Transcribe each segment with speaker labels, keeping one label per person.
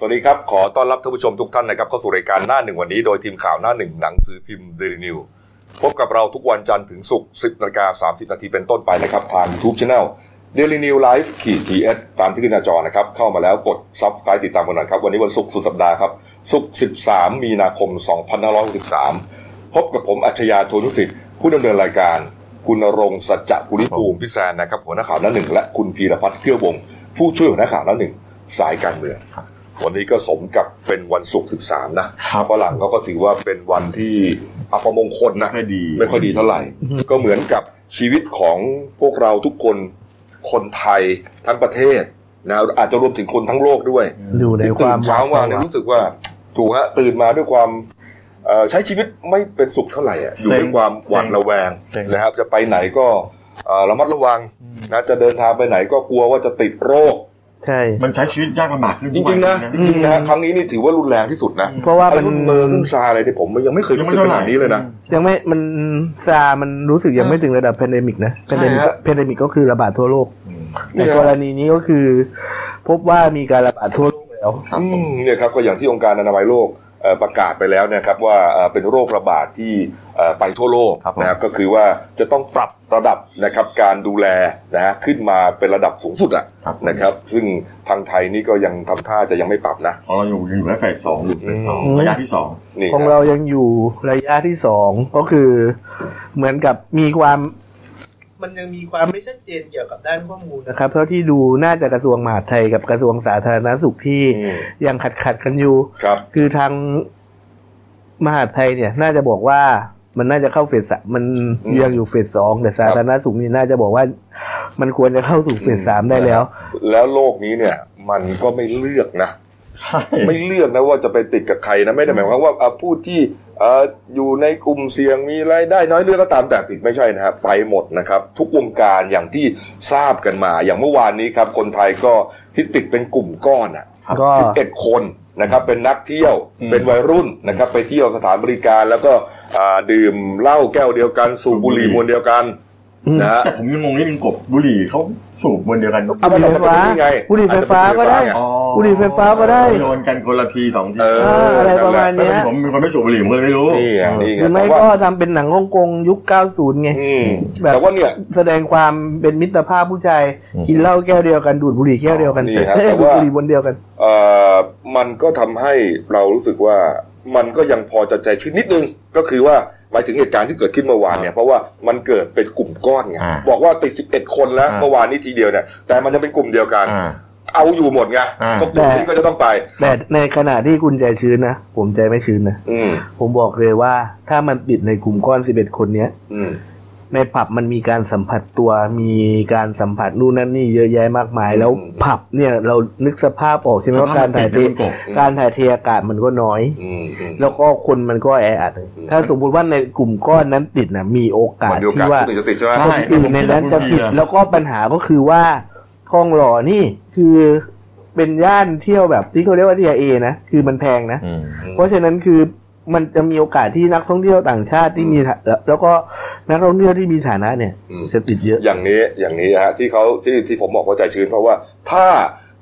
Speaker 1: สวัสดีครับ ขอต้อนรับท่านผู้ชมทุกท่านนะครับเข้าสู่รายการหน้าหนึ่งวันนี้โดยทีมข่าวหน้าหนึ่งหนังสือพิมพ์เดลินิวพบกับเราทุกวันจันทร์ถึงศุกร์10นาฬิกา30 นาทีเป็นต้นไปนะครับ ทางทูบช anel เดลินิวไลฟ์ขีดทีเอสตามที่ขึ้นหน้าจอนะครับ เข้ามาแล้วกดซับสไครต์ติดตามกันหน่อยครับ วันนี้วันศุกร์สุดสัปดาห์ครับศุกร์13 มีนาคม 2563 พบกับผมอัจฉริยะโทนุสิทธิ์ผู้ดำเนินรายการ คุณณรงค์สัจจะภูริภูมิพิศานนะครับหัวหน้าข่าวหน้าหนึ่งและคุณพีรพัฒน์เกื้อวงศ์ผู้ช่วยหัวหน้าข่าวหน้าหนึ่งสายการเมือง วันนี้ก็สมกับเป็นวันศุกร์13 นะครับ ฝรั่งเขาก็ถือว่าเป็นวันที่อัปมงคลนะ
Speaker 2: ไม่ดี
Speaker 1: ไม่ค่อยดีเท่าไหร่ ก็เหมือนกับชีวิตของพวกเราทุกคนคนไทยทั้งประเทศนะอาจจะรวมถึงคนทั้งโลกด้วย
Speaker 3: อยู่ใน
Speaker 1: ที่
Speaker 3: ค
Speaker 1: ตื่
Speaker 3: วาน ม
Speaker 1: เช้ามาเนี่ยรู้สึกว่าถูกฮะตื่นมาด้วยความเอ่อใช้ชีวิตไม่เป็นสุขเท่าไหร่อะอยู่ด้วยความหวาดระแวง
Speaker 2: เซ็ง
Speaker 1: นะครับจะไปไหนก็เอ่อระมัดระวังนะจะเดินทางไปไหนก็กลัวว่าจะติดโรค
Speaker 3: ใช่
Speaker 2: มันใช้ชีวิตยากลำบากขึ้น
Speaker 1: จ
Speaker 2: ทุกวั
Speaker 1: ริงๆนะจริงๆนะ
Speaker 3: อืม
Speaker 1: ครั้งนี้นี่ถือว่ารุนแรงที่สุดนะ
Speaker 3: เพราะว่ามัน
Speaker 1: ไอ้รุ่นเมอร์รุ่นซาอะไรที่ยผมยังไม่เคยรู้สึกขนาดนี้เลยนะ
Speaker 3: ยังไม่มันซามันรู้สึกยังไม่ถึงระดับ p พนเดมิกนะเพนเดมิ
Speaker 1: ใช่
Speaker 3: ก
Speaker 1: ฮะ
Speaker 3: เพนเดมิกก็คือระบาดทั่วโลกใน
Speaker 1: เนี่ย
Speaker 3: กรณีนี้ก็คือ พบว่ามีการระบาดทั่วโลกแล้ว
Speaker 1: อืมเนี่ยครับก็อย่างที่องค์การอนามัยโลกเอ่อประกาศไปแล้วนะครับว่าเอ่อเป็นโรคระบาดที่เอ่อไปทั่วโลก
Speaker 2: ครับผม
Speaker 1: นะครับก็คือว่าจะต้องปรับระดับนะครับการดูแลนะฮะขึ้นมาเป็นระดับสูงสุดอะ
Speaker 2: ครับ
Speaker 1: นะครับ ซึ่งทางไทยนี่ก็ยังทำท่าจะยังไม่ปรับนะ
Speaker 2: ของเราอยู่อยู่ในเฟสสองอยู่เฟสสอง
Speaker 3: อืม
Speaker 2: ระยะที่สอง
Speaker 1: นี่
Speaker 3: ของ
Speaker 1: ฮะ
Speaker 3: เรายังอยู่ระยะที่สองก็คือ เหมือนกับมีความมันยังมีความไม่ชัดเจนเกี่ยวกับด้านข้อมูลนะครับ เท่าที่ดูน่าจะกระทรวงมหาดไทยกับกระทรวงสาธารณสุขที่
Speaker 1: อืม
Speaker 3: ยังขัดขัดๆกันอยู่
Speaker 1: ครับ
Speaker 3: คือทางมหาดไทยเนี่ยน่าจะบอกว่ามันน่าจะเข้าเฟสสามมัน
Speaker 1: อืม
Speaker 3: ยังอยู่เฟสสองแต่สาธารณสุขนี่น่าจะบอกว่า มันควรจะเข้าสู่เฟส
Speaker 1: อืม
Speaker 3: สามได้แล้ว
Speaker 1: แล้วโรคนี้เนี่ยมันก็ไม่เลือกนะ
Speaker 2: ใช่
Speaker 1: ไม่เลือกนะว่าจะไปติดกับใครนะไม่ได้หมายความว่าอ่ะผู้ที่เอ่ออยู่ในกลุ่มเสี่ยงมีรายได้น้อยเลือกก็ตามแต่ปิดไม่ใช่นะฮะไปหมดนะครับ ทุกวงการอย่างที่ทราบกันมา อย่างเมื่อวานนี้ครับ คนไทยก็ที่ติดเป็นกลุ่มก้อนอ่ะ
Speaker 3: ก็
Speaker 1: สิบเอ็ดคนนะครับเป็นนักเที่ยวเป็นวัยรุ่นนะครับไปเที่ยวสถานบริการแล้วก็อ่าดื่มเหล้าแก้วเดียวกันสูบบุหรี่มวนเดียวกัน
Speaker 3: อืม
Speaker 1: นะฮะ
Speaker 2: แต่ผมยังงงนี่เป็นกบบุหรี่เขาสูบบนเดียวกัน
Speaker 3: เอาบุหรี่ไฟฟ้าบุหรี่ไฟฟ้าก็ได้
Speaker 2: อ๋อ
Speaker 3: บุหรี่ไฟฟ้าก็ได้
Speaker 2: โยนกันคนละทีสองที
Speaker 1: เออ
Speaker 3: เอออะไรประมาณ
Speaker 1: น
Speaker 2: แต่เป็นผมเป็นคนไม่สูบบุหรี่ผมก็เลยไม่รู้
Speaker 1: ี่ไงนี่
Speaker 3: ห
Speaker 1: ไง
Speaker 3: รือไม่
Speaker 1: แต่ว่า
Speaker 3: ก็ทำเป็นหนังฮ่องกงยุค 90 ไง
Speaker 1: อืม
Speaker 3: แบบ
Speaker 1: แต่ว่าเนี่ย
Speaker 3: แสดงความเป็นมิตรภาพผู้ชายกินเหล้าแก้วเดียวกันดูดบุหรี่แก้วเดียวกัน
Speaker 1: นี่ครับ
Speaker 3: เอ้ย
Speaker 1: แต่
Speaker 3: ดูด
Speaker 1: ว่า
Speaker 3: บุหรี่บนเดียวกัน
Speaker 1: เอ่อมันก็ทำให้เรารู้สึกว่ามันก็ยังพอจะใจชื้นนิดนึง ก็คือว่าหมายถึงเหตุการณ์ที่เกิดขึ้นเมื่อวานเนี่ยเพราะว่ามันเกิดเป็นกลุ่มก้อนไง
Speaker 2: า
Speaker 1: บอกว่าติด 11 คนแล้ว
Speaker 2: อ่า
Speaker 1: เมื่อวานนี้ทีเดียวเนี่ยแต่มันยังเป็นกลุ่มเดียวกัน
Speaker 2: อ่า
Speaker 1: เอาอยู่หมดไง
Speaker 2: อ่า
Speaker 1: ก็กลุ่มนี้ก็จะต้องไป
Speaker 3: แต่ในขณะที่คุณใจชื้นนะผมใจไม่ชื้นนะ
Speaker 1: อืม
Speaker 3: ผมบอกเลยว่า ถ้ามันติดในกลุ่มก้อน 11 คนเนี้ย
Speaker 1: อืม
Speaker 3: ในผับมันมีการสัมผัสตัวมีการสัมผัสนู่นนั่นนี่เยอะแยะมากมาย แล้ว
Speaker 1: อืม
Speaker 3: ผับเนี่ยเรานึกสภาพออกใช่ไหมว่าการถ่ายเท
Speaker 2: เป็นกบ
Speaker 3: การถ่ายเทอากาศมันก็น้อย
Speaker 1: อืมอืม
Speaker 3: แล้วก็คนมันก็แออัดถ้าสมมติว่าในกลุ่มก้อนนั้นติดนะมีโอกาส
Speaker 1: วันเดียวกัน
Speaker 3: ที่ว่า
Speaker 1: คนอื่นจะติดใช่ไหม
Speaker 3: คนอื่นในนั้นจะติดแล้วก็ปัญหาก็คือว่าคลองหล่อนี่คือเป็นย่านเที่ยวแบบที่เขาเรียกว่า TIA นะคือมันแพงนะ
Speaker 2: อืม
Speaker 3: เพราะฉะนั้นคือมันจะมีโอกาสที่นักท่องเที่ยวต่างชาติที่มีฐาแล้วก็นักท่องเที่ยวที่มีฐานะเนี่ย
Speaker 1: อืม
Speaker 3: จะติดเยอะ
Speaker 1: อย่างนี้อย่างนี้ฮะที่เขาที่ที่ผมบอกว่าใจชื้น เพราะว่าถ้า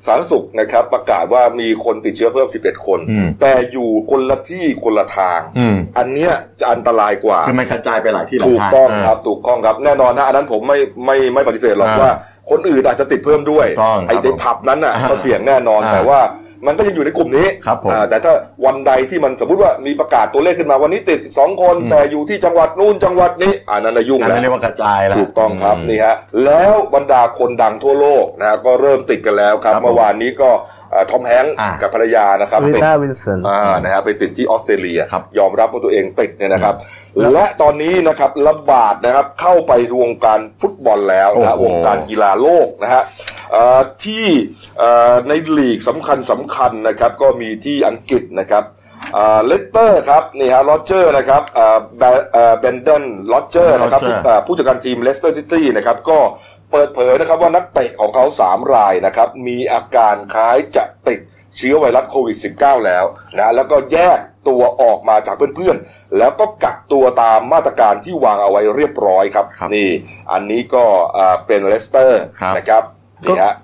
Speaker 1: สาธารณสุขนะครับ ประกาศว่ามีคนติดเชื้อเพิ่ม 11 คน
Speaker 2: อืม
Speaker 1: แต่อยู่คนละที่คนละทาง
Speaker 2: อืม
Speaker 1: อันเนี้ยจะอันตรายกว่า
Speaker 2: คือมันกระจายไปหลายที่หลาย
Speaker 1: ถูก
Speaker 2: ทาง
Speaker 1: ต้องครับถูกต้องครับแน่นอนนะอันนั้นผมไม่ไม่ไม่ปฏิเสธหรอก
Speaker 2: อ่า
Speaker 1: ว่า คนอื่นอาจจะติดเพิ่มด้วย
Speaker 2: ถูกต้อง
Speaker 1: ไอ้
Speaker 2: ครับ
Speaker 1: ในผับนั้นน่ะ
Speaker 2: อ่า
Speaker 1: ก็เสี่ยงแน่นอน
Speaker 2: อ่า
Speaker 1: แต่ว่ามันก็ยังอยู่ในกลุ่มนี้
Speaker 2: ครับผม
Speaker 1: อ่าแต่ถ้าวันใดที่มันสมมติว่ามีประกาศตัวเลขขึ้นมาวันนี้ติด 12 คน
Speaker 2: อืม
Speaker 1: แต่อยู่ที่จังหวัดนู่นจังหวัดนี้อันนั้นนะยุ่ง
Speaker 2: อัน
Speaker 1: แล้
Speaker 2: นั้น
Speaker 1: ว
Speaker 2: เรียกว่ากระจายละ
Speaker 1: ถูกต้องครับนี่ฮะแล้วบรรดาคนดังทั่วโลกนะฮะก็เริ่มติดกันแล้วครับ
Speaker 2: ครับผม
Speaker 1: เมื่อวานนี้ก็ทอมแฮง
Speaker 2: อ่ากั
Speaker 1: กับภรรยานะครับ
Speaker 3: วิ
Speaker 1: ติด
Speaker 3: ต้าวินสัน
Speaker 1: อ่านะฮะไปติดที่ออสเตรเลีย
Speaker 2: ครับ
Speaker 1: ยอมรับว่าตัวเองติดเนี่ยนะครับ
Speaker 3: ครับ
Speaker 1: และตอนนี้นะครับระบาดนะครับเข้าไปวงการฟุตบอลแล้วนะฮะ
Speaker 2: โอ้
Speaker 1: ว
Speaker 2: โห
Speaker 1: งการกีฬาโลกนะฮะเอ่อที่เอ่อในลีกสำคัญสำคัญนะครับ ก็มีที่อังกฤษนะครับเอ่อเลสเตอร์ครับนี่ฮะโรเจอร์นะครับเอ่อแบเอ่อเบนเดนโรเจอร์นะครับ เอ่อผู้จัดการทีมเลสเตอร์ซิตี้นะครับก็เปิดเผยนะครับว่านักเตะของเขา 3 รายนะครับมีอาการคล้ายจะติดเชื้อไวรัสโควิด -19 แล้วนะแล้วก็แยกตัวออกมาจากเพื่อนๆ แล้วก็กักตัวตามมาตรการที่วางเอาไว้เรียบร้อยครับ
Speaker 2: ครับ
Speaker 1: นี่อันนี้ก็อ่าเป็นเลสเตอร์
Speaker 2: ครับ
Speaker 1: นะครับนี่ฮะ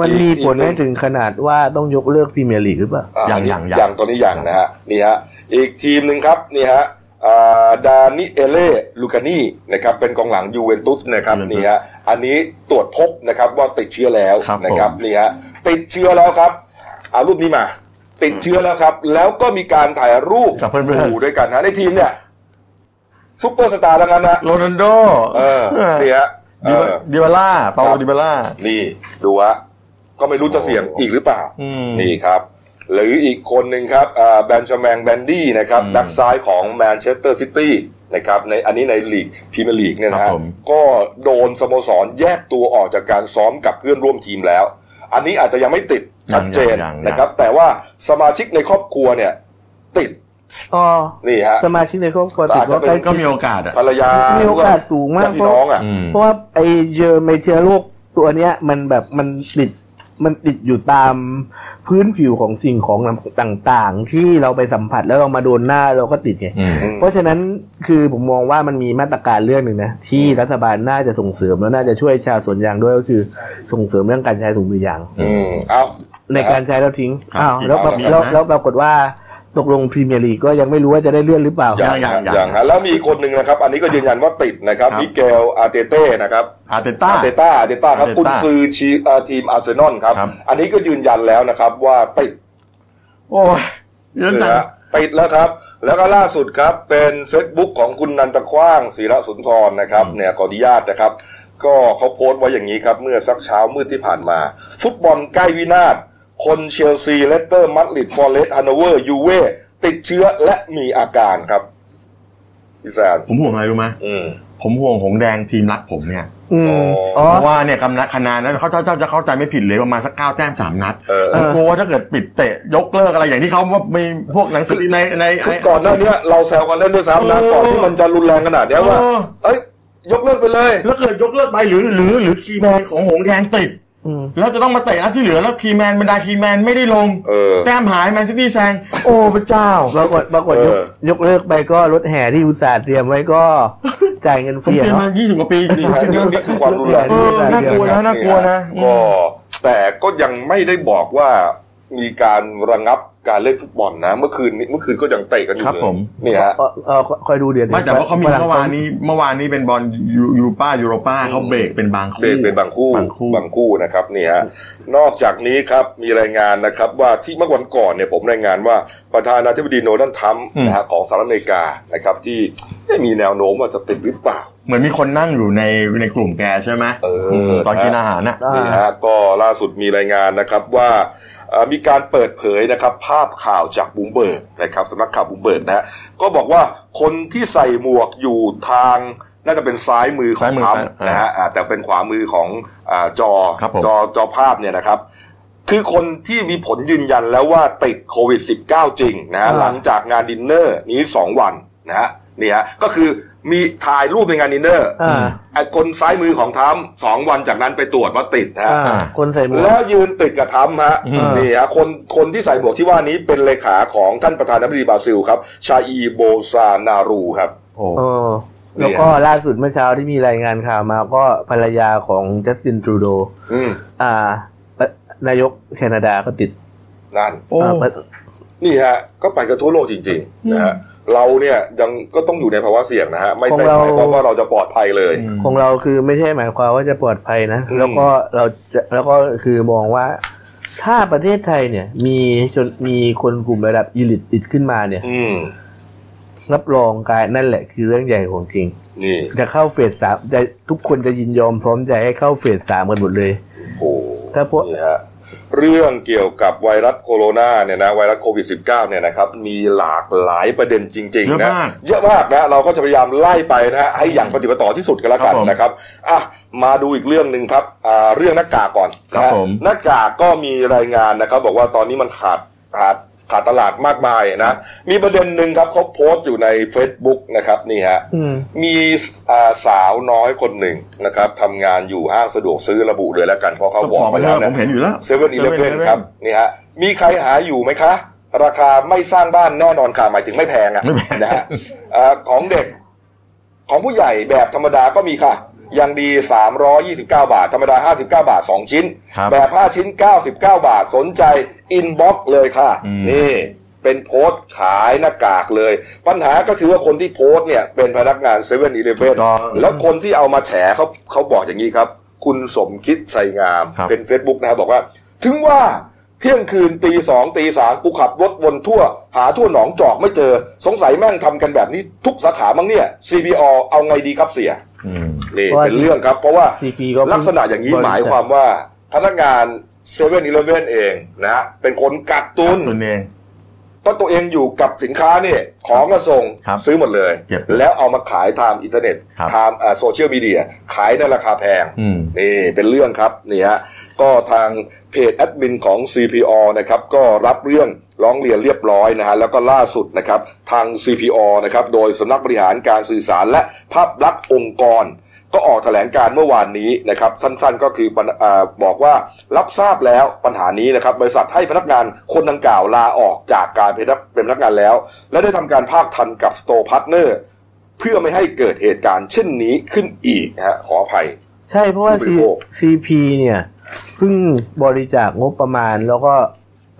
Speaker 3: มันมีผลให้ถึงขนาดว่าต้องยกเลิกพรีเมียร์ลีกหรือเปล่า
Speaker 1: อ่ะ
Speaker 2: อย่าง
Speaker 1: อัน
Speaker 2: อ
Speaker 1: นี้
Speaker 2: ย่างอย่าง
Speaker 1: อย่างตอนนี้อย่างนะฮะนี่ฮะอีกทีมหนึ่งครับนี่ฮะอ่าดานิเอเล่ลูกานี่นะครับเป็นกองหลังยูเวนตุสนะครับ
Speaker 2: ยูเวนตุส
Speaker 1: นี่ฮะอันนี้ตรวจพบนะครับว่าติดเชื้อแล้ว
Speaker 2: ครับ
Speaker 1: นะครั
Speaker 2: ผม
Speaker 1: นี่ฮะติดเชื้อแล้วครับเอารูปนี้มา ติดเชื้อแล้วครับ แล้วก็มีการถ่ายรูป
Speaker 2: กับเพื่อน
Speaker 1: หมู่ด้วยกันฮะในทีมเนี่ยซุปเปอร์สตาร์ทั้งนั้นนะ
Speaker 2: ๆโรนัลโด
Speaker 1: เออนี่ฮะเอ
Speaker 2: ดิบาดิ
Speaker 1: อ
Speaker 2: บาล่าเปา
Speaker 1: ครับ
Speaker 2: ดิบาล่า
Speaker 1: นี่ดูฮะก็ไม่รู้จะเสี่ยง
Speaker 2: โอ้
Speaker 1: อีกหรือเปล่า
Speaker 2: อืม
Speaker 1: นี่ครับ หรืออีกคนหนึ่งครับแบนชแมงแบนดี้นะครับ
Speaker 2: อืม
Speaker 1: แบ็กซ้ายของแมนเชสเตอร์ซิตี้นะครับในอันนี้ในลีกพรีเมียร์ลีกเนี่ยนะ
Speaker 2: ครั
Speaker 1: ฮะ
Speaker 2: บผม
Speaker 1: ก็โดนสโมสรแยกตัวออกจากการซ้อมกับเพื่อนร่วมทีมแล้ว อันนี้อาจจะยังไม่ติดชัดเจนนะครับ แต่ว่าสมาชิกในครอบครัวเนี่ย ติด
Speaker 3: อ๋อ
Speaker 1: นี่ฮะ
Speaker 3: สมาชิกในครอบครัวติดว่าใกล้
Speaker 2: ก็
Speaker 3: ชิด
Speaker 2: มีโอกาสอ่ะ
Speaker 1: ภรรยา
Speaker 3: มีโอกาสสูงมาก
Speaker 1: ญติพี่น้องอ่ะ
Speaker 2: อืม
Speaker 3: เพราะว่าไอเจอเมเชียโรคตัวเนี้ย มันแบบมันติดมันติดอยู่ตามพื้นผิวของสิ่งของต่างๆ ที่เราไปสัมผัสแล้วเรามาโดนหน้าเราก็ติดไง
Speaker 2: อืม
Speaker 1: ม
Speaker 3: เพราะฉะนั้นคือผมมองว่ามันมีมาตรการเรื่องหนึ่งนะ ที่รัฐบาลน่าจะส่งเสริมแล้วน่าจะช่วยชาวสวนยางด้วยก็คือส่งเสริมเรื่องการใช้ถุงมือยาง
Speaker 1: อืมเอา
Speaker 3: ในการใช้แล้วทิ้ง
Speaker 2: ครับ
Speaker 3: อ้าวแล้วปรา
Speaker 1: อี
Speaker 3: ก
Speaker 1: กแล้ว
Speaker 3: แล้ว
Speaker 2: นะ
Speaker 3: แล้วปรากฏว่าตกลงพรีเมียร์ลีกก็ยังไม่รู้ว่าจะได้เลื่อนหรือเปล่า
Speaker 1: อย่าง
Speaker 2: อย่างอย่าง
Speaker 1: อย่างฮะแล้วมีอีกคนหนึ่งนะครับ อันนี้ก็ยืนยันว่าติดนะครับ
Speaker 2: ครับ
Speaker 1: มิเกลอาร์เตเต้นะครับ
Speaker 2: อาร์เตต้า
Speaker 1: อาร์เตต้าอาร์เตต้าครับ
Speaker 2: อาร์เตต้า
Speaker 1: กุนซือชีเอ่อทีมอาร์เซนอลครับ
Speaker 2: ครับ
Speaker 1: อันนี้ก็ยืนยันแล้วนะครับว่าติด
Speaker 2: โอ้ยเยอะ
Speaker 1: เห
Speaker 2: จั
Speaker 1: ลื
Speaker 2: ง
Speaker 1: อติดแล้วครับ แล้วก็ล่าสุดครับเป็นเฟซบุ๊กของคุณนันตะคว้างศิระสุนทรนะครับ
Speaker 2: อืม
Speaker 1: เนี่ยขออนุญาตนะครับ ก็เขาโพสต์ไว้อย่างนี้ครับเมื่อสักเช้ามืดที่ผ่านมา ฟุตบอลใกล้วินาศคนเชลซีเลสเตอร์มัดลิดฟอร์เรสต์ฮันโนเวอร์ยูเว่ติดเชื้อและมีอาการครับพี่แซน
Speaker 2: ผมห่วงอะไรรู้ไหม
Speaker 1: อืม
Speaker 2: ผมห่วงหงแดงทีมรักผมเนี่ย
Speaker 3: อืม
Speaker 1: อ๋
Speaker 3: อ๋
Speaker 1: อ
Speaker 3: อ
Speaker 2: เพราะว่าเนี่ยกำนัดคะแนนนั้นเขาเจ้าจะเข้าใจไม่ผิดเลยประมาณสักเก้าแต้มสามนัด
Speaker 1: เออ
Speaker 2: ผมกลัวว่าถ้าเกิดปิดเตะยกเลิกอะไรอย่างที่เขาว่ามีพวกหนังสือในใน
Speaker 1: คือ
Speaker 2: ใน
Speaker 1: ก่อนหน้าเนี้ยเราแซวกันเล่นด้วยซ้ำนะก่อนที่มันจะรุนแรงขนาดเนี้ยว่า
Speaker 2: เออ
Speaker 1: เอ้ยยกเลิกไปเลย
Speaker 2: แล้วเกิดยกเลิกไปหรือหรือหรือคีย์แมนของหงแดงติด
Speaker 3: อืม
Speaker 2: แล้วจะต้องมาเตะนัดที่เหลือแล้วคีย์แมนบรรดาคีย์แมนไม่ได้ลง
Speaker 1: เออ
Speaker 2: แต้มหายแมนซิตี้แซงโอ้พระเจ้า
Speaker 3: ปรากฏปรากฏยก
Speaker 1: เออ
Speaker 3: ยกเลิกไปก็รถแห่ที่อุตส่าห์เตรียมไว้ ก็ จ่ายเงินฟ
Speaker 2: ผม
Speaker 3: รี
Speaker 2: เตะ
Speaker 3: อะ
Speaker 2: มา
Speaker 3: เนาะ
Speaker 2: 20 กว่าปี
Speaker 1: นี่ฮะนี่นี่คือความรุนแรง
Speaker 2: เออน่ากลัวนะน่ากลัวนะอื
Speaker 1: ก็
Speaker 2: ม
Speaker 1: แต่ก็ยังไม่ได้บอกว่ามีการระงับการเล่นฟุตบอลนะ เมื่อคืนนี้เมื่อคืนก็ยังเตะกันอยู่
Speaker 2: ครับ
Speaker 1: เลย
Speaker 2: ผม
Speaker 1: นี่ฮะ
Speaker 3: เออเออคอยดูเดี๋ยว
Speaker 2: ไม่แต่ว่าเขามี
Speaker 3: ฝรั่ง
Speaker 2: เมื่อวานนี้เมื่อวานนี้เป็นบอลยูยูป้ายูโรป้าเขาเบรกเป็นบางคู่
Speaker 1: เบรกเป็นบางคู่
Speaker 2: บางคู่
Speaker 1: บางคู่นะครับนี่ฮะนอกจากนี้ครับมีรายงานนะครับว่าที่เมื่อวันก่อนเนี่ยผมรายงานว่าประธานาธิบดีโนนัลด์ทรัมป์
Speaker 2: อืม
Speaker 1: นะฮะของสหรัฐอเมริกานะครับที่ไม่มีแนวโน้มว่าจะติดหรือเปล่า
Speaker 2: เหมือนมีคนนั่งอยู่ในในกลุ่มแกใช่ไหม
Speaker 1: เออ
Speaker 2: มตอนกินอาหารน่ะ
Speaker 1: นี่
Speaker 3: อ่า
Speaker 1: ฮะก็ล่าสุดมีรายงานนะครับว่าเอ่อมีการเปิดเผยนะครับ ภาพข่าวจากบูมเบิร์กนะครับสำนักข่าวบูมเบิร์กนะฮะก็บอกว่าคนที่ใส่หมวกอยู่ทางน่าจะเป็นซ้ายมือขอ
Speaker 2: ซ้าง ยมือ
Speaker 1: เขา
Speaker 2: ครับ
Speaker 1: นะฮะอ่าแต่เป็นขวามือของอาจอ
Speaker 2: ครับผม
Speaker 1: จอจอภาพเนี่ยนะครับ คือคนที่มีผลยืนยันแล้วว่าติดโควิด -19 จริงนะฮะหลังจากงานดินเนอร์นี้ 2 วันนะฮะนี่ฮะก็คือมีถ่ายรูปในงานดินเนอร์
Speaker 3: อ่า
Speaker 1: ไอ้คนซ้ายมือของทรัมป์สองวันจากนั้นไปตรวจว่าติดนะฮะ
Speaker 3: อ่าคนใส่หมวก
Speaker 1: แล้วยืนติดกับทรัมป์ฮะ
Speaker 2: อืม
Speaker 1: นี่ฮะคนคนที่ใส่หมวกที่ว่านี้เป็นเลขาของท่านประธานาธิบดีบราซิลครับ ชาอีโบซานารูครับ
Speaker 2: โอ้
Speaker 3: เออ แล้วก็ล่าสุดเมื่อเช้าที่มีรายงานข่าวมาก็ภรรยาของจัสตินทรูโด
Speaker 1: อืม
Speaker 3: อ่า นายกแคนาดาก็ติด
Speaker 1: นั่น
Speaker 2: โอ้
Speaker 3: อ่า
Speaker 1: นี่ฮะ ก็ไปกันทั่วโลกจริงๆนะฮะเราเนี่ยยังก็ต้องอยู่ในภาวะเสี่ยงนะฮะ ไม่ได้หมายความว่าเราจะปลอดภัยเลย
Speaker 3: ของเราคือไม่ใช่หมายความว่าจะปลอดภัยนะ
Speaker 1: อืม
Speaker 3: แล้วก็เราจะแล้วก็คือมองว่า ถ้าประเทศไทยเนี่ย มีชนมีคนกลุ่มระดับอีลิตติดขึ้นมาเนี่ย
Speaker 1: อืม
Speaker 3: รับรองการนั่นแหละคือเรื่องใหญ่ของจริง
Speaker 1: นี่
Speaker 3: จะเข้าเฟสสามจะทุกคนจะยินยอมพร้อมใจให้เข้าเฟสสามกันหมดเลย
Speaker 1: โอ้
Speaker 3: ถ้าพวก
Speaker 1: นี่ฮะเรื่องเกี่ยวกับไวรัสโคโรนาเนี่ยนะไวรัสโควิด -19 เนี่ยนะครับ มีหลากหลายประเด็นจริง ๆ
Speaker 2: เย
Speaker 1: นะ
Speaker 2: อะมาก
Speaker 1: เยอะมากนะเราก็จะพยายามไล่ไปนะฮะให้อย่างปฏิบัติต่อที่สุดกันแล้วกัน
Speaker 2: ครับผม
Speaker 1: นะครับอ่ะมาดูอีกเรื่องหนึ่งครับอ่าเรื่องหน้ากากก่อนนะ
Speaker 2: ครั
Speaker 1: ฮะ
Speaker 2: บผม
Speaker 1: หน้ากากก็มีรายงานนะครับ บอกว่าตอนนี้มันขาดขาดขาดตลาดมากมายนะ มีประเด็นหนึ่งครับเขาโพสต์อยู่ใน Facebook นะครับนี่ฮะ
Speaker 3: อืม
Speaker 1: มีอ่าสาวน้อยคนหนึ่งนะครับทำงานอยู่ห้างสะดวกซื้อระบุเลยแล้วกันเพราะเขา
Speaker 2: ก็
Speaker 1: บบอ
Speaker 2: อก ก
Speaker 1: ไป
Speaker 2: ไป
Speaker 1: แล้
Speaker 2: แล้วว
Speaker 1: นะ
Speaker 2: ผมเห็นอยู่แล้ว
Speaker 1: เว่นอีเลฟเว่นครับนี่ฮะมีใครหาอยู่ไหมคะ ราคาไม่สร้างบ้านแน่นอนค่ะหมายถึงไม่แพงอะ
Speaker 2: ไม่แพง
Speaker 1: นะฮะอ่าของเด็กของผู้ใหญ่แบบธรรมดาก็มีค่ะ ยังดี 329 บาท ธรรมดา 59 บาท 2 ชิ้น
Speaker 4: ครับ
Speaker 1: แบบ5ชิ้น 99 บาทสนใจอินบ็อกเลยค่ะ
Speaker 4: อืม
Speaker 1: นี่เป็นโพสต์ขายหน้ากากเลย ปัญหาก็คือว่าคนที่โพสต์เนี่ย เป็นพนักงานเซเว่นอีเลฟเว่น
Speaker 4: ก็
Speaker 1: แล้วคนที่เอามาแฉเขาเขาบอกอย่างนี้ครับ คุณสมคิดไสงาม
Speaker 4: ครับ
Speaker 1: เป็น Facebook นะครับบอกว่า ถึงว่าเที่ยงคืนตีสองตีสามกูขับรถวนทั่ว หาทั่วหนองจอกไม่เจอ สงสัยแม่งทำกันแบบนี้ทุกสาขามั้งเนี่ย CBO เอาไงดีครับเสีย
Speaker 4: อืม
Speaker 1: นี่เป็นเรื่องครับ เพราะว่า
Speaker 3: ซีกีก็
Speaker 1: ลักษณะอย่างนี้หมายความว่าพนักงานเซเว่นอีเลเว่นเองนะฮะเป็นคนกักตุน
Speaker 4: ตุนเอง
Speaker 1: ก็ตัวเองอยู่กับสินค้าเนี่ยของก็ส่ง
Speaker 4: ครับ
Speaker 1: ซื้อหมดเลย
Speaker 4: เก็บ
Speaker 1: แล้วเอามาขายทางอินเทอร์เน็ต
Speaker 4: ครับ
Speaker 1: ทางโซเชียลมีเดียขายในราคาแพง
Speaker 4: อืม
Speaker 1: นี่เป็นเรื่องครับนี่ฮะก็ทางเพจแอดมินของ CPO นะครับก็รับเรื่องร้องเรียนเรียบร้อยนะฮะแล้วก็ล่าสุดนะครับทาง CPO นะครับโดยสำนักบริหารการสื่อสารและภาพลักษณ์องค์กร ก็ออกแถลงการเมื่อวานนี้นะครับสั้นๆก็คือปัญเออบอกว่ารับทราบแล้วปัญหานี้นะครับบริษัทให้พนักงานคนดังกล่าวลาออกจากการเป็นพนักงานแล้ว และได้ทำการภาคทันกับสโตร์พาร์ทเนอร์เพื่อไม่ให้เกิดเหตุการณ์เช่นนี้ขึ้นอีกนะฮะขออภัย
Speaker 3: ใช่เพราะว่า
Speaker 1: ผู้บริโภค
Speaker 3: ซีพีเนี่ยเพิ่งบริจาคงบประมาณแล้วก็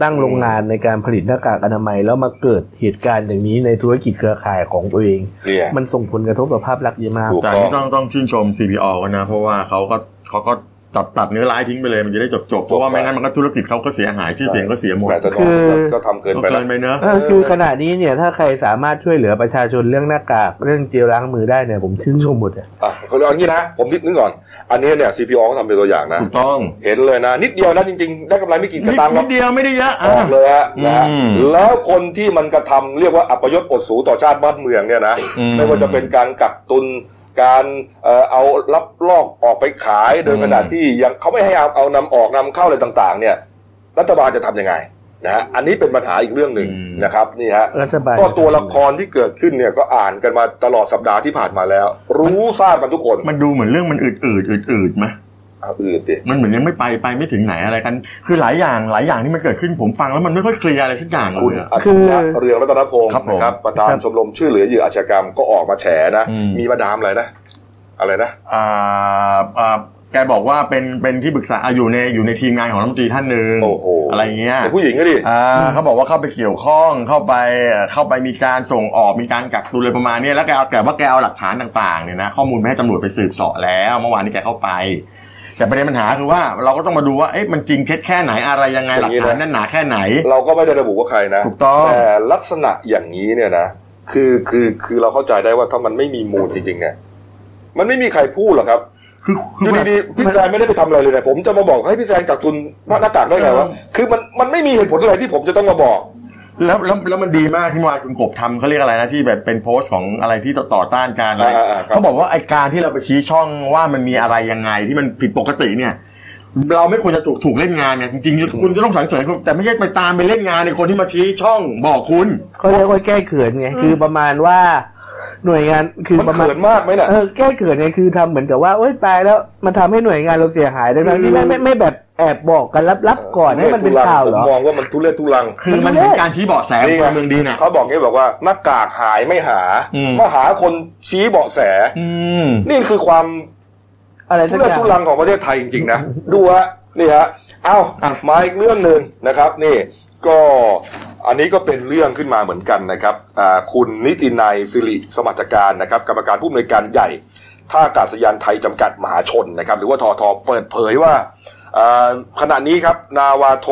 Speaker 3: ตั้งโรงงานในการผลิตหน้ากากอนามัย แล้วมาเกิดเหตุการณ์อย่างนี้ในธุรกิจเครือข่ายของตัวเอง
Speaker 1: เนี่ย
Speaker 3: มันส่งผลกระทบต่อภาพลักษณ์เยอะมาก
Speaker 1: ถูก
Speaker 4: แต่อันนี่ต้องต้องชื่นชม CPO เขานะ เพราะว่าเขาก็เขาก็ตัดตัดเนื้อร้ายทิ้งไปเลยมันจะได้จบจบเพราะว่าไม่งั้นมันก็ธุรกิจเขาก็เสียหายชื่อเสียงก็เสียหมด
Speaker 1: แต่ตอน
Speaker 3: คือ
Speaker 1: ก็ทำเกิน
Speaker 4: ก็
Speaker 1: ไปแล้
Speaker 4: เกิ
Speaker 1: วน
Speaker 4: ไปเนอะ
Speaker 3: เออคือขณะนี้เนี่ยถ้าใครสามารถช่วยเหลือประชาชนเรื่องหน้ากากเรื่องเจลล้างมือได้เนี่ยผมชื่นชมหมดอะ
Speaker 1: อ่ะเขาเรียกอย่างนี้นะ ผมนิดนึงก่อน อันนี้เนี่ย CPO เขาทำเป็นตัวอย่างนะ
Speaker 4: ถูกต้อง
Speaker 1: เห็นเลยนะ นิดเดียวนะจริง ๆ ได้กำไรไม่กี่ก
Speaker 4: นิ
Speaker 1: ระ
Speaker 4: ด
Speaker 1: ตังค์หร
Speaker 4: นิ
Speaker 1: อก
Speaker 4: ดเดียวไม่ได้เยอะ
Speaker 1: อ
Speaker 4: อ่ะ
Speaker 1: อกเลยฮะนะฮะ
Speaker 4: อืม
Speaker 1: แล้วคนที่มันกระทำเรียกว่าอัปยศอดสูต่อชาติบ้านเมืองเนี่ยนะ
Speaker 4: อืม
Speaker 1: ไม่ว่าจะเป็นการกักตุน การเอ่อเอารับลอกออกไปขาย โดย
Speaker 4: อืม
Speaker 1: ขณะที่ยังเขาไม่ให้เอาเอานำออกนำเข้าอะไรต่าง ๆ เนี่ย รัฐบาลจะทำยังไงนะฮะ อันนี้เป็นปัญหาอีกเรื่องหนึ่งนะครับนี่ฮะ
Speaker 3: รัฐบาล
Speaker 1: ก็ตัวละครที่เกิดขึ้นเนี่ยก็อ่านกันมาตลอดสัปดาห์ที่ผ่านมาแล้ว รู้ทราบกันทุกคน
Speaker 4: มันดูเหมือนเรื่องมันอืดอืดอืดอืดๆไหม
Speaker 1: อ่ะอืดดิ
Speaker 4: มันเหมือนยังไม่ไปไปไม่ถึงไหนอะไรกัน คือหลายอย่างหลายอย่างที่มันเกิดขึ้นผมฟังแล้วมันไม่ค่อยเคลียร์อะไรสักอย่างเล
Speaker 1: คุณ
Speaker 4: ยอะ
Speaker 1: อัจฉ
Speaker 3: คือ
Speaker 1: ริยะเรืองรัตนพงศ์
Speaker 4: ครับผม
Speaker 1: นะครับประธาน
Speaker 3: ครับ
Speaker 1: ชมรมช่วยเหลือเหยื่ออาชญากรรมก็ออกมาแฉนะ
Speaker 4: อืม
Speaker 1: มีมาดามอะไรนะ อะไรนะ
Speaker 4: อ่าอ่าแกบอกว่าเป็นเป็นที่ปรึกษาอ่ะอยู่ในอยู่ในทีมงานของรัฐมนตรีท่านหนึ่ง
Speaker 1: โอ้โห
Speaker 4: อะไรเงี้ย
Speaker 1: เป็นผู้หญิงก็ดิ
Speaker 4: อ่าเขาบอกว่าเข้าไปเกี่ยวข้องเข้าไปเอ่อเข้าไปมีการส่งออกมีการกักตุนอะไรประมาณเนี้ยแล้วแกเอาแต่ว่าแกเอาหลักฐานต่างๆเนี่ยนะข้อมูลไปให้ตำรวจไปสืบเสาะแล้วเมื่อวานนี้แกเข้าไป แต่ประเด็นปัญหาคือว่าเราก็ต้องมาดูว่าเอ๊ะมันจริงเท็จแค่ไหนอะไรยังไง
Speaker 1: อ
Speaker 4: หลั
Speaker 1: ย่าก งนี้นะ
Speaker 4: ฐานแนั่นหนาแค่ไหน
Speaker 1: เราก็ไม่ได้ระบุว่าใครนะ
Speaker 4: ถูกต้อง
Speaker 1: แต่ลักษณะอย่างนี้เนี่ยนะคือคือคือเราเข้าใจได้ว่าถ้ามันไม่มีมูลจริงๆเนี่ยมันไม่มีใครพูดหรอกครับ
Speaker 4: คือ
Speaker 1: อ
Speaker 4: คือ
Speaker 1: ยู
Speaker 4: มัน
Speaker 1: ดีๆพี่แซนไม่ได้ไปทำอะไรเลยนะผมจะมาบอกให้พี่แซนกักตุนหน้ากากได้ไงวะคือมันมันไม่มีเหตุผลอะไรที่ผมจะต้องมาบอก
Speaker 4: แล้วแล้วแล้วมันดีมากที่เมื่อวานคุณกบทำเขาเรียกอะไรนะที่แบบเป็นโพสต์ของอะไรที่ต่อต่อต้านการอะไร
Speaker 1: อ่าอ่าครับ
Speaker 4: เขาบอกว่าไอการที่เราไปชี้ช่องว่ามันมีอะไรยังไงที่มันผิดปกติเนี่ย เราไม่ควรจะถูกถูกเล่นงานเนี่ยจริงๆคุณจะต้องสังเสริญคุณแต่ไม่ใช่ไปตามไปเล่นงานในคนที่มาชี้ช่องบอกคุณ
Speaker 3: เขาเรียกว่าแก้เขินไงคือประมาณว่าหน่วยงานคือ
Speaker 1: มัน
Speaker 3: ประมาณ
Speaker 1: เขินมากไหมน่ะ
Speaker 3: เออแก้เขินไงคือทำเหมือนกับว่า โอ๊ยตายแล้วมันทำให้หน่วยงานเราเสียหายดังนั้น
Speaker 1: คือ
Speaker 3: ที่ไม่ไม่ไม่แบบแอบบอกกันลับๆก่อนให้มันเป็นข่าวเหรอ
Speaker 1: ผมมองว่ามันทุเรศทุลัง
Speaker 4: คือมันเป็นการชี้เบาะแสของพลเมืองดีน่ะ
Speaker 1: เขาบอกงี้บอกว่าหน้ากากหายไม่หา
Speaker 4: อืม
Speaker 1: มาหาคนชี้เบาะแส
Speaker 4: อืม
Speaker 1: นี่คือความ
Speaker 3: อะไร
Speaker 1: ทุ
Speaker 3: สัก
Speaker 1: เรศ
Speaker 3: อย่าง
Speaker 1: ทุลังของประเทศไทยจริงๆนะ ดูฮะนี่ฮะเอ้า
Speaker 4: ครับ
Speaker 1: มาอีกเรื่องหนึ่งนะครับ นี่ก็อันนี้ก็เป็นเรื่องขึ้นมาเหมือนกันนะครับอ่าคุณนิตินัยสิริสมัติการนะครับ กรรมการผู้อำนวยการใหญ่ ท่าอากาศยานไทยจำกัดมหาชนนะครับ หรือว่าทอทอเปิดเผยว่าเอ่อขณะนี้ครับ นาวาโท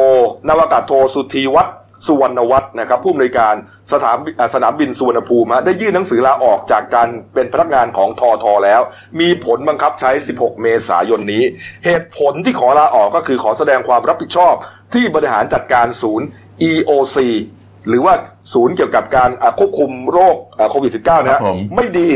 Speaker 1: นาวากาศโทสุธีวัฒน์สุวรรณวัฒน์นะครับผู้อำนวยการสถานเอ่อสนามบินสุวรรณภูมิฮะได้ยื่นหนังสือลาออกจากการเป็นพนักงานของทอทอแล้ว มีผลบังคับใช้ 16 เมษายนนี้ เหตุผลที่ขอลาออกก็คือขอแสดงความรับผิดชอบ ที่บริหารจัดการศูนย์ EOC หรือว่าศูนย์เกี่ยวกับการอ่ะควบคุมโรคอ่ะโควิด -19 นะ
Speaker 4: ครั
Speaker 1: ฮะ
Speaker 4: บผม
Speaker 1: ไม่ดี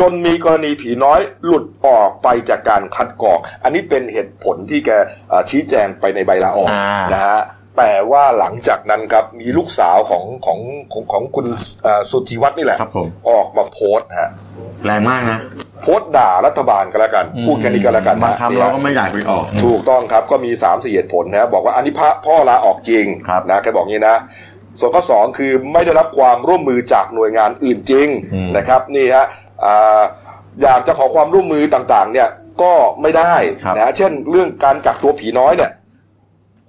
Speaker 1: จนมีกรณีผีน้อยหลุดออกไปจากการคัดกรอง อันนี้เป็นเหตุผลที่แกเอ่อชี้แจงไปในใบลาออก
Speaker 4: อ่าน
Speaker 1: นะฮะแต่ว่าหลังจากนั้นครับมีลูกสาวของของของของคุณเอ่อสุทธิวัฒน์นี่แหละ
Speaker 4: ครับผม
Speaker 1: ออกมาโพสต์ฮะ
Speaker 4: แรงมากนะ
Speaker 1: โพสต์ด่ารัฐบาลก็แล้วกัน พูดแค่นี้ก็แล้วกัน
Speaker 4: บางคำเราก็
Speaker 1: นะ
Speaker 4: ไม่อยากไปออก
Speaker 1: ถูกต้องครับก็มี3ามสี่เหตุผลนะบอกว่าอันนี้พระพ่อลาออกจริง
Speaker 4: ครับ
Speaker 1: นะแกบอกงี้นะ ส่วนข้อ2คือไม่ได้รับความร่วมมือจากหน่วยงานอื่นจริง
Speaker 4: อืม
Speaker 1: นะครับนี่ฮะอ่า อยากจะขอความร่วมมือต่างๆ เนี่ยก็ไม่ได้
Speaker 4: ครับ
Speaker 1: นะเช่น เรื่องการกักตัวผีน้อยเนี่ย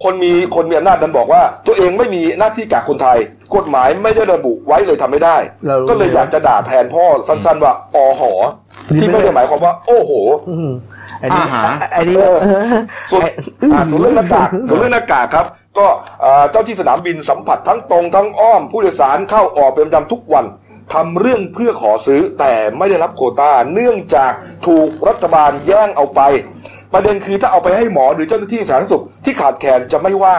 Speaker 1: คนมีคนมีอำนาจนั้นบอกว่า ตัวเองไม่มีหน้าที่กักคนไทย กฎหมายไม่ได้ระบุไว้เลยทำไม่ได้
Speaker 3: เรารู้
Speaker 1: ก็เลยอยากจะด่าแทนพ่อสั้นๆว่าอหอที่ไม่ได้หมายความว่า โอ้โห
Speaker 3: อืมอันนี้
Speaker 4: อาหาร
Speaker 3: อันนี้
Speaker 1: ส่วนอ่าส่วนเรื่องหน้ากากส่วนเรื่องหน้ากากครับ ก็เอ่อเจ้าที่สนามบินสัมผัสทั้งตรงทั้งอ้อมผู้โดยสารเข้าออกเป็นประจำทุกวันทำเรื่องเพื่อขอซื้อแต่ไม่ได้รับโควตาเนื่องจากถูกรัฐบาลแย่งเอาไป ประเด็นคือถ้าเอาไปให้หมอหรือเจ้าหน้าที่สาธารณสุขที่ขาดแคลนจะไม่ว่า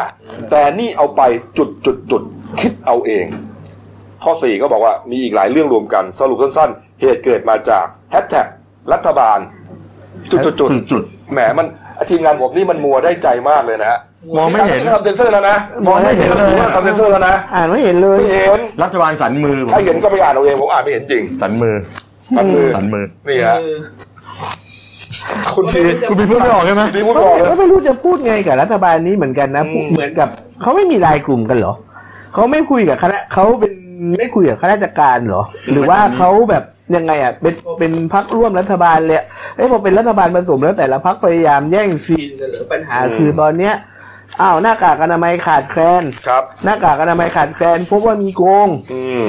Speaker 1: แต่นี่เอาไปจุดจุดจุดคิดเอาเอง ข้อ 4 ก็บอกว่ามีอีกหลายเรื่องรวมกันสรุปสั้นๆ เหตุเกิดมาจากแฮชแท็กรัฐบาล จุดจุดจุด
Speaker 4: จุด
Speaker 1: แหมมันทีมงานผมนี่มันมัวได้ใจมากเลยนะฮะ
Speaker 4: มองไม่เห็น
Speaker 1: ทำเซนเซอร์แล้วนะ
Speaker 3: มองไม่เห็นเลย
Speaker 1: ทำเซนเซอร์แล้วนะ
Speaker 3: อ่านไม่เห็นเลย
Speaker 1: ไม่เห็น
Speaker 4: รัฐบาลสันมือผม
Speaker 1: ถ้าเห็นก็ไปอ่านเอาเองผมอ่านไม่เห็นจริง
Speaker 4: สันมือ
Speaker 1: สันมือ
Speaker 4: สันมือ
Speaker 1: นี่ฮะคุณพี
Speaker 2: คุณพี่พูดไม่ออกใช่ไหม
Speaker 1: คุณพีพูด
Speaker 3: เขา
Speaker 1: บอก
Speaker 3: เนี่ย
Speaker 1: เลย
Speaker 3: ก็ไม่รู้จะพูดไงกับรัฐบาลนี้เหมือนกันนะ
Speaker 1: อืม
Speaker 3: พูดเหมือนกับเขาไม่มีรายกลุ่มกันเหรอเขาไม่คุยกับคณะเขาเป็นไม่คุยกับข้าราชการเหรอ หรือว่าเขาแบบยังไงอ่ะเป็นเป็นพักร่วมรัฐบาลเลยเอ้ยพอเป็นรัฐบาลผสมแล้วแต่ละพักพยายามแย่งซีนกันเหรอปัญหาคือตอนเนี้ยอ้าวหน้ากากอนามัยขาดแคลน
Speaker 1: ครับ
Speaker 3: หน้ากากอนามัยขาดแคลนพบว่ามีโกง
Speaker 1: อืม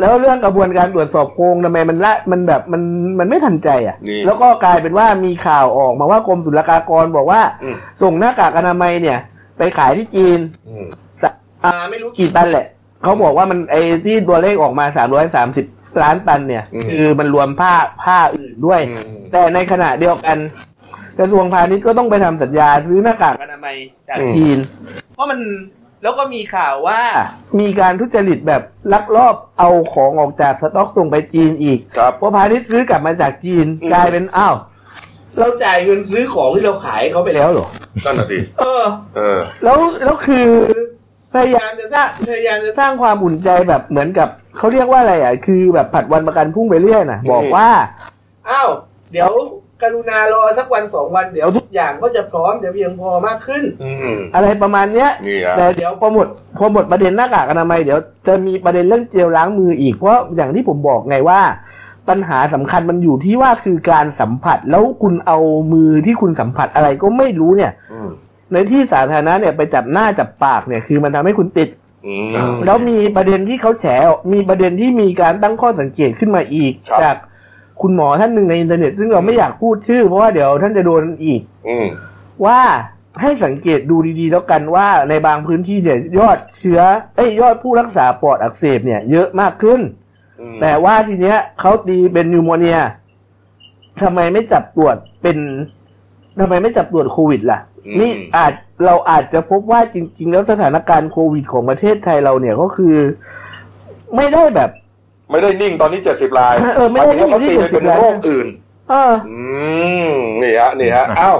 Speaker 3: แล้วเรื่องกระบวนการตรวจสอบโกงทำไมมันละมันแบบมันมันไม่ทันใจอ่ะ
Speaker 1: นี่
Speaker 3: แล้วก็กลายเป็นว่ามีข่าวออกมาว่ากรมศุลกากรบอกว่า
Speaker 1: อืม
Speaker 3: ส่งหน้ากากอนามัยเนี่ย ไปขายที่จีน
Speaker 1: อืม
Speaker 3: แต่อ่าไม่รู้กี่ตันแหละ เขาบอกว่ามันไอ้ที่ตัวเลขออกมา 330 ล้านตันเนี่ย คือมันรวมผ้าผ้าอื่นด้วย
Speaker 1: อืม
Speaker 3: แต่ในขณะเดียวกัน กระทรวงพาณิชย์ก็ต้องไปทำสัญญาซื้อหน้ากากอนามัยจากจีน
Speaker 5: เพราะมันแล้วก็มีข่าวว่า
Speaker 3: มีการทุจริตแบบลักลอบเอาของออกจากสต็อกส่งไปจีนอีก
Speaker 1: ครับ
Speaker 3: พอพาณิชย์ซื้อกลับมาจากจีน
Speaker 1: อืม
Speaker 3: กลายเป็นอ้าวเราจ่ายเงินซื้อของที่เราขายเขาไปแล้วเหรอ
Speaker 1: นั่นน่ะสิ
Speaker 3: เออ
Speaker 1: เออ
Speaker 3: แล้วแล้วคือพยายามจะสร้างพยายามจะสร้างความอุ่นใจแบบเหมือนกับเขาเรียกว่าอะไรอ่ะคือแบบผัดวันประกันพรุ่งไปเรื่อยนะบอกว่า
Speaker 5: อ้าว เดี๋ยวกรุณารอสักวันสองวันเดี๋ยวทุกอย่างก็จะพร้อมจะเพียงพอมากขึ้น
Speaker 1: อืม
Speaker 3: อะไรประมาณเนี้ย
Speaker 1: นี่ฮะ
Speaker 3: แต่เดี๋ยวพอหมดพอหมดประเด็นหน้ากากอนามัยเดี๋ยวจะมีประเด็นเรื่องเจลล้างมืออีกเพราะอย่างที่ผมบอกไงว่า ปัญหาสำคัญมันอยู่ที่ว่าคือการสัมผัสแล้วคุณเอามือที่คุณสัมผัสอะไรก็ไม่รู้เนี่ย
Speaker 1: อืม
Speaker 3: ในที่สาธารณะเนี่ยไปจับหน้าจับปากเนี่ยคือมันทำให้คุณติด
Speaker 1: อืม
Speaker 3: แล้วมีประเด็นที่เขาแฉมีประเด็นที่มีการตั้งข้อสังเกตขึ้นมาอีก
Speaker 1: ครับ
Speaker 3: จากคุณหมอท่านหนึ่งในอินเทอร์เน็ต ซึ่งเราไม่อยากพูดชื่อ เพราะว่าเดี๋ยวท่านจะโดนอีก
Speaker 1: อืม
Speaker 3: ว่าให้สังเกตดูดีๆ แล้วกันว่าในบางพื้นที่เนี่ยยอดเชื้อเอ้ยยอดผู้รักษาปอดอักเสบเนี่ยเยอะมากขึ้น
Speaker 1: อืม
Speaker 3: แต่ว่าทีเนี้ยเขาตีเป็นนิวโมเนียทำไมไม่จับตรวจเป็นทำไมไม่จับตรวจโควิดล่ะ นี่อาจเราอาจจะพบว่าจริง ๆ แล้วสถานการณ์โควิดของประเทศไทยเราเนี่ยก็คือ ไม่ได้แบบ
Speaker 1: ไม่ได้นิ่งตอนนี้เจ็ดสิบลาย
Speaker 3: เออไม่ได้นิ่ง
Speaker 1: เขาตีไป
Speaker 3: ที่70
Speaker 1: เป็น
Speaker 3: ราย
Speaker 1: โรคอื่น
Speaker 3: เออ
Speaker 1: อืมนี่ฮะนี่ฮะอ้าว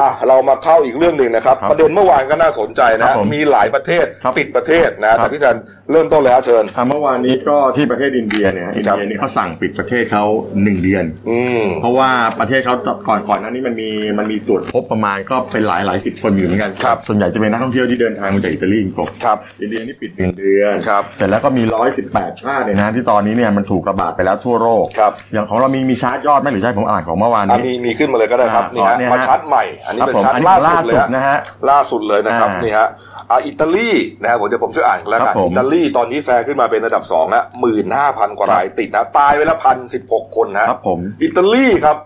Speaker 1: อ่ะเรามาเข้าอีกเรื่องหนึ่งนะครับ
Speaker 4: ครับ
Speaker 1: ประเด็นเมื่อวานก็น่าสนใจ
Speaker 4: ครั
Speaker 1: นะ
Speaker 4: บผม
Speaker 1: มีหลายประเทศ
Speaker 4: ครับ
Speaker 1: ปิดประเทศนะ
Speaker 4: ครั
Speaker 1: แต่
Speaker 4: บ
Speaker 1: พี่แซนเริ่มต้นเลยฮะเชิญ
Speaker 4: อ่ะเมื่อวานนี้ก็ที่ประเทศอินเดียเนี่ยอิน
Speaker 1: ครับ
Speaker 4: เดียนี่เขาสั่งปิดประเทศเขาหนึ่งเดือน
Speaker 1: อืม
Speaker 4: เพราะว่าประเทศเขาก่อนก่อนหนั้านนี้มันมีมันมีตรวจพบประมาณก็เป็นหลายหลายสิบคนอยู่เหมือนกัน
Speaker 1: ครับ
Speaker 4: ส่วนใหญ่จะเป็นนักท่องเที่ยวที่เดินทางมาจากอิตาลีกบ
Speaker 1: ครับ
Speaker 4: อินเดียนี่ปิดหนึ่งเดือน
Speaker 1: ครับ
Speaker 4: เสร็จแล้วก็มี 118 ชาติเนี่ยนะที่ตอนนี้เนี่ยมันถูกระบาดไปแล้วทั่วโลก
Speaker 1: ครับ
Speaker 4: อย่างของเรามีมีชาร์ตยอดไหมหรือใช่ผมอ่านของเมื่อวาน
Speaker 1: อ่ะ
Speaker 4: นี้
Speaker 1: มีมีขึ้นมาเลยก็ได้ครับ
Speaker 4: อ่ะ
Speaker 1: นี่ฮะ
Speaker 4: เนี่ยฮะ
Speaker 1: มาชาร์จใหม่ อันนี้
Speaker 4: ครับ
Speaker 1: เป็น
Speaker 4: ผม
Speaker 1: ชาร์
Speaker 4: อั
Speaker 1: จ
Speaker 4: นนี้
Speaker 1: ล่า
Speaker 4: ล่า
Speaker 1: สุด
Speaker 4: สุด
Speaker 1: เลยฮะ
Speaker 4: นะฮะ
Speaker 1: ล่าสุดเลยนะครับ
Speaker 4: อ่านี่
Speaker 1: นี่ฮะอ่ะอิตาลีนะฮะผมจะผมช่วยอ่านกันแล้ว
Speaker 4: ค
Speaker 1: กั
Speaker 4: รั
Speaker 1: น
Speaker 4: บผม
Speaker 1: อิตาลีตอนนี้แซงขึ้นมาเป็นอันดับสองนะหมื่นห้าพันกว่า
Speaker 4: ครับ
Speaker 1: รายติดนะตายไปละพันสิบหกคนนะครับ
Speaker 4: ผม
Speaker 1: อิตาลีครับ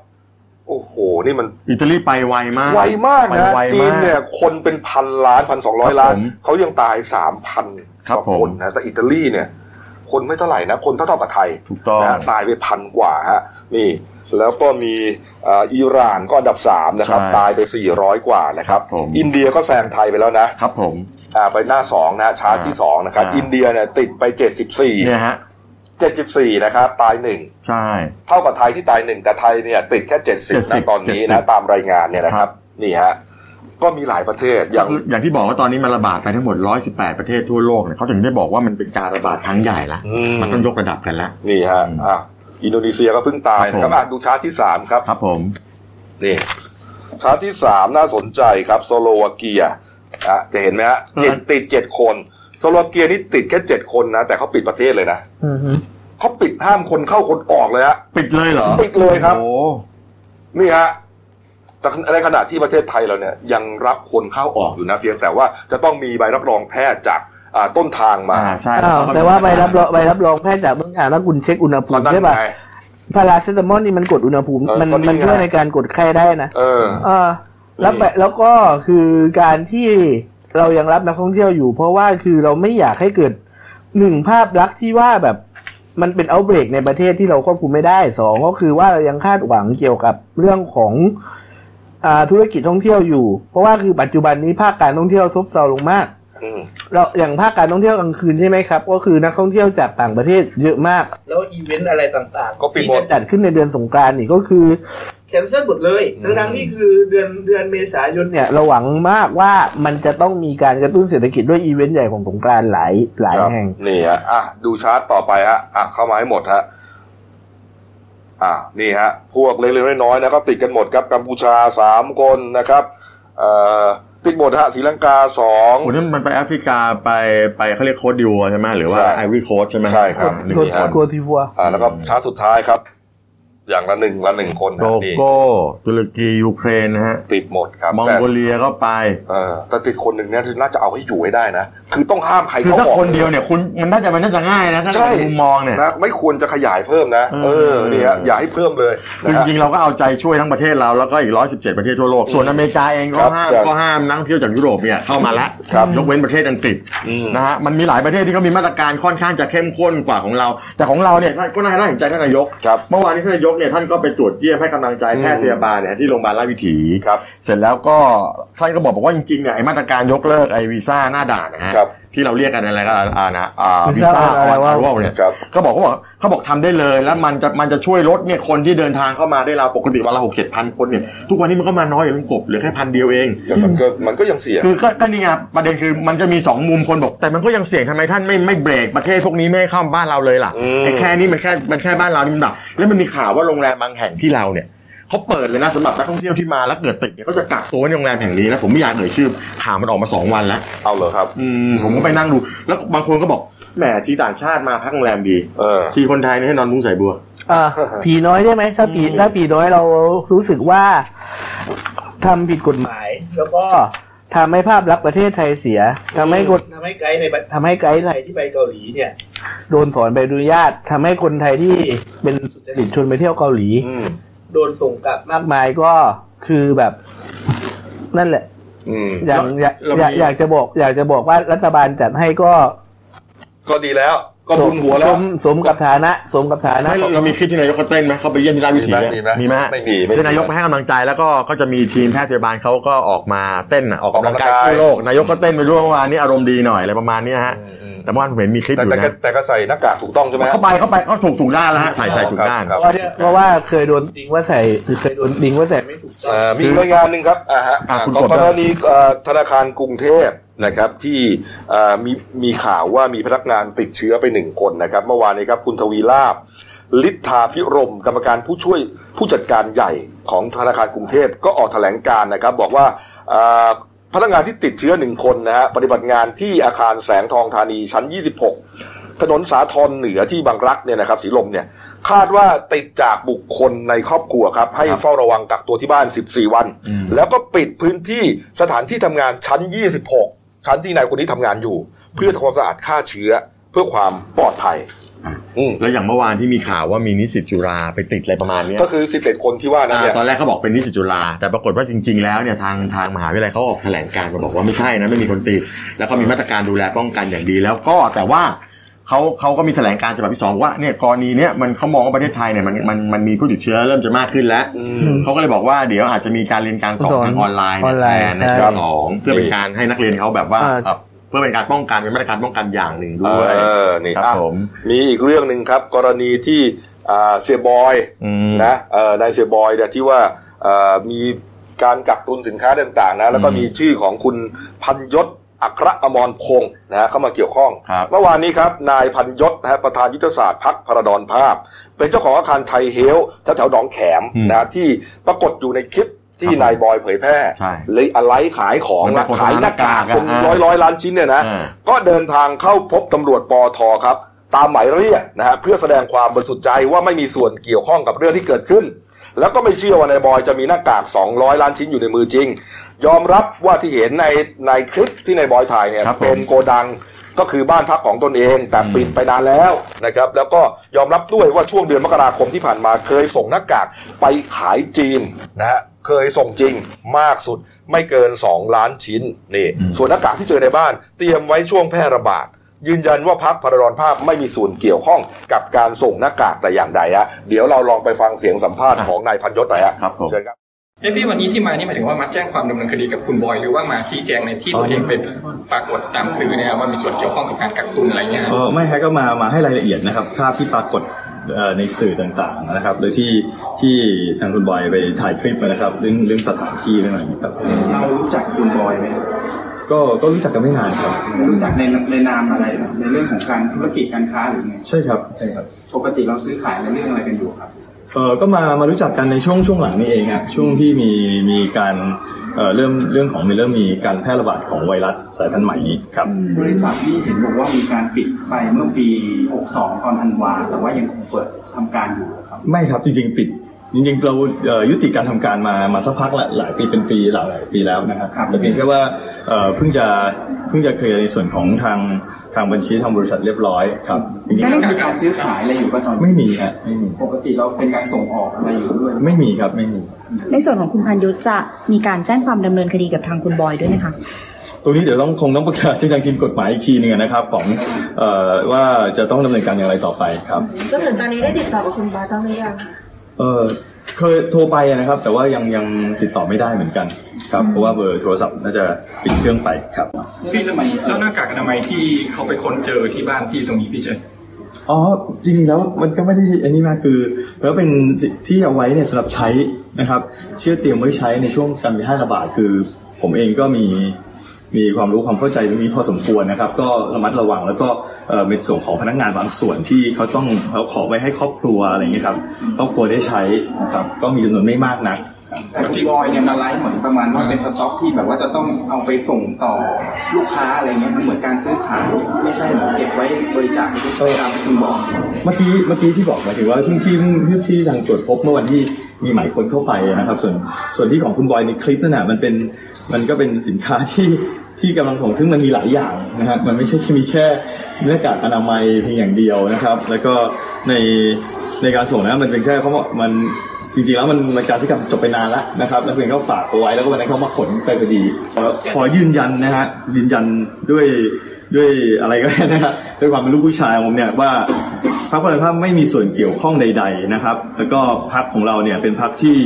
Speaker 1: โอ้โหนี่มัน
Speaker 4: อิตาลีไปไวมาก
Speaker 1: ไวมากนะ
Speaker 4: ไปไว
Speaker 1: จีน
Speaker 4: มาก
Speaker 1: เนี่ยคนเป็นพันล้านพันสองร้อยล้าน
Speaker 4: ผม
Speaker 1: เขายังตายสามพันก
Speaker 4: ครับ
Speaker 1: ว่า
Speaker 4: ผม
Speaker 1: คนนะแต่อิตาลีเนี่ย คนไม่เท่าไหร่นะ คนเท่าเท่าๆกับไทย
Speaker 4: ถูกต้อง
Speaker 1: นะตายไปพันกว่าฮะนี่ แล้วก็มีเอ่ออิหร่านก็อันดับสามนะครับ
Speaker 4: ใช่
Speaker 1: ตายไปสี่ร้อยกว่านะครับ
Speaker 4: ครับผม
Speaker 1: อินเดียก็แซงไทยไปแล้วนะครับ
Speaker 4: ผม
Speaker 1: อ่าไปหน้าสองนะชาร์ตที่สองนะครับ
Speaker 4: อ่า
Speaker 1: อินเดียเนี่ยติดไปเจ็ดสิบสี่
Speaker 4: เนี่ยฮะ
Speaker 1: เจ็ดสิบสี่นะครับตายหนึ่ง
Speaker 4: ใช่
Speaker 1: เท่ากับไทยที่ตายหนึ่งแต่ไทยเนี่ยติดแค่เจ็ดสิบนะ
Speaker 4: 70
Speaker 1: ตอนนี้นะ
Speaker 4: 70
Speaker 1: ตามรายงานเนี่ยนะครับ นี่ฮะก็มีหลายประเทศอย่าง
Speaker 4: คืออย่างที่บอกว่าตอนนี้มันระบาดไปทั้งหมด 118 ประเทศทั่วโลกเนี่ยเขาถึงได้บอกว่ามันเป็นการระบาดครั้งใหญ่ละ
Speaker 1: อืม
Speaker 4: มันต้องยกระดับกันละ
Speaker 1: นี่ฮะอ่ะอินโดนีเซียก็เพิ่งตาย
Speaker 4: ครับผ
Speaker 1: นะ
Speaker 4: ม
Speaker 1: ครับอ่ะดูชาร์ตที่สามครับ
Speaker 4: ครับผม
Speaker 1: นี่ชาร์ตที่สามน่าสนใจครับสโลวาเกียอ่ะจะเห็นไหมฮะเจ็ดติดเจ็ดคนสโลวาเกียนี่ติดแค่เจ็ดคนนะแต่เขาปิดประเทศเลยนะ เขาปิดห้ามคนเข้าคนออกเลยฮะ
Speaker 4: ปิดเลยเหรอ
Speaker 1: ปิดเลยครับ
Speaker 4: โอ้
Speaker 1: นี่ฮะแต่ในขณะที่ประเทศไทยเราเนี่ยยังรับคนเข้าออกอยู่นะเพียงแต่ว่าจะต้องมีใบรับรองแพทย์จากอ่าต้นทางมา
Speaker 4: อ่าใช่
Speaker 3: อ้าวแต่ว่าใบรับรองใบรับรองแพทย์จากเมืองอ่านแล้วคุณเช็คอุณหภู
Speaker 1: ก็
Speaker 3: มิ
Speaker 1: นั่น
Speaker 3: ใช่ป่ะ
Speaker 1: ไง
Speaker 3: พาราเซตามอลนี่มันกดอุณหภูมิ
Speaker 1: เออ
Speaker 3: มัน
Speaker 1: ก็นี่
Speaker 3: มัน
Speaker 1: ไง
Speaker 3: ช่วยในการกดไข้ได้นะ
Speaker 1: เออ
Speaker 3: เออแล้วไปแล้วก็คือการที่เรายังรับนักท่องเที่ยวอยู่ เพราะว่าคือเราไม่อยากให้เกิดหนึ่งภาพลักษณ์ที่ว่าแบบมันเป็นเอาเบรกในประเทศที่เราควบคุมไม่ได้สองก็คือว่าเรายังคาดหวังเกี่ยวกับเรื่องของอ่าธุรกิจท่องเที่ยวอยู่ เพราะว่าคือปัจจุบันนี้ภาคการท่องเที่ยวซบเซาลงมาก
Speaker 1: อืม
Speaker 3: เราอย่างภาคการท่องเที่ยวกลางคืนใช่ไหมครับ ก็คือนักท่องเที่ยวจากต่างประเทศเยอะมาก
Speaker 5: แล้วอีเวนต์อะไรต่าง
Speaker 1: ก็ปิดหมด
Speaker 3: จัดขึ้นในเดือนสงกรานต์นี่ก็คือ
Speaker 5: ๆแคนเซิลหมดเลย
Speaker 1: อืม
Speaker 5: ทั้งทั้งๆที่คือเดือนเดือนเมษายนเนี่ย
Speaker 3: เนี่ยเราหวังมากว่ามันจะต้องมีการกระตุ้นเศรษฐกิจด้วยอีเวนต์ใหญ่ของสงกรานต์หลายหลาย
Speaker 1: ครับ
Speaker 3: แห่ง
Speaker 1: นี่ฮะอ่ะดูชาร์ตต่อไปฮะอ่ะเข้ามาให้หมดฮะอ่ะนี่ฮะ พวกเล็กๆน้อยๆนะครับติดกันหมดครับกัมพูชาสามคนนะครับเอ่อติดหมดฮะศรีลังกาสอง
Speaker 4: โอ้นั่นมันไปแอฟริกาไปไปเขาเรียกโคดดิวใช่ไหมหรือว่า
Speaker 1: ใช่
Speaker 4: ไอรีโคดใช่ไหม
Speaker 1: ใช่ครับ
Speaker 4: หนึ่ง
Speaker 3: โค
Speaker 4: คน
Speaker 3: โกทิฟัว
Speaker 1: อ่าแล้วก็ชาร์ตสุดท้ายครับ อย่างละหนึ่งละหนึ่งคน
Speaker 4: โก
Speaker 1: ฮะนี่
Speaker 4: โก้ตุรกียูเครนนะฮะ
Speaker 1: ติดหมดครับ
Speaker 4: มอง
Speaker 1: แต่
Speaker 4: โกเลียก็ไป
Speaker 1: เออแต่ติดคนหนึ่งเนี่ยน่าจะเอาให้อยู่ให้ได้นะ คือต้องห้ามใคร
Speaker 4: คือ
Speaker 1: เข้า
Speaker 4: ถ้า
Speaker 1: ออก
Speaker 4: คนเดียวเนี่ยคุณมันน่าจะมันน่าจะง่ายนะถ้า
Speaker 1: ใช่
Speaker 4: ในมุมมองเนี่ย
Speaker 1: นะไม่ควรจะขยายเพิ่มนะ เอ
Speaker 4: เอ
Speaker 1: อ
Speaker 4: อ
Speaker 1: นี่ฮะอย่าให้เพิ่มเลย
Speaker 4: คือ
Speaker 1: นะ
Speaker 4: จ
Speaker 1: ฮะ
Speaker 4: ริงๆเราก็เอาใจช่วยทั้งประเทศเราแล้วก็อีก 117 ประเทศทั่วโลก ส่วนอเมริกาเอง
Speaker 1: ค
Speaker 4: ก็
Speaker 1: รับ
Speaker 4: ห้าม
Speaker 1: ครับ
Speaker 4: ก็ห้ามนักท่องเที่ยวจากยุโรปเนี่ยเข้ามาแล้ว
Speaker 1: ครับ
Speaker 4: ยกเว้นประเทศอังกฤษ
Speaker 1: อืม
Speaker 4: นะฮะมันมีหลายประเทศที่เขามีมาตรการค่อนข้างจะเข้มข้นกว่าของเรา แต่ของเราเนี่ยก็น่าน่าเห็นใจท่านนายก
Speaker 1: ครับ
Speaker 4: เมื่อวานนี้ท่านนายกเนี่ยท่านก็ไปตรวจเยี่ยมให้กำลังใจแพทย์
Speaker 1: อืม
Speaker 4: พยาบาลเนี่ยที่โรงพยาบาลราชวิถี
Speaker 1: ครับ
Speaker 4: เสร็จแล้วก็ท่านก็บอกบอกว่าจริงๆเนี่ยไอ้มาตรการยกเลิกไอ้วีซ่าหน้าด่านนะฮะ
Speaker 1: ครับ
Speaker 4: ที่เราเรียกกันอะไรก็อ่านะอ่าวีซ่าออนไลน์เนี่ย
Speaker 1: ครับ
Speaker 4: ก็บอกเขาบอกเขาบอกทำได้เลยแล้วมันจะมันจะช่วยลดเนี่ยคนที่เดินทางเข้ามาได้เราปกติวันละหกเจ็ดพันคนเนี่ยทุกวันนี้มันก็มาน้อยเป็นกบเหลือแค่พันเดียวเอง
Speaker 1: แต่มันก็มันก็ยังเสี่ยง
Speaker 4: คือก็ก็นี่ไงประเด็นคือมันจะมีสองมุมคนบอก แต่มันก็ยังเสี่ยงทำไมท่านไม่ไม่เบรกประเทศพวกนี้ไม่ให้เข้าบ้านเราเลยล่ะ
Speaker 1: อืม
Speaker 4: ไอ้แค่นี้มันแค่มันแค่บ้านเรานี่มันแบบแล้วมันมีข่าวว่าโรงแรมบางแห่งที่เราเนี่ยเขาเปิดเลยนะสำหรับนักท่องเที่ยวที่มาแล้วเกิดติดเนี่ยก็จะกักตัวไว้ในโรงแรมแห่งนี้นะผมไม่อยากเอ่ยชื่อข่าวมันออกมาสองวันแล้ว
Speaker 1: เอาเหรอครับ
Speaker 4: อืมผมก็ไปนั่งดู แล้วบางคนก็บอกแหมที่ต่างชาติมาพักโรงแรมดี
Speaker 1: เออ
Speaker 4: ทีคนไทยนี่ให้นอนมุ้งใส่บัว
Speaker 3: อ่าผีน้อยได้ไหมถ้าผี
Speaker 1: อืม
Speaker 3: ถ้าผีน้อยเรารู้สึกว่าทำผิดกฎหมาย
Speaker 5: หายแล้วก็
Speaker 3: ก็ทำให้ภาพลักษณ์ประเทศไทยเสียทำให้กฎ
Speaker 5: ทำให้ไกด์ในประ
Speaker 3: ทำให้ไกด์ไท
Speaker 5: ไท
Speaker 3: ย
Speaker 5: ยที่ไปเกาหลีเนี่ย
Speaker 3: โดนถอนใบอนุญาตทำให้คนไทยที่เป็นสุจริตชวนไปเที่ยวเกาหลี
Speaker 1: อืม
Speaker 5: โดนส่งกลับมาม
Speaker 3: ากมายก็คือแบบนั่นแหละ
Speaker 1: อืม
Speaker 3: อย่างอยาก
Speaker 4: เรา
Speaker 3: อยาก
Speaker 4: มี
Speaker 3: อยากจะบอก อยากจะบอกว่ารัฐบาลจัดให้ก็
Speaker 1: ก็ดีแล้ว ก็บุญหัว
Speaker 3: ส
Speaker 1: แล้ว
Speaker 3: มสมกับฐานะ สมกับฐานะ
Speaker 4: ไม่เราเรามีคลิปที่นายกเขาเต้นไหมเขาไปเยี่ยมที่ราชวิถีเนี่ย
Speaker 1: มีไหมมี
Speaker 4: มี
Speaker 1: ไหม
Speaker 4: ไหม
Speaker 1: ไม่มีไม่มี
Speaker 4: ที่นายกไปให้กำลังใจแล้วก็ก็จะมีทีมแพทย์พยาบาลเขาก็ออกมาเต้นน่ะออกกำลัง
Speaker 1: อ
Speaker 4: กาย
Speaker 1: อกกำลังกาย
Speaker 4: ทั่วโลกนายกก็เต้นไปด้วยเมื่อวานนี้อารมณ์ดีหน่อยอะไรประมาณเนี้ยฮะ
Speaker 1: อืมอืม
Speaker 4: แต่เมื่อวานผมเห็นมีคลิปอ
Speaker 1: แต่
Speaker 4: ยู่
Speaker 1: แต่ก็
Speaker 4: นะ
Speaker 1: แต่ก็ใส่หน้ากากถูกต้องใช่ไหมฮะ
Speaker 4: เข้าไปเข้าไปเขาถูกถูกด้านแล้วฮะใส่ใส่ถูกด้าน
Speaker 1: ครับ
Speaker 3: เพราะเนี่ยเพราะว่าเคยโดนดิงว่าใส่คือเคยโดนดิงว่าใส่ไม่ถูก
Speaker 1: เอ่อมีอีกรายงานหนึ่งครับอ่าฮะ
Speaker 4: อ่ะคุณ
Speaker 1: ของ
Speaker 4: ก
Speaker 1: ก
Speaker 4: ดครับ
Speaker 1: รณีเอ่อธนาคารกรุงเทพนะครับที่เอ่อมีมีข่าวว่ามีพนักงานติดเชื้อไปหนึ่งคนนะครับ เมื่อวานนี้ครับคุณทวีลาบลิทธาพิรม กรรมการผู้ช่วยผู้จัดการใหญ่ของธนาคารกรุงเทพก็ออกแถลงการณ์นะครับ บอกว่าเอ่อพนักงานที่ติดเชื้อหนึ่งคนนะฮะปฏิบัติงานที่อาคารแสงทองธานีชั้น 26 ถนนสาทรเหนือที่บางรักเนี่ยนะครับสีลมเนี่ยคาดว่าติดจากบุคคลในครอบครัวครับ ให้เฝ้าระวังกักตัวที่บ้าน 14 วัน แล้วก็ปิดพื้นที่สถานที่ทำงานชั้น 26 ชั้นที่นายคนนี้ทำงานอยู่ เพื่อทำความสะอาดฆ่าเชื้อเพื่อความปลอดภัยอืม
Speaker 4: แล้วอย่างเมื่อวานที่มีข่าวว่ามีนิสิตจุฬาไปติดอะไรประมาณเนี้ย
Speaker 1: ก็คือ 11 คนที่ว่านั้น
Speaker 4: อ่า
Speaker 1: เนี่ย
Speaker 4: ตอนแรกเขาบอกเป็นนิสิตจุฬาแต่ปรากฏว่าจริง ๆ แล้วเนี่ยทางทางมหาวิทยาลัยเขาออกแถลงการณ์มาบอกว่าไม่ใช่นะไม่มีคนติดแล้วก็มีมาตรการดูแลป้องกันอย่างดี แล้วก็แต่ว่า เขาเขาก็มีแถลงการณ์ฉบับที่สองว่าเนี่ยกรณีเนี้ยมันเขามองว่าประเทศไทยเนี่ยมันมันมันมีผู้ติดเชื้อเริ่มจะมากขึ้นแล้ว
Speaker 1: อืม
Speaker 4: เขาก็เลยบอกว่าเดี๋ยวอาจจะมีการเรียนการสอนทางออนไลน์
Speaker 3: ออนไลน์
Speaker 4: แทนใน
Speaker 3: ใช่
Speaker 4: เทอมสองเพื่อเป็นการให้นักเรียนเขาแบบว่า
Speaker 3: อ่า
Speaker 4: เอ่อเพื่อเป็นการป้องกันเป็นมาตรการป้องกันอย่างหนึ่งด้วย
Speaker 1: เออนี่
Speaker 4: ครับ
Speaker 1: อ่ะ
Speaker 4: ผม
Speaker 1: มีอีกเรื่องหนึ่งครับ กรณีที่อ่าเสียบอย
Speaker 4: อืม
Speaker 1: นะเอ่อนายเสียบอยเนี่ยที่ว่าเอ่อมีการกักตุนสินค้าต่างๆนะแล้วก็
Speaker 4: อืม
Speaker 1: มีชื่อของคุณพันยศอัครอมรพงศ์นะฮะเข้ามาเกี่ยวข้อง
Speaker 4: ครับ
Speaker 1: เมื่อวานนี้ครับนายพันยศนะฮะประธานยุทธศาสตร์พักพระดอนภาพ เป็นเจ้าของอาคารไทยเฮลแถวๆหนองแขมนะฮะที่ปรากฏอยู่ในคลิปที่นายบอยเผยแพร่
Speaker 4: ใช่
Speaker 1: เลยอะไรขายของ
Speaker 4: มันเป็
Speaker 1: นะ
Speaker 4: นโฆษณา
Speaker 1: ขายหน้ากาก
Speaker 4: หน้ากากอะ
Speaker 1: เป็น
Speaker 4: อ่า
Speaker 1: ร้อยร้อยล้านชิ้นเนี่ยนะ
Speaker 4: อ่า
Speaker 1: ก็เดินทางเข้าพบตำรวจปอทครับ ตามหมายเรียกนะฮะเพื่อแสดงความบริสุทธิ์ใจว่าไม่มีส่วนเกี่ยวข้องกับเรื่องที่เกิดขึ้น แล้วก็ไม่เชื่อว่านายบอยจะมีหน้ากาก 200 ล้านชิ้นอยู่ในมือจริง ยอมรับว่าที่เห็นในในคลิปที่นายบอยถ่ายเนี่ย
Speaker 4: ครับผม
Speaker 1: เป็นโกดังก็คือบ้านพักของตนเองแต่ปิดไปนานแล้วนะครับ แล้วก็ยอมรับด้วยว่าช่วงเดือนมกราคมที่ผ่านมาเคยส่งหน้ากากไปขายจีนนะฮะเคยส่งจริงมากสุดไม่เกิน 2 ล้านชิ้นนี่ ส่วนหน้ากากที่เจอในบ้าน เตรียมไว้ช่วงแพร่ระบาด ยืนยันว่าพักพารดอนภาพไม่มีส่วนเกี่ยวข้องกับการส่งหน้ากากแต่อย่างใดฮะเดี๋ยวเราลองไปฟังเสียงสัมภาษณ์ของนายพันยศหน่อยฮะ
Speaker 4: ครับผม
Speaker 1: เชิญครับ
Speaker 6: เอ้พี่วันนี้ที่มานี่หมายถึงว่ามาแจ้งความดำเนินคดีกับคุณบอย หรือว่ามาชี้แจงในที่ตัวเองเป็นปรากฏตามสื่อเนี่ยว่ามีส่วนเกี่ยวข้องกับการกักตุนอะไรเงี้ย
Speaker 7: เออไม่ฮะก็มามาให้รายละเอียดนะครับภาพที่ปรากฏเอ่อในสื่อต่างๆนะครับ โดยที่ที่ทางคุณบอยไปถ่ายคลิปนะครับเรื่องเรื่องสถานที่เรื่องอะไรอย่างนี้ครับ
Speaker 8: เรารู้จักคุณบอยไหมครับ
Speaker 7: ก็ก็รู้จักกันไม่นานครับ
Speaker 8: รู้จักในในนามอะไรครับในเรื่องของการธุรกิจการค้าหรือไง
Speaker 7: ใช่ครับใช่ครับ
Speaker 8: ปกติเราซื้อขายในเรื่องอะไรกันอยู่ครับ
Speaker 7: เออก็มามารู้จักกันในช่วงช่วงหลังนี้เองอะช่วงที่มีมีการเอ่อเริ่มเรื่องของมีเริ่มมีการแพร่ระบาดของไวรัสสายพันธุ์ใหม่นี้ครับ
Speaker 8: บริษัทนี่เห็นบอกว่ามีการปิดไปเมื่อปี 62 ตอนธันวา แต่ว่ายังคงเปิดทำการอยู่ครับ
Speaker 7: ไม่ครับจริงๆปิด จริงๆเราเอ่อยุติการทำการมามาสักพักละหลายปีเป็นปีหลายหลายปีแล้วนะครับ
Speaker 8: ครับ
Speaker 7: แต่เพียงแค่ว่าเอ่อเพิ่งจะเพิ่งจะเคลียร์ในส่วนของทางทางบัญชีทางบริษัทเรียบร้อยครับจริง
Speaker 8: ไม่ได้มีการซื้อขายอะไรอยู่ป่ะตอ
Speaker 7: ๆ
Speaker 8: นนี้
Speaker 7: ไม่มีฮะไม่มี
Speaker 8: ปกติเราเป็นการส่งออกอะไรอยู่ด้วย
Speaker 7: ไม่มีครับไม่มี
Speaker 9: ในส่วนของคุณพันยุทธจะมีการแจ้งความดำเนินคดีกับทางคุณบอยด้วยไหมคะ
Speaker 7: ตรงนี้เดี๋ยวต้องคงต้องปรึกษาที่ทางทีมกฎหมายอีกทีหนึงนะครับของเอ่อว่าจะต้องดำเนินการอย่างไรต่อไปครับ
Speaker 10: จนถึงตอนนี้ได้ติดต่อกับคุณบาสบ้างหรือยัง
Speaker 7: เออเคยโทรไปนะครับ แต่ว่ายังยังติดต่อไม่ได้เหมือนกันครับเพราะว่าเบอร์โทรศัพท์น่าจะปิดเครื่องไปครับ
Speaker 6: พี่แล้วหน้ากากอนามัยที่เขาไปค้นเจอที่บ้านพี่ตรงนี้พี่จะ
Speaker 7: อ๋อจริงๆแล้วมันก็ไม่ได้อันนี้มากคือแล้วเป็นที่เอาไว้เนี่ยสำหรับใช้นะครับ เชื่อเตรียมไว้ใช้ในช่วงการมีแพร่ระบาดคือ ผมเองก็มีมีความรู้ความเข้าใจตรงนี้พอสมควรนะครับ ก็ระมัดระวังแล้วก็เอ่อเป็นส่วนของพนักงานบางส่วนที่เขาต้องเขาขอไว้ให้ครอบครัวอะไรอย่างเงี้ยครับครอบครัวได้ใช้นะครับก็มีจำนวนไม่มากนัก
Speaker 8: แต่คุณบอยเนี่ยมาไลฟ์เหมือนประมาณว่าเป็นสต็อกที่แบบว่าจะต้องเอาไปส่งต่อลูกค้าอะไรเงี้ยมันเหมือนการซื้อขายไม่ใช่เหมือนเก็บไว้บริจาคไม่ใช่ตามที่คุณบอก
Speaker 7: เมื่อกี้เมื่อกี้ที่บอกหมายถึงว่าที่ที่ที่ที่ทางตรวจพบเมื่อวันที่มีหมายค้นเข้าไปนะครับ ส่วนส่วนที่ของคุณบอยในคลิปนั่นน่ะมันเป็นมันก็เป็นสินค้าที่ที่กำลังส่งซึ่งมันมีหลายอย่างนะฮะมันไม่ใช่แค่มีแค่หน้ากากอนามัยเพียงอย่างเดียวนะครับ แล้วก็ในในการส่งนะมันเป็นแค่เขาบอกมันจริงๆแล้วมันมันการซื้อกลับจบไปนานแล้วนะครับ แล้วเพียงเขาฝากเอาไว้แล้วก็วันนั้นเขามาขนไปพอดีขอขอยืนยันนะฮะยืนยันด้วยด้วยอะไรก็ได้นะครับด้วยความเป็นลูกผู้ชายของผมเนี่ยว่า พรรคพลังภาพไม่มีส่วนเกี่ยวข้องใด ๆนะครับ แล้วก็พรรคของเราเนี่ยเป็นพรรคที่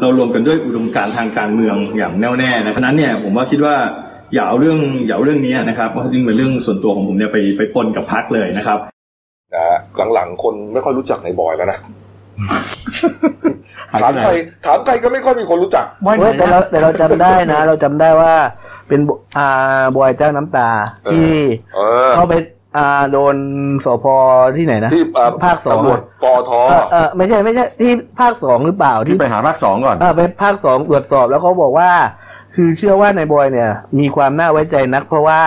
Speaker 7: เรารวมกันด้วยอุดมการณ์ทางการเมืองอย่างแน่วแน่นะเพราะฉะนั้นเนี่ยผมว่าคิดว่าอย่าเอาเรื่องอย่าเอาเรื่องนี้นะครับเพราะจริงๆเป็นเรื่องส่วนตัวของผมเนี่ยไปไปปนกับพรรคเลยนะครับ
Speaker 1: นะฮะหลังๆ คนไม่ค่อยรู้จักในบอยแล้วนะ ถามใครถามใครก็ไม่ค่อยมีคนรู้จัก
Speaker 2: ไม่ไหน
Speaker 3: เว้ยแต่เรา
Speaker 2: นะ
Speaker 3: แต่เราจำได้นะ เราจำได้ว่าเป็นบอ่าบอยเจ้าน้ำตา
Speaker 1: เออ
Speaker 3: ที่
Speaker 1: เออ
Speaker 3: เข้าไปอ่าโดนสพที่ไหนนะ
Speaker 1: ที่เอ่อ
Speaker 3: ภาคสอง
Speaker 1: ตำรวจ
Speaker 3: อะ
Speaker 1: ปอทอ
Speaker 3: เออเออไม่ใช่ไม่ใช่ที่ภาคสองหรือเปล่าที่
Speaker 4: ที่ไปหาภาคสองก่อน
Speaker 3: เออไปภาคสองตรวจสอบแล้วเขาบอกว่า คือเชื่อว่านายบอยเนี่ย มีความน่าไว้ใจนัก เพราะว่า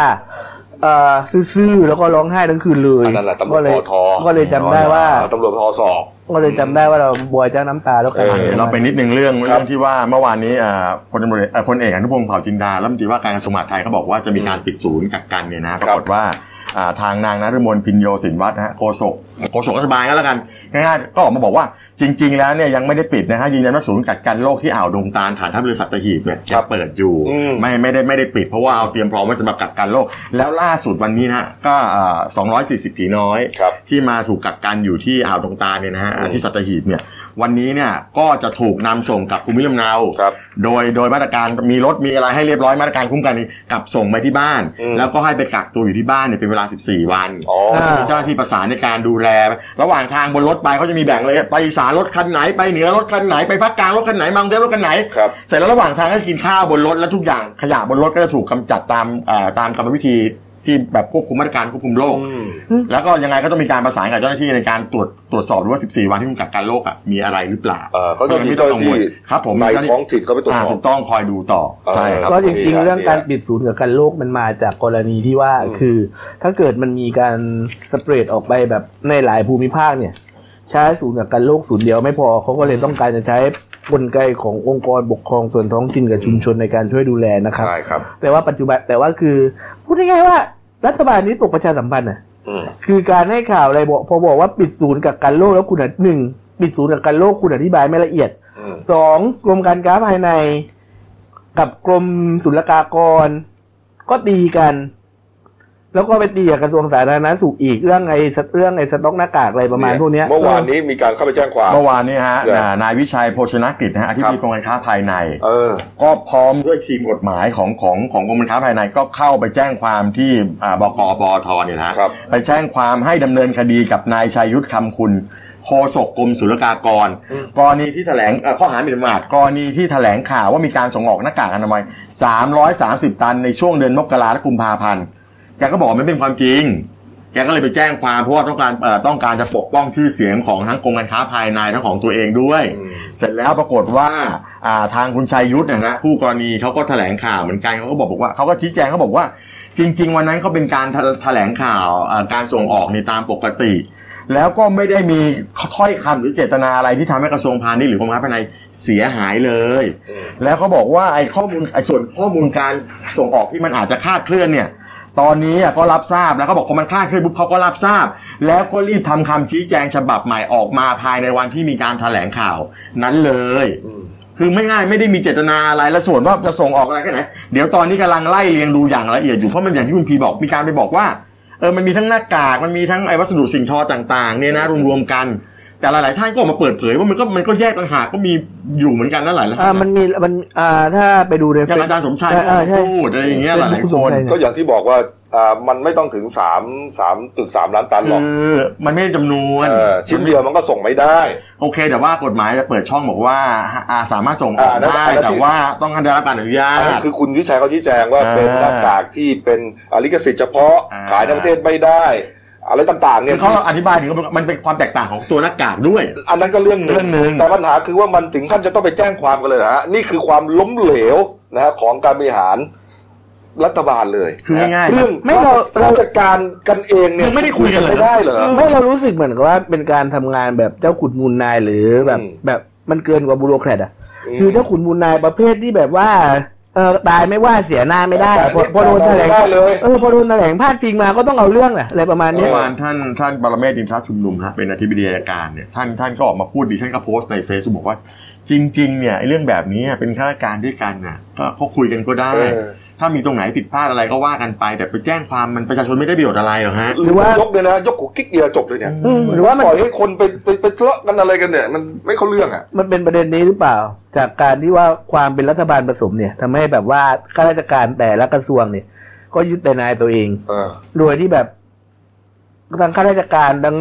Speaker 3: เออซื่อๆแล้วก็ร้องไห้ทั้งคืนเลย
Speaker 1: อันนั้นแหละตำรว
Speaker 3: ก็
Speaker 1: จ
Speaker 3: เล
Speaker 1: ป
Speaker 3: ย
Speaker 1: อทอ
Speaker 3: ก็เลยจำได้ว่า
Speaker 1: อ่าตำรวจปอทสอบ
Speaker 3: ก็เลยจำได้ว่าเราบอยเจ้าน้ำตาแล้วกัน
Speaker 1: เออ
Speaker 4: เราไปนิดนึงเรื่อง
Speaker 1: ครับ
Speaker 4: เรื่องที่ว่าเมื่อวานนี้อ่าพลตำรวจเอ่อพลเอกอนุพงศ์เผ่าจินดารัฐมนตรีว่าการกระทรวงมหาดไทยเขาบอกว่าจะมีการปิดศูนย์กักกันเนี่ยนะปรากฏว่าอ่าทางนางนฤมลพินโยสินวัฒน์นะฮะโฆษกโฆษกรัฐบาลก็แล้วกันง่ายๆก็ออกมาบอกว่าจริง ๆ แล้วเนี่ยยังไม่ได้ปิดนะฮะยืนยันว่าศูนย์กักกันโรคที่อ่าวดงตาลฐานทัพเรือสัตหีบเนี่ยจะเปิดอยู่
Speaker 1: อืม
Speaker 4: ไม่ไม่ได้ไม่ได้ปิดเพราะว่าเอาเตรียมพร้อมไว้สำหรับกักกันโรคแล้วล่าสุดวันนี้นะฮะก็อ่า240ผีน้อย
Speaker 1: ครับ
Speaker 4: ที่มาถูกกักกันอยู่ที่อ่าวดงตาลเนี่ยนะฮะ
Speaker 1: อืม
Speaker 4: ที่สัตหีบเนี่ย วันนี้เนี่ยก็จะถูกนำส่งกลับภูมิลำเนา
Speaker 1: ครับ
Speaker 4: โดยโดยมาตรการมีรถมีอะไรให้เรียบร้อยมาตรการคุ้มกันกลับส่งไปที่บ้าน
Speaker 1: อืม
Speaker 4: แล้วก็ให้ไปกักตัวอยู่ที่บ้านเนี่ยเป็นเวลา 14 วัน
Speaker 1: อ๋อ
Speaker 3: อ่า
Speaker 4: เจ้าหน้าที่ประสานในการดูแล ระหว่างทางบนรถไปเขาจะมีแบ่งเลยไปอีสานรถคันไหนไปเหนือรถคันไหนไปภาคกลางรถคันไหนมากรุงเทพรถคันไหน
Speaker 1: ครับ
Speaker 4: เสร็จแล้วระหว่างทางก็กินข้าวบนรถและทุกอย่างขยะบนรถก็จะถูกกำจัดตามเอ่อตามกรรมวิธี ที่แบบควบคุมมาตรการควบคุมโรคแล้วก็ยังไงก็ต้องมีการประสานกับเจ้าหน้าที่ในการตรวจตรวจสอบดูว่า 14 วันที่คุณกักกันโรคอ่ะมีอะไรหรือเปล่า
Speaker 1: เขาจะมีเจ้าหน้าที่
Speaker 4: ไม่ต้องกังวลครับผม
Speaker 1: ในท้องถิ่นเข้าไปตรวจสอบ
Speaker 4: ถูกต้องคอยดูต่อใช่ครับ
Speaker 3: ก็จริงๆ เรื่องการปิดศูนย์กับการโรคมันมาจากกรณีที่ว่าคือ ถ้าเกิดมันมีการสเปรดออกไปแบบในหลายภูมิภาคเนี่ย ใช้ศูนย์กับการโรคศูนย์เดียวไม่พอเขาก็เลยต้องการจะใช้กลไกขององค์กรปกครองส่วนท้องถิ่นกับชุมชนในการช่วยดูแลนะครับ
Speaker 1: ใช่ครับ
Speaker 3: แต่ว่าปัจจุบันแต่ว่าคือ พูดง่ายๆว่า รัฐบาลนี้ตกประชาสัมพันธ์อ่ะ
Speaker 1: อืม
Speaker 3: คือการให้ข่าวอะไรบอกพอบอกว่าปิดศูนย์กักกันโรคแล้วคุณอ่ะหนึ่งปิดศูนย์กักกันโรคคุณอธิบายไม่ละเอียด
Speaker 1: อืม
Speaker 3: สองกรมการค้าภายใน กับกรมศุลกากร ก็ตีกัน แล้วก็ไปตีกับกระทรวงสาธารณสุขอีกเรื่องไอ้สเรื่องไอ้สต็อกหน้ากากอะไรประมาณพวกเนี้ย
Speaker 1: เมื่อวานนี้มีการเข้าไปแจ้งความ
Speaker 4: เมื่อวานนี้ฮะ
Speaker 1: ใช่
Speaker 4: อ่านายวิชัยโภชนกิจนะฮะอธิบดีกรมการค้าภายในก็พร้อมด้วยทีมกฎหมายของของของกรมการค้าภายในก็เข้าไปแจ้งความที่อ่าบกปอทเนี่ยนะฮะไปแจ้งความให้ดำเนินคดีกับนายชัยยุทธคำคุณโฆษกกรมศุลกากร
Speaker 1: อืม
Speaker 4: กรณีที่แถลงเอ่อข้อหาหมิ่นประมาทกรณีที่แถลงข่าวว่ามีการส่งออกหน้ากากอนามัย 330 ตันในช่วงเดือนมกราและกุมภาพันธ์แกก็บอกว่าไม่เป็นความจริง แกก็เลยไปแจ้งความเพราะว่าต้องการเอ่อต้องการจะปกป้องชื่อเสียงของทั้งกรมการค้าภายในทั้งของตัวเองด้วย เสร็จแล้วปรากฏว่าอ่าทางคุณชัยยุทธนะฮะผู้กรณีเขาก็แถลงข่าวเหมือนกันเขาก็บอกบอกว่าเขาก็ชี้แจงเขาบอกว่า จริง ๆ วันนั้นเขาเป็นการแถแถลงข่าวอ่าการส่งออกในตามปกติ แล้วก็ไม่ได้มีถ้อยคำหรือเจตนาอะไรที่ทำให้กระทรวงพาณิชย์หรือกรมการค้าภายในเสียหายเลย แล้วเขาบอกว่าไอ้ข้อมูลไอ้ส่วนข้อมูลการส่งออกที่มันอาจจะคลาดเคลื่อนเนี่ย ตอนนี้อ่ะก็รับทราบแล้วก็บอกพอมันคลาดเคลื่อนปุ๊บเขาก็รับทราบ แล้วก็รีบทำคำชี้แจงฉบับใหม่ออกมาภายในวันที่มีการแถลงข่าวนั้นเลย คือไม่ง่ายไม่ได้มีเจตนาอะไรและส่วนว่าจะส่งออกอะไรแค่ไหนเดี๋ยวตอนนี้กำลังไล่เรียงดูอย่างละเอียดอยู่เพราะมันอย่างที่คุณพีบอกมีการไปบอกว่าเออมันมีทั้งหน้ากากมันมีทั้งไอ้วัสดุสิ่งทอต่างๆเนี่ยนะรวมๆกัน แต่หลายๆท่านก็ออกมาเปิดเผยว่ามันก็มันก็แยกต่างหากก็มีอยู่เหมือนกันนั่นหลายๆท่าน
Speaker 3: อ่า
Speaker 4: นะ
Speaker 3: มันมีมันอ่าถ้าไปดูใน
Speaker 4: อย่างอาจารย์สมชัย
Speaker 3: อ่าใช่
Speaker 4: พูดอะไรอย่างเงี้ยหลายๆคน
Speaker 1: ก็อย่างที่บอกว่าอ่ามันไม่ต้องถึงสามสามจุดสามล้านตันหรอก
Speaker 4: คือมันไม่ได้จำนวน
Speaker 1: ชิ้นเดียวมันก็ส่งไม่ได้
Speaker 4: โอเค แต่ว่ากฎหมายจะเปิดช่องบอกว่าอ่าสามารถส่งออก
Speaker 1: อ่านั่น
Speaker 4: ได้
Speaker 1: อันนั้น
Speaker 4: แต่
Speaker 1: ที่
Speaker 4: ว่าต้องได้รับการอนุญาต
Speaker 1: อันนั้นคือคุณวิชัยเขาชี้แจงว่า
Speaker 4: อ่า
Speaker 1: เป็นหน้ากากที่เป็นอ่าลิขสิทธิ์เฉพาะ
Speaker 4: อ่า
Speaker 1: ขายในประเทศไม่ได้ อะไรต่างๆเนี่
Speaker 4: คื
Speaker 1: ย
Speaker 4: อเขาอธิบายถึงว่ามันเป็นความแตกต่างของตัวหน้ากากด้วย
Speaker 1: อันนั้นก็เรื่องหนึ่งแต่ปัญหาคือว่ามันถึงขั้นจะต้องไปแจ้งความกันเลยนะฮะนี่คือความล้มเหลวนะฮะของการบริหารรัฐบาลเลย
Speaker 4: คือง่ายๆ
Speaker 1: เรื่อง
Speaker 3: ไม่เรา
Speaker 1: ราชการกันเองเนี่ยไม่ได้เหรอ
Speaker 3: ไม่เรารู้สึกเหมือนกับว่าเป็นการทำงานแบบเจ้าขุนมูลนายหรือแบบแบบมันเกินกว่าบูโรแครตอ่ะ
Speaker 1: อืม
Speaker 3: คือเจ้าขุนมูลนายประเภทที่แบบว่าเออตายไม่ว่าเสียหน้าไม่ได้อะพอพอโดนแถลงเออพอโดนแถลงพาดพิงมาก็ต้องเอาเรื่องแหละอะไรประมาณเนี้
Speaker 4: เมื่
Speaker 3: ย
Speaker 4: อวานท่านท่านปรเมศวร์อินทรชุมนุมฮะเป็นอธิบดีอัยการเนี่ยท่านท่านก็ออกมาพูดดิท่านก็โพสต์ในเฟซบอกว่า จริง ๆ เนี่ยไอ้เรื่องแบบนี้เป็นข้าราชการด้วยกันน่ะก็ก็คุยกันก็ได้
Speaker 1: เออ
Speaker 4: ถ้ามีตรงไหนผิดพลาดอะไรก็ว่ากันไป แต่ไปแจ้งความมันประชาชนไม่ได้ประโยชน์อะไรหรอกฮะ
Speaker 1: หรือว่ายกเนี่ยนะยกกูกิ๊กเดียวจบเลยเนี่ย
Speaker 3: หรือว่ามัน
Speaker 1: ปล่อยให้คนไปไปไปทะเลาะกันอะไรกันเนี่ย มันไม่เข้าเรื่องอ่ะ
Speaker 3: มันเป็นประเด็นนี้หรือเปล่า จากการที่ว่าความเป็นรัฐบาลผสมเนี่ยทำให้แบบว่าข้าราชการแต่ละกระทรวงเนี่ย ก็ยึดแต่นายตัวเองโดยที่แบบทั้งข้าราชการทั้ง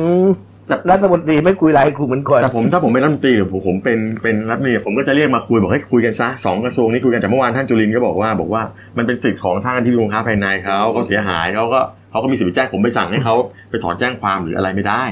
Speaker 3: รัฐมนตรีไม่คุยรายกลุ่มเหมือนก่อน
Speaker 4: แต่ผมถ้าผมเป็นรัฐมนตรีหรือผมผมเป็นเป็นรัฐมนตรีผมก็จะเรียกมาคุยบอกให้ยคุยกันซะสองกระทรวงนี้คุยกันแต่เมื่อวานท่านจุลินทร์ก็บอกว่าบอกว่ามันเป็นสิทธิ์ของทางที่ดีกรมการค้าภายในเขาเขาเสียหายเขาก็เขาก็มีสิทธิ์ไปแจ้งผมไปสั่งให้เขาไปถอนแจ้งความหรืออะไรไม่ได้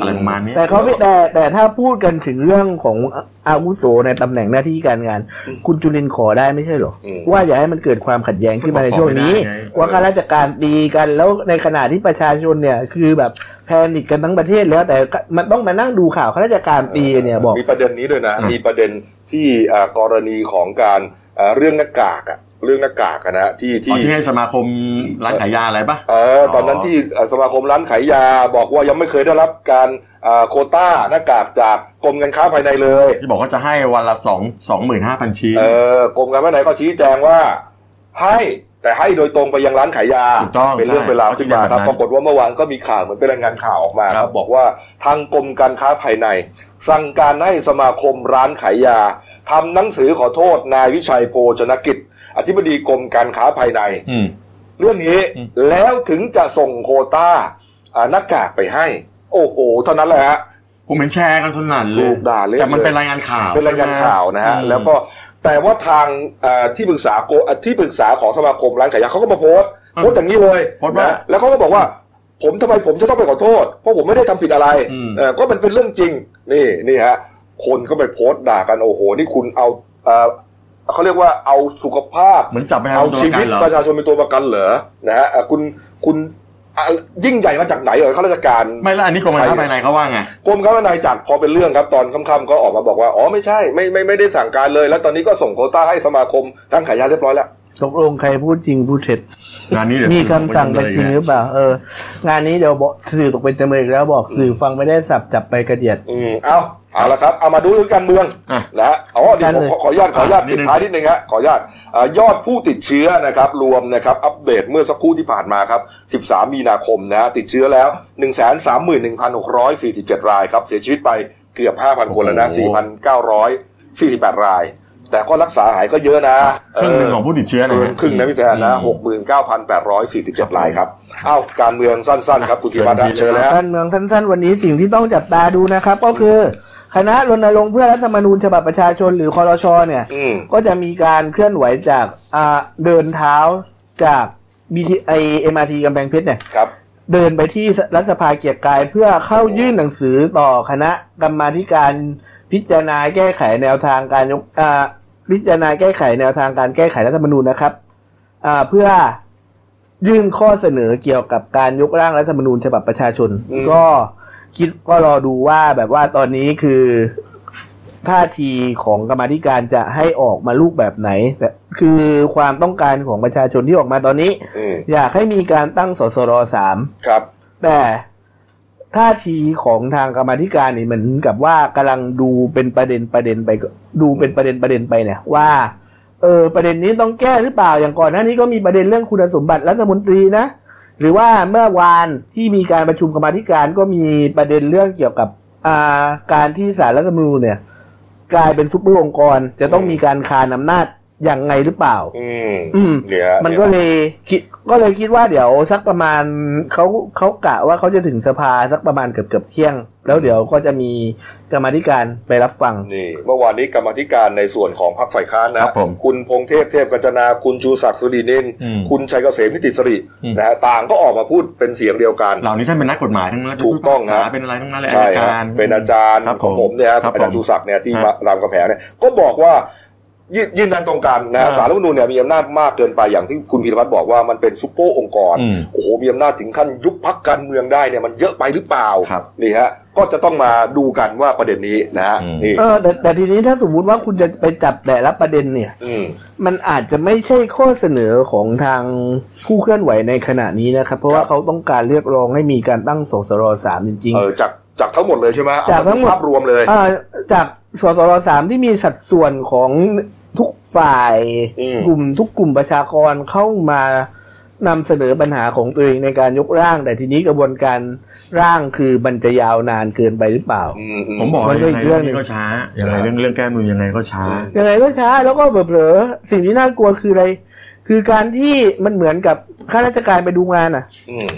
Speaker 4: อะไรประมาณนี้
Speaker 3: แต่เขาไม่แต่แต่ถ้าพูดกันถึงเรื่องของอาอาวุโสในตำแหน่งหน้าที่การงาน คุณจุลินทร์ขอได้ไม่ใช่เหรออว่าอย่าให้มันเกิดความขัดแย้งขึ้นมาในช่วงนี้ ว่าข้าราชการดีกันแล้วในขณะที่ประชาชนเนี่ย คือแบบแพนิกกันทั้งประเทศแล้วแต่ก็มันต้องมานั่งดูข่าวข้าราชการตีกันเนี่ยบอก
Speaker 1: มีประเด็นนี้ด้วยนะ มีประเด็นที่อ่ากรณีของการอ่าเรื่องหน้ากากอะเรื่องหน้ากากอะนะที่
Speaker 4: ตอน
Speaker 1: ที่
Speaker 4: ที่ให้สมาคมร้านขายยาอะไรปะ
Speaker 1: เออตอนนั้นที่อ่าสมาคมร้านขายยาบอกว่ายังไม่เคยได้รับการอ่าโควต้าหน้ากากจากกรมการค้าภายในเลย
Speaker 4: ที่บอกว่าจะให้วันละสองสองหมื่นห้าพันชิ้น
Speaker 1: เออกรมการค้าภายในก็ชี้แจงว่า ให้แต่ให้โดยตรงไปยังร้านขายยา
Speaker 4: ถูกต้อง
Speaker 1: เป็นเรื่อง
Speaker 4: ใช่
Speaker 1: เป็นราวขึ้นมาครับ
Speaker 4: เขาชี้แจงแบบนั้น
Speaker 1: ปรากฏว่าเมื่อวานก็มีข่าวเหมือนเป็นรายงานข่าวออกมาครับบอกว่าทางกรมการค้าภายใน สั่งการให้สมาคมร้านขายยาทำหนังสือขอโทษนายวิชัยโภชนกิจ อธิบดีกรมการค้าภายใน
Speaker 4: อืม
Speaker 1: เรื่องนี้แล้วถึงจะส่งโควต้าอ่าหน้ากากไปให้ โอ้โหเท่านั้นแหละฮะ
Speaker 4: ผมเห็นแชร์กันสนั่นเลย
Speaker 1: ถูกด่าเละ
Speaker 4: แต่มัน
Speaker 1: ล
Speaker 4: เป็นรายงานข่าว
Speaker 1: เป็นรายงาน
Speaker 4: ใช่ไหม
Speaker 1: ข่าวนะฮะ
Speaker 4: อืม
Speaker 1: แล้วก็แต่ว่าทางเอ่อที่ปรึกษาโกเอ่อที่ปรึกษาของสมาคมร้านขายยาเขาก็มาโพสต์ โพสต์อย่างนี้เลย
Speaker 4: โพสต์ว่า
Speaker 1: นะแล้วเขาก็บอกว่า ผมทำไมผมจะต้องไปขอโทษ เพราะผมไม่ได้ทำผิดอะไร
Speaker 4: อืม
Speaker 1: เออก็มันเป็นเรื่องจริง นี่นี่ฮะ คนก็ไปโพสต์ด่ากันโอ้โห นี่คุณเอาเอ่อเขาเรียกว่าเอาสุขภาพ
Speaker 4: เหมือนจับไป
Speaker 1: เอาชีวิตประชาชนเป็นตัวประกันเหรอนะฮะเอ่อคุณคุณอ่ะยิ่งใหญ่มาจากไหนเอ่ยข้าราชการ
Speaker 4: ไม่แล้วอันนี้กรมการค้าภายในเขาว่าไง
Speaker 1: กรมคมนาจักรพอเป็นเรื่องครับตอนค่ำๆก็ออกมาบอกว่าอ๋อไม่ใช่ไม่ไม่ไม่ได้สั่งการเลย แล้วตอนนี้ก็ส่งโควต้าให้สมาคมทั้งขายยาเรียบร้อยแล้ว
Speaker 3: ตกลงใครพูดจริงพูดเท็จ
Speaker 4: งานนี้เดี๋ยว
Speaker 3: มีคำสั่งไปจริงหรือเปล่า เออ งานนี้เดี๋ยวบอกสื่อตกเป็นจำเลยอีกแล้วบอกสื่อฟังไม่ได้สับจับไปกระเดียด
Speaker 1: อืมเอาเอาละครับ เอามาดูเรื่องการเมือง
Speaker 4: อ่ะ
Speaker 1: นะฮะอ๋อเดี๋ยวผมขอขออนุญาตขออนุญาต
Speaker 4: อ่ะนิ
Speaker 1: ปิด
Speaker 4: ดนึง
Speaker 1: ท้ายนิดนึงฮะขออนุญาตเอ่อยอดผู้ติดเชื้อนะครับ รวมนะครับ อัปเดตเมื่อสักครู่ที่ผ่านมาครับ 13 มีนาคมนะฮะติดเชื้อแล้ว 1 3 1 6 4 7 รายครับ เสียชีวิตไปเกือบ 5,000 คนแล้วนะ 4,948 ราย แต่ก็รักษาหายก็เยอะนะ
Speaker 4: ครึ่งหนึ่งของผู้ติดเชื้อนะ
Speaker 1: เกิน
Speaker 4: ฮะ
Speaker 1: ครึ่งนะพี่แซนนะ69,847 รายครับเอ้าการเมืองสั้นๆ ครับคุณธีรวัฒน์ฮะเชิญแล้ว
Speaker 3: การเมืองสั้นๆ วันนี้สิ่งที่ต้องจับตาดูนะครับ ก็คือคณะรณรงค์เพื่อรัฐธรรมนูญฉบับประชาชนหรือคอรชเนี่ย
Speaker 1: อืม
Speaker 3: ก็จะมีการเคลื่อนไหวจากอ่าเดินเท้าจาก BTI MRT กำแพงเพชรเนี่ย
Speaker 1: ครับ
Speaker 3: เดินไปที่รัฐสภาเกียรติกายเพื่อเข้ายื่นหนังสือต่อคณะกรรมาธิการพิจารณาแก้ไขแนวทางการยกอ่าพิจารณาแก้ไขแนวทางการแก้ไขรัฐธรรมนูญนะครับอ่าเพื่อยื่นข้อเสนอเกี่ยวกับการยกร่างรัฐธรรมนูญฉบับประชาชน
Speaker 1: อืม
Speaker 3: ก็คิดก็รอดูว่าแบบว่าตอนนี้คือท่าทีของกรรมาธิการจะให้ออกมารูปแบบไหนแต่คือความต้องการของประชาชนที่ออกมาตอนนี้
Speaker 1: อืม
Speaker 3: อยากให้มีการตั้งสสรสาม
Speaker 1: ครับ
Speaker 3: แต่ท่าทีของทางกรรมาธิการนี่เหมือนกับว่ากำลังดูเป็นประเด็นประเด็นไปดูเป็นประเด็นประเด็นไปเนี่ยว่าเออประเด็นนี้ต้องแก้หรือเปล่าอย่างก่อนหน้านี้ก็มีประเด็นเรื่องคุณสมบัติรัฐมนตรีนะ หรือว่าเมื่อวานที่มีการประชุมกรรมาธิการก็มีประเด็นเรื่องเกี่ยวกับอ่าการที่สารรัฐธรรมนูญเนี่ย กลายเป็นซุปเปอร์องค์กร จะต้องมีการคานอำนาจอย่างไงหรือเปล่า
Speaker 1: อืม
Speaker 3: อืม
Speaker 1: เนี่ยฮะ
Speaker 3: มันก็เลยคิดก็เลยคิดว่าเดี๋ยวสักประมาณเขาเขากะว่าเขาจะถึงสภาสักประมาณเกือบเกือบเที่ยง แล้วเดี๋ยวก็จะมีกรรมาธิการไปรับฟัง
Speaker 1: นี่ เมื่อวานนี้กรรมาธิการในส่วนของพรรคฝ่ายค้าน
Speaker 4: ค
Speaker 1: นะ
Speaker 4: รับผม
Speaker 1: คุณพงเทพเทพกัญจนา คุณชูศักดิ์สุรินินทร์
Speaker 4: อืม
Speaker 1: คุณชัยเกษมนิติสริ
Speaker 4: อืม
Speaker 1: นะฮะต่างก็ออกมาพูดเป็นเสียงเดียวกัน
Speaker 4: เหล่านี้ท่านเป็นนักกฎหมายทั้งนั้น
Speaker 1: ถูกต้อง
Speaker 4: ค
Speaker 1: ค
Speaker 4: รั
Speaker 1: รับ
Speaker 4: เป็นอะไรทั้งนั้นเลย
Speaker 1: ใช่
Speaker 4: อา
Speaker 1: ฮะ
Speaker 4: จารย์
Speaker 1: เป็นอาจารย์
Speaker 4: ครับ
Speaker 1: ของผมเนี่ยครับ
Speaker 4: ครับ
Speaker 1: อาจารย์
Speaker 4: ผม
Speaker 1: ชูศักดิ์เนี่ยที่
Speaker 4: ฮะ
Speaker 1: รามกำแพงเนี่ยก็บอกว่ายืนยืนยันตรงกันนะฮะ
Speaker 4: ฮะ
Speaker 1: สารรัฐธรรมนูญเนี่ยมีอำนาจมากเกินไปอย่างที่คุณพีรพัฒน์บอกว่ามันเป็นซุปเปอร์องค์กร
Speaker 4: อืม
Speaker 1: โอ้โหมีอำนาจถึงขั้นยุบพักการเมืองได้เนี่ยมันเยอะไปหรือเปล่า
Speaker 4: ครับ
Speaker 1: นี่ฮะก็จะต้องมาดูกันว่าประเด็นนี้นะฮะ
Speaker 4: อืม
Speaker 1: นี่
Speaker 3: เออแต่แต่ทีนี้ถ้าสมมุติว่าคุณจะไปจับแต่ละประเด็นเนี่ย
Speaker 1: อืม
Speaker 3: มันอาจจะไม่ใช่ข้อเสนอของทางผู้เคลื่อนไหวในขณะนี้นะครับ เพราะว่าเขาต้องการเรียกร้องให้มีการตั้งสสรสามจริง
Speaker 1: เออจากจากทั้งหมดเลยใช่ไหมเอ
Speaker 3: จากทั้งหมด
Speaker 1: ภาพรวมเลย
Speaker 3: ๆเอ่อจากสสรสามที่มีสัดส่วนของทุกฝ่าย
Speaker 1: อืม
Speaker 3: กลุ่มทุกกลุ่มประชากรเข้ามานำเสนอปัญหาของตัวเองในการยกร่าง แต่ทีนี้กระบวนการร่างคือมันจะยาวนานเกินไปหรือเปล่า
Speaker 1: อืมอืม
Speaker 4: ผมบอก
Speaker 3: มั
Speaker 4: ว่าน
Speaker 3: ก็
Speaker 4: ยั
Speaker 3: อี
Speaker 4: งไง
Speaker 3: กเรื่
Speaker 4: เรื่
Speaker 3: อ
Speaker 4: อง ง
Speaker 3: หนึ่
Speaker 4: นี้
Speaker 3: ง
Speaker 4: ก็ช้ายังไงเรื่องเรื่องแก้มนูนยังไงก็ช้า
Speaker 3: ยังไงก็ช้าแล้วก็เผลอๆสิ่งที่น่ากลัวคืออะไร คือการที่มันเหมือนกับข้าราชการไปดูงานอ่ะ
Speaker 1: อืม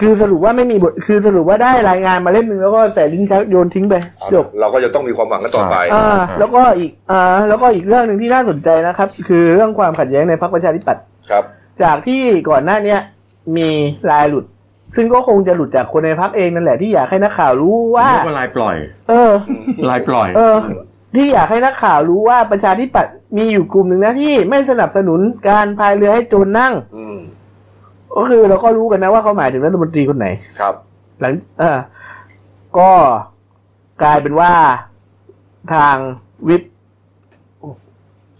Speaker 3: คือสรุปว่าไม่มีบทคือสรุปว่าได้รายงานมาเล่มหนึ่งแล้วก็ใส่ลิ้นชักโยนทิ้งไป
Speaker 1: เอา
Speaker 3: จบ
Speaker 1: เราก็จะต้องมีความหวังกันต่อไป
Speaker 3: อ่าแล้วก็อีกอ่าแล้วก็อีกเรื่องหนึ่งที่น่าสนใจนะครับ คือเรื่องความขัดแย้งในพรรคประชาธิปัตย์
Speaker 1: ครับ
Speaker 3: จากที่ก่อนหน้าเนี้ยมีลายหลุด ซึ่งก็คงจะหลุดจากคนในพักเองนั่นแหละที่อยากให้นักข่าวรู้ว่า
Speaker 4: เรียกว่าลายปล่อย
Speaker 3: เออ
Speaker 4: ลายปล่อย
Speaker 3: เออ ที่อยากให้นักข่าวรู้ว่าประชาธิปัตย์มีอยู่กลุ่มหนึ่งนะที่ไม่สนับสนุนการพายเรือให้โจรนั่ง
Speaker 1: อืม
Speaker 3: ก็คือเราก็รู้กันนะว่าเขาหมายถึงรัฐมนตรีคนไหน
Speaker 1: ครับ
Speaker 3: หลังเออก็กลายเป็นว่าทางวิป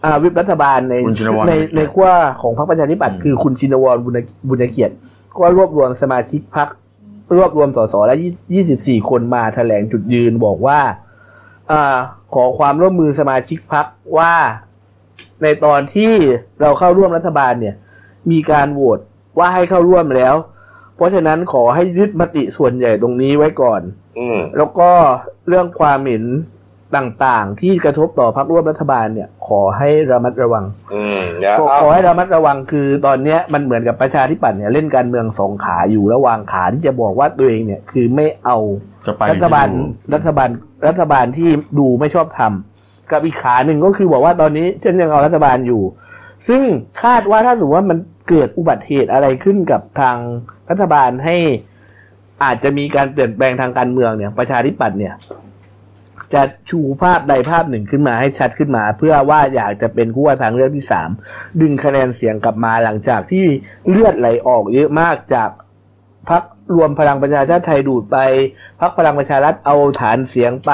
Speaker 3: อ่าวิปรัฐบาลใน
Speaker 4: คุณชินวร
Speaker 3: ในในขั้วของพรรคประชาธิปัตย์คือคุณชินวรบุญบุญเกียรติ ก็รวบรวมสมาชิกพรรครวบรวมสสและยี่สิบสี่คนมาแถลงจุดยืนบอกว่าอาขอความร่วมมือสมาชิกพรรคว่าในตอนที่เราเข้าร่วมรัฐบาลเนี่ย มีการโหวตว่าให้เข้าร่วมแล้ว เพราะฉะนั้นขอให้ยึดมติส่วนใหญ่ตรงนี้ไว้ก่อน
Speaker 1: อืม
Speaker 3: แล้วก็เรื่องความเห็นต่างๆ ที่กระทบต่อพรรคร่วมรัฐบาลเนี่ย ขอให้ระมัดระวัง
Speaker 1: อืมเนี่ย
Speaker 3: ขอ
Speaker 1: เอา
Speaker 3: ขอให้ระมัดระวังคือตอนเนี้ยมันเหมือนกับประชาธิปัตย์เนี่ยเล่นการเมืองสองขาอยู่ระหว่างขาที่จะบอกว่าตัวเองเนี่ยคือไม่เอา
Speaker 4: จะไป
Speaker 3: รัฐบาล
Speaker 4: อยู่
Speaker 3: รัฐบาลรัฐบาลที่ดูไม่ชอบทำกับอีกขาหนึ่งก็คือบอกว่าตอนนี้ฉันยังเอารัฐบาลอยู่ ซึ่งคาดว่าถ้าสมมติว่ามันเกิดอุบัติเหตุอะไรขึ้นกับทางรัฐบาลให้อาจจะมีการเปลี่ยนแปลงทางการเมืองเนี่ย ประชาธิปัตย์เนี่ย จะชูภาพใดภาพหนึ่งขึ้นมาให้ชัดขึ้นมา เพื่อว่าอยากจะเป็นคู่ว่าทางเลือกที่สามดึงคะแนนเสียงกลับมาหลังจากที่เลือดไหลออกเยอะมากจากพักรวมพลังประชาชาติไทยดูดไปพักพลังประชารัฐเอาฐานเสียงไป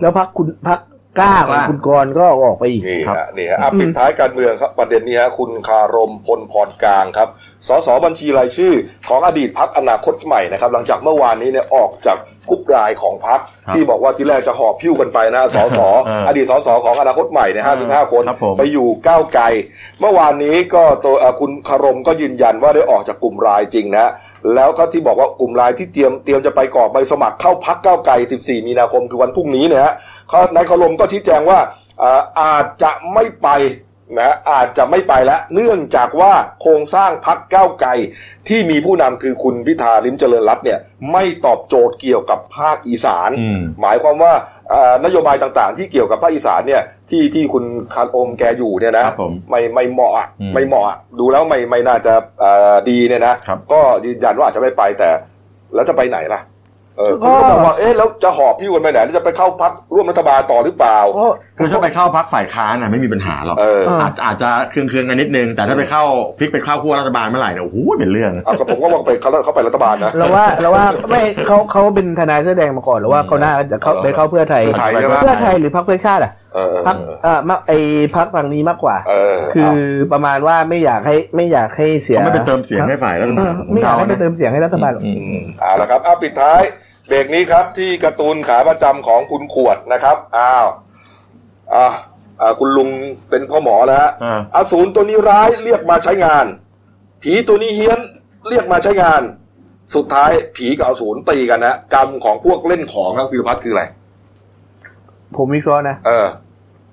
Speaker 3: แล้วพักคุณพักกล้าของคุณกรณ์ก็ออกไปอีก
Speaker 1: นี่
Speaker 3: ครับ
Speaker 1: ฮะนี่ฮะอ่ะปิดท้ายการเมืองครับประเด็นนี้ฮะคุณคารมพลพรกลางครับสสบัญชีรายชื่อของอดีตพักอนาคตใหม่นะครับ หลังจากเมื่อวานนี้เนี่ยออกจากกรุ๊ปไลน์ของพัก
Speaker 4: ครับ
Speaker 1: ที่บอกว่าที่แรกจะหอบพิ้วกันไปนะฮะสส
Speaker 4: เออ
Speaker 1: อดีตสสของอนาคตใหม่เนี่ยห้าสิบห้าคน
Speaker 4: ครับผม
Speaker 1: ไปอยู่ก้าวไกล เมื่อวานนี้ก็ตัวเอ่อคุณคารมก็ยืนยันว่าได้ออกจากกลุ่มรายจริงนะฮะแล้วก็ที่บอกว่ากลุ่มรายที่เตรียมเตรียมจะไปกรอกใบสมัครเข้าพักก้าวไกล 14 มีนาคมคือวันพรุ่งนี้เนี่ยฮะเขานายคารมก็ชี้แจงว่าเอ่ออาจจะไม่ไปนะฮะอาจจะไม่ไปแล้วเนื่องจากว่าโครงสร้างพักก้าวไกล ที่มีผู้นำคือคุณพิธาลิมเจริญรัตน์เนี่ยไม่ตอบโจทย์เกี่ยวกับภาคอีสาน
Speaker 4: อืม
Speaker 1: หมายความว่าเอ่อนโยบายต่างๆ ที่เกี่ยวกับภาคอีสานเนี่ยที่ที่คุณคารมแกอยู่เนี่ยนะครับ
Speaker 4: ผม
Speaker 1: ไม่ไม่เหมาะอะ
Speaker 4: อืม
Speaker 1: ไม่เหมาะอะดูแล้วไม่ไม่น่าจะเอ่อดีเนี่ยนะครับ ก็ยืนยันว่าอาจจะไม่ไปแต่ แล้วจะไปไหนล่ะเออ
Speaker 3: ก็
Speaker 1: คุณก็บอกว่าเอ๊ะแล้วจะหอบพี่วันไปไหนแล้วจะไปเข้าพักร่วมรัฐบาลต่อหรือเปล่า
Speaker 4: คือถ้าไปเข้าพักฝ่ายค้านน่ะไม่มีปัญหาหรอก
Speaker 1: เออ
Speaker 4: อาจอาจจะเคืองเคืองๆกันนิดนึง แต่ถ้าไปเข้าพลิกไปเข้าขั้วรัฐบาลเมื่อไหร่เนี่ยโอ้โหเป็นเรื่อง
Speaker 1: เอากับผมก็ว่าไปเขาเขาไปรัฐบาลนะ
Speaker 3: เราว่าเราว่าไม่เขาเขาเป็นทนายเสื้อแดงมาก่อนหรือว่าเขาน่าจะเข้าไปเข้าเพื่อไทย
Speaker 1: เพื่อไทยใช่ไหม
Speaker 3: เพื่อไทยหรือพรรคเพื่อชาติอ่ะ
Speaker 1: เออ
Speaker 3: พรรคเอ่อมาไอพรรคฝั่งนี้มากกว่า
Speaker 1: เออ
Speaker 3: คื
Speaker 1: เอา
Speaker 3: อประมาณว่าไม่อยากให้ไม่อยากให้เสีย
Speaker 4: เขาไม่ไปเติมเสียงให้ฝ่ายรัฐบาล
Speaker 3: เออไม่อยากให้ไปเติมเสียงให้รัฐบาลหรอก
Speaker 4: อืม
Speaker 1: มเอาละครับเอาปิดท้ายเบรกนี้ครับที่การ์ตูนขาประจำของคุณขวดนะครับอ้าวอ่าอ่าคุณลุงเป็นพ่อหมอแล้วฮะ
Speaker 4: อ่า
Speaker 1: อสูรตัวนี้ร้ายเรียกมาใช้งาน ผีตัวนี้เฮี้ยนเรียกมาใช้งาน สุดท้ายผีกับอสูรตีกันนะกรรมของพวกเล่นของครับพิรพัฒน์คืออะไร
Speaker 3: ผมวิเคราะห์นะ
Speaker 1: เออ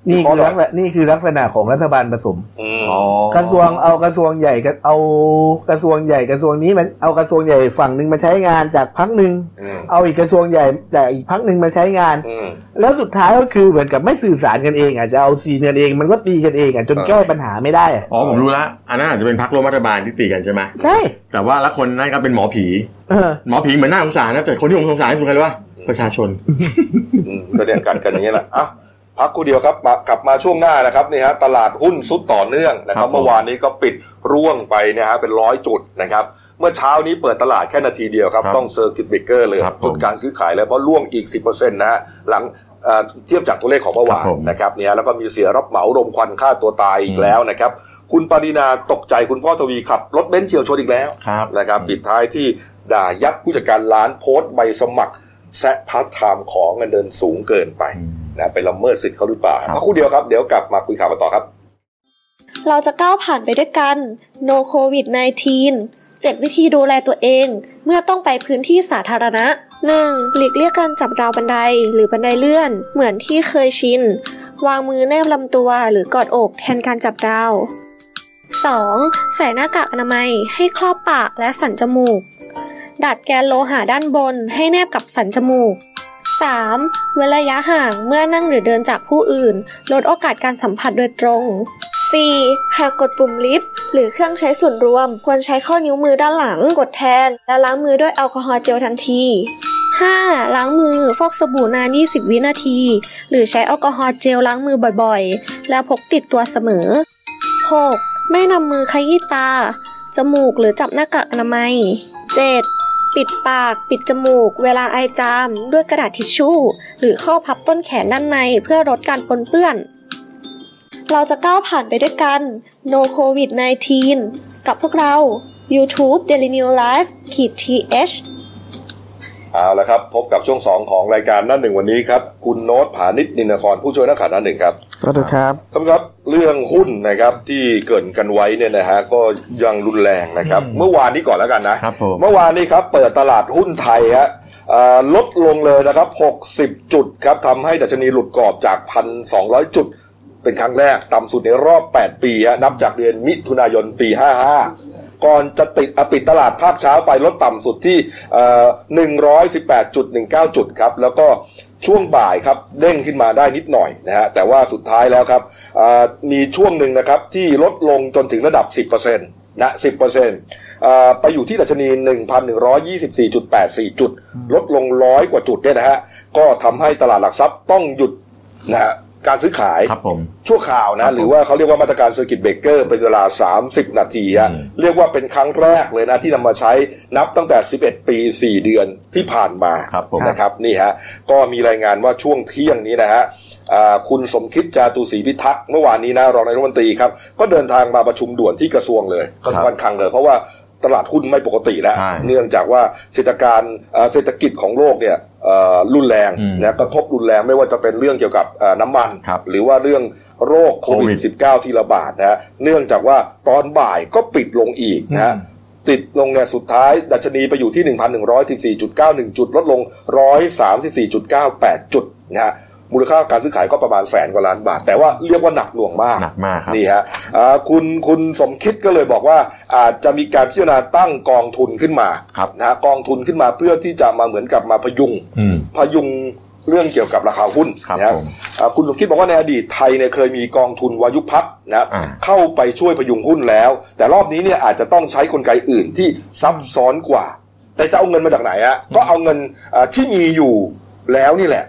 Speaker 3: นี่
Speaker 1: วิเค
Speaker 3: คื
Speaker 1: ราะห์
Speaker 3: อ
Speaker 1: หน่อย
Speaker 3: ลักษณะนี่คือลักษณะของรัฐบาลผสม
Speaker 1: อืม
Speaker 4: อ๋อ
Speaker 3: กระทรวงเอากระทรวงใหญ่กับเอากระทรวงใหญ่กระทรวงนี้มันเอากระทรวงใหญ่ฝั่งหนึ่งมาใช้งานจากพักหนึ่ง
Speaker 1: อืม
Speaker 3: เอาอีกกระทรวงใหญ่จากอีกพักหนึ่งมาใช้งาน
Speaker 1: อืม
Speaker 3: แล้วสุดท้ายก็คือเหมือนกับไม่สื่อสารกันเองอาจจะเอาซีนกันเองมันก็ตีกันเองอ่ะจน
Speaker 1: เออ
Speaker 3: แก้ปัญหาไม่ได้อะ
Speaker 4: อ๋อผมรู้ละอันนั้นอาจจะเป็นพักร่วมรัฐบาลที่ตีกันใช่ไหม
Speaker 3: ใช่
Speaker 4: แต่ว่าละคนนั้นก็เป็นหมอผี
Speaker 3: เออ
Speaker 4: หมอผีเหมือนน่าสงสารนะแต่คนที่ผมสงสารที่สุดใครรู้ป่ะประชาชน
Speaker 1: อืมก็เรียนกันกันอย่างนี้ยแหละอ่ะพักกูเดียวครับมากลับมาช่วงหน้านะครับนี่ฮะตลาดหุ้นสุดต่อเนื่องนะครับ
Speaker 4: ครับผม
Speaker 1: เมื่อวานนี้ก็ปิดร่วงไปเนะฮะเป็นร้อยจุดนะครับ เมื่อเช้านี้เปิดตลาดแค่นาทีเดียวครับ
Speaker 4: ครับ
Speaker 1: ต้องเซอร์กิตเบรกเกอร์เลย
Speaker 4: ครับ
Speaker 1: ห
Speaker 4: ผม
Speaker 1: ยุดการซื้อขายเลยเพราะร่วงอีก 10%นะฮะหลังเอ่อเทียบจากตัวเลขของเมื่อวาน
Speaker 4: ครับผม
Speaker 1: นะครับเนี่ยแล้วก็มีเสียรับเหมารมควันฆ่าตัวตายอีกแล้วนะครับ คุณปรินาตกใจคุณพ่อทวีขับรถเบนซ์เฉียวชนอีกแล้ว
Speaker 4: ครับ
Speaker 1: นะครับปิดท้ายที่ด่ายับผู้จัดการร้านโพสต์ใบสมัคร แซะพาร์ทไทม์ของเงินเดือนสูงเกินไป
Speaker 4: อืม
Speaker 1: นะไปละเมิดสิทธิ์เขาหรือเปล่า
Speaker 4: ครับ
Speaker 1: พักครู่เดียวครับ เดี๋ยวกลับมาคุยข่าวกันต่อครับ
Speaker 11: เราจะก้าวผ่านไปด้วยกัน No COVID 19 7 วิธีดูแลตัวเอง เมื่อต้องไปพื้นที่สาธารณะ 1. หลีกเลี่ยงการจับราวบันไดหรือบันไดเลื่อน เหมือนที่เคยชิน วางมือแนบลำตัวหรือกอดอกแทนการจับราว 2. ใส่หน้ากากอนามัยให้ครอบปากและสันจมูก ดัดแกนโลหะด้านบนให้แนบกับสันจมูก 3. เว้นระยะห่างเมื่อนั่งหรือเดินจากผู้อื่น ลดโอกาสการสัมผัสโดยตรง 4. หากกดปุ่มลิฟต์หรือเครื่องใช้ส่วนรวม ควรใช้ข้อนิ้วมือด้านหลังกดแทน และล้างมือด้วยแอลกอฮอล์เจลทันที 5. ล้างมือฟอกสบู่นาน 20 วินาที หรือใช้แอลกอฮอล์เจลล้างมือบ่อยๆ และพกติดตัวเสมอ 6. ไม่นำมือขยี้ตา จมูกหรือจับหน้ากากอนามัย 7. ปิดปากปิดจมูก เวลาไอจาม ด้วยกระดาษทิชชู่ หรือข้อพับต้นแขนด้านในเพื่อลดการปนเปื้อน เราจะก้าวผ่านไปด้วยกัน No COVID 19 กับพวกเรา YouTube Daily New Life ขีด th
Speaker 1: เอาละครับ พบกับช่วง 2 ของรายการหนั่นหนึ่งวันนี้ครับ คุณโน้ตผานิชนินทร์นครผู้ช่วยนักข่าวหนั่นหนึ่งครับ
Speaker 3: ก็เถอะครับ
Speaker 1: สำหรับเรื่องหุ้นนะครับที่เกรินกันไว้เนี่ยนะฮะก็ยังรุนแรงนะครับ
Speaker 4: อืม
Speaker 1: เมื่อวานนี้ก่อนแล้วกันนะครับ
Speaker 4: ผม
Speaker 1: เมื่อวานนี้ครับเปิดตลาดหุ้นไทยฮะเอ่อลดลงเลยนะครับ 60 จุดครับทำให้ดัชนีหลุดกรอบจาก 1,200 จุด เป็นครั้งแรกต่ำสุดในรอบ 8 ปีฮะนับจากเดือนมิถุนายนปี 55 ก่อนจะติดอ่ะปิดตลาดภาคเช้าไปลดต่ำสุดที่เอ่อ118.19 จุดครับแล้วก็ ช่วงบ่ายครับเด้งขึ้นมาได้นิดหน่อยนะฮะแต่ว่าสุดท้ายแล้วครับอ่ามีช่วงหนึ่งนะครับที่ลดลงจนถึงระดับ 10%นะ10%อ่าไปอยู่ที่ดัชนี 1,124.84 จุด ลดลงร้อยกว่าจุดเนี่ยนะฮะก็ทำให้ตลาดหลักทรัพย์ต้องหยุดนะฮะการซื้อขายชั่วข่าวนะหรือว่าเขาเรียกว่ามาตรการเซอร์กิตเบรกเกอร์เป็นเวลา 30 นาทีฮะเรียกว่าเป็นครั้งแรกเลยนะที่นำมาใช้นับตั้งแต่ 11 ปี 4 เดือนที่ผ่านมานะครับนี่ฮะก็มีรายงานว่าช่วงเที่ยงนี้นะฮะอ่าคุณสมคิดจาตุศรีพิทักษ์เมื่อวานนี้นะรองนายกรัฐมนตรีครับก็เดินทางมาประชุมด่วนที่กระทรวงเลยกระทรวงการคลังเลยเพราะว่า ตลาดหุ้นไม่ปกติแล้ว เนื่องจากว่าเศรษฐการเอ่อเศรษฐกิจของโลกเนี่ยเอ่อรุนแรงนะกระทบรุนแรงไม่ว่าจะเป็นเรื่องเกี่ยวกับเอ่อน้ำมัน หรือว่าเรื่องโรคโควิด -19 ที่ระบาดนะฮะเนื่องจากว่าตอนบ่ายก็ปิดลงอีกนะฮะติดลงเนี่ยสุดท้าย ดัชนีไปอยู่ที่ 1,114.91 จุด ลดลง 134.98 จุดนะฮะมูลค่าการซื้อขายก็ประมาณแสนกว่าล้านบาท แต่ว่าเรียกว่าหนักหน่วงมาก
Speaker 4: หนักมากครับ
Speaker 1: นี่ฮะอ่าคุณคุณสมคิดก็เลยบอกว่าอาจจะมีการพิจารณาตั้งกองทุนขึ้นมานะฮะกองทุนขึ้นมาเพื่อที่จะมาเหมือนกับมาพยุง
Speaker 4: อืม
Speaker 1: พยุงเรื่องเกี่ยวกับราคาหุ้นนะฮะอ่าคุณสมคิดบอกว่าในอดีตไทยเนี่ยเคยมีกองทุนวายุพักนะเข้าไปช่วยพยุงหุ้นแล้ว แต่รอบนี้เนี่ยอาจจะต้องใช้กลไกอื่นที่ซับซ้อนกว่า แต่จะเอาเงินมาจากไหนฮะก็เอาเงินอ่าที่มีอยู่แล้วนี่แหละ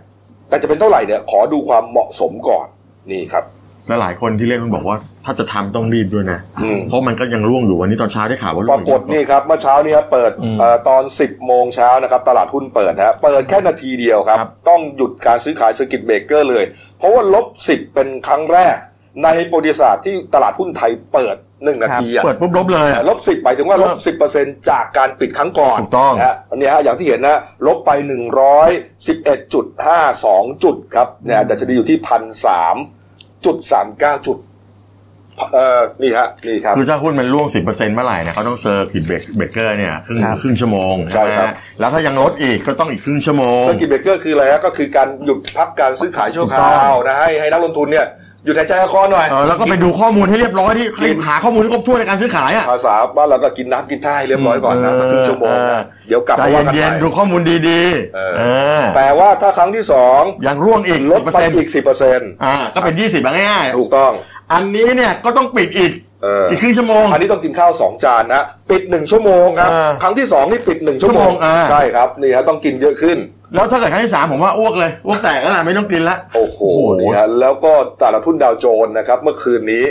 Speaker 1: แต่จะเป็นเท่าไหร่เนี่ยขอดูความเหมาะสมก่อนนี่ครับ
Speaker 4: และหลายคนที่เล่นมันบอกว่าถ้าจะทำต้องรีบด้วยนะ
Speaker 1: อืม
Speaker 4: เพราะมันก็ยังร่วงอยู่วันนี้ตอนเช้าได้ข่าวว่า
Speaker 1: ป
Speaker 4: ร่ว
Speaker 1: ราง
Speaker 4: อก ยู่
Speaker 1: ฏนี่ครับเมื่อเช้านี้ครับเปิด
Speaker 4: อืม
Speaker 1: เออตอน 10 โมงเช้านะครับ ตลาดหุ้นเปิดฮะเปิดแค่นาทีเดียวครับ ต้องหยุดการซื้อขายสกิตเบรกเกอร์เลย เพราะว่าลบ 10 เป็นครั้งแรก ในประวัติศาสตร์ที่ตลาดหุ้นไทยเปิด 1 นาทีอะ
Speaker 4: เปิดปุ๊บลบเลยอะ
Speaker 1: ลบ 10หมายถึงว่าลบ 10%จากการปิดครั้งก่อนถูกต้องฮะอันเนี้ยฮะอย่างที่เห็นนะลบไป 111.52 จุดครับเนี่ยดัชนีอยู่ที่พันสามจุดสามเก้าจุดเอ่อนี่ฮะนี่ครับ
Speaker 4: คือถ้าหุ้นมันร่วง 10%เมื่อไหร่นะเขาต้องเซอร์กิตเบรกเกอร์เนี่ยครึ่ง
Speaker 1: ครับ
Speaker 4: ครึ่งชั่วโมง
Speaker 1: ใช่
Speaker 4: ไหม
Speaker 1: ครับ
Speaker 4: แล้วถ้ายังลดอีกก็ต้องอีกครึ่งชั่วโมง
Speaker 1: เซอร์กิตเบรกเกอร์คืออะไรฮะก็คือการหยุดพักการซื้อขายชั่วค
Speaker 4: ถูก
Speaker 1: รา
Speaker 4: ต้
Speaker 1: ว
Speaker 4: อง
Speaker 1: นะให้ให้นักลงทุนเนี่ยหยุดหายใจหายคอหน่อย
Speaker 4: เออแล้วก็ไปดูข้อมูลให้เรียบร้อยที่รีบหาข้อมูลที่ครบถ้วนในการซื้อขายอ่ะ
Speaker 1: ภาษาบ้านเราก็กินน้ำกินท่าให้เรียบร้อยก่อนนะ
Speaker 4: เออ
Speaker 1: สักครึ่งชั่วโมงนะ
Speaker 4: เออ
Speaker 1: เดี๋ยวกลับ
Speaker 4: ใจ
Speaker 1: มาว่ากัน
Speaker 4: เย็
Speaker 1: ให
Speaker 4: น
Speaker 1: ม่
Speaker 4: ๆดูข้อมูลดีๆเออ
Speaker 1: แต่ว่าถ้าครั้งที่สอง
Speaker 4: ยังร่วงอีก
Speaker 1: ลดไปอีกสิบเปอร์เซ็นต์
Speaker 4: อ่าก็เป็น 20บาง่าย
Speaker 1: ถูกต้อง
Speaker 4: อันนี้เนี่ยก็ต้องปิดอีก
Speaker 1: อี
Speaker 4: กครึ่งชั่วโมง
Speaker 1: อันนี้ต้องกินข้าวสองจานนะปิดหนึ่งชั่วโมงครับครั้งที่สองนี่ปิดหนึ่งชั่วโมง
Speaker 4: ชั่วโมงอ่า
Speaker 1: ใช่ครับนี่ฮะต้องกินเยอะขึ้น
Speaker 4: แล้วถ้าเกิดครั้งที่สามผมว่าอ้วกเลยอ้วกแตกแล้วล่ะไม่ต้องกินละ
Speaker 1: โอ้โหนี่ฮะแล้วก็ตลาดทุนดาวโจนส์นะครับ เมื่อคืนนี้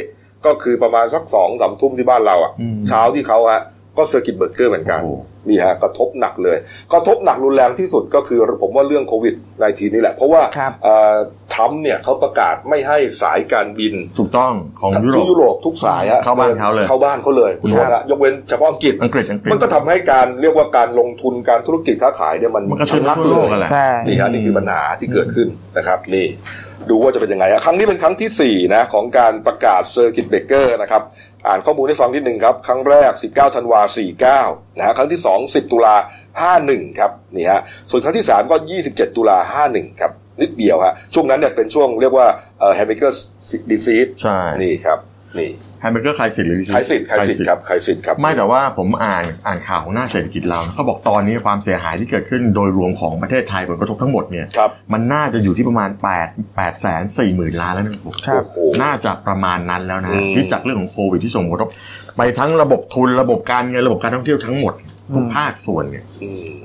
Speaker 1: ก็คือประมาณสักสองสามทุ่มที่บ้านเราอะ่ะ
Speaker 4: อืม
Speaker 1: เช้าที่เขาฮะก็เซอร์กิตเบรกเกอร์เหมือนกันนี่ฮะกระทบหนักเลยกระทบหนักรุนแรงที่สุดก็คือผมว่าเรื่องโควิดในทีนี่แหละ เพราะว่าเอ่อทรัมป์เนี่ยเขาประกาศไม่ให้สายการบิน
Speaker 4: ถูกต้องของยุโร
Speaker 1: ที่
Speaker 4: ป
Speaker 1: ยุโรปทุกสายฮะ
Speaker 4: เข้าบ้านเขาเลย
Speaker 1: เข้าบ้านเขาเลยคุณโทษ
Speaker 4: ครับ
Speaker 1: ฮะยกเว้นเฉพาะอังกฤษ
Speaker 4: อังกฤษอังกฤษ
Speaker 1: มันก็ทำให้การเรียกว่าการลงทุนการธุรกิจค้าขายเนี่ยมัน
Speaker 4: มันกระทบทั่วโลกอะแหละใช่
Speaker 1: นี่ฮะนี่คือปัญหาที่เกิดขึ้นนะครับ นี่ ดูว่าจะเป็นยังไงฮะครั้งนี้เป็นครั้งที่ 4 นะ ของการประกาศเซอร์กิตเบเกอร์นะครับ อ่านข้อมูลให้ฟังนิดหนึ่งครับ ครั้งแรก 19ธันวา49นะฮะครั้งที่ 2 10 ตุลา51 ครับนี่ฮะส่วนครั้งที่ 3 ก็ 27 ตุลา51 ครับนิดเดียวฮะช่วงนั้นเนี่ยเป็นช่วงเรียกว่าเอ่อแฮมเบอร์เกอร์ดีซีด
Speaker 4: ใช่
Speaker 1: นี่ครับนี่
Speaker 4: แฮมเบอร์เกอร์ใครสิทธิ์หรือ
Speaker 1: ใครสิทธิ์ใครสิทธิ์ครับใครสิทธิ์ครับ
Speaker 4: ไม่แต่ว่าผมอ่านอ่านข่าวของหน้าเศรษฐกิจเรานะเขาบอกตอนนี้ความเสียหายที่เกิดขึ้นโดยรวมของประเทศไทยผลกระทบทั้งหมดเนี่ยมันน่าจะอยู่ที่ประมาณ8 8แสน4หมื่นล้านแล้วนะครับ
Speaker 1: ครับ
Speaker 4: น่าจะประมาณนั้นแล้วนะ
Speaker 1: อืม
Speaker 4: ที่จากเรื่องของโควิดที่ส่งผลกระทบไปทั้งระบบทุนระบบการเงินระบบการท่องเที่ยวทั้งหมดทุกภาคส่วนเนี่ย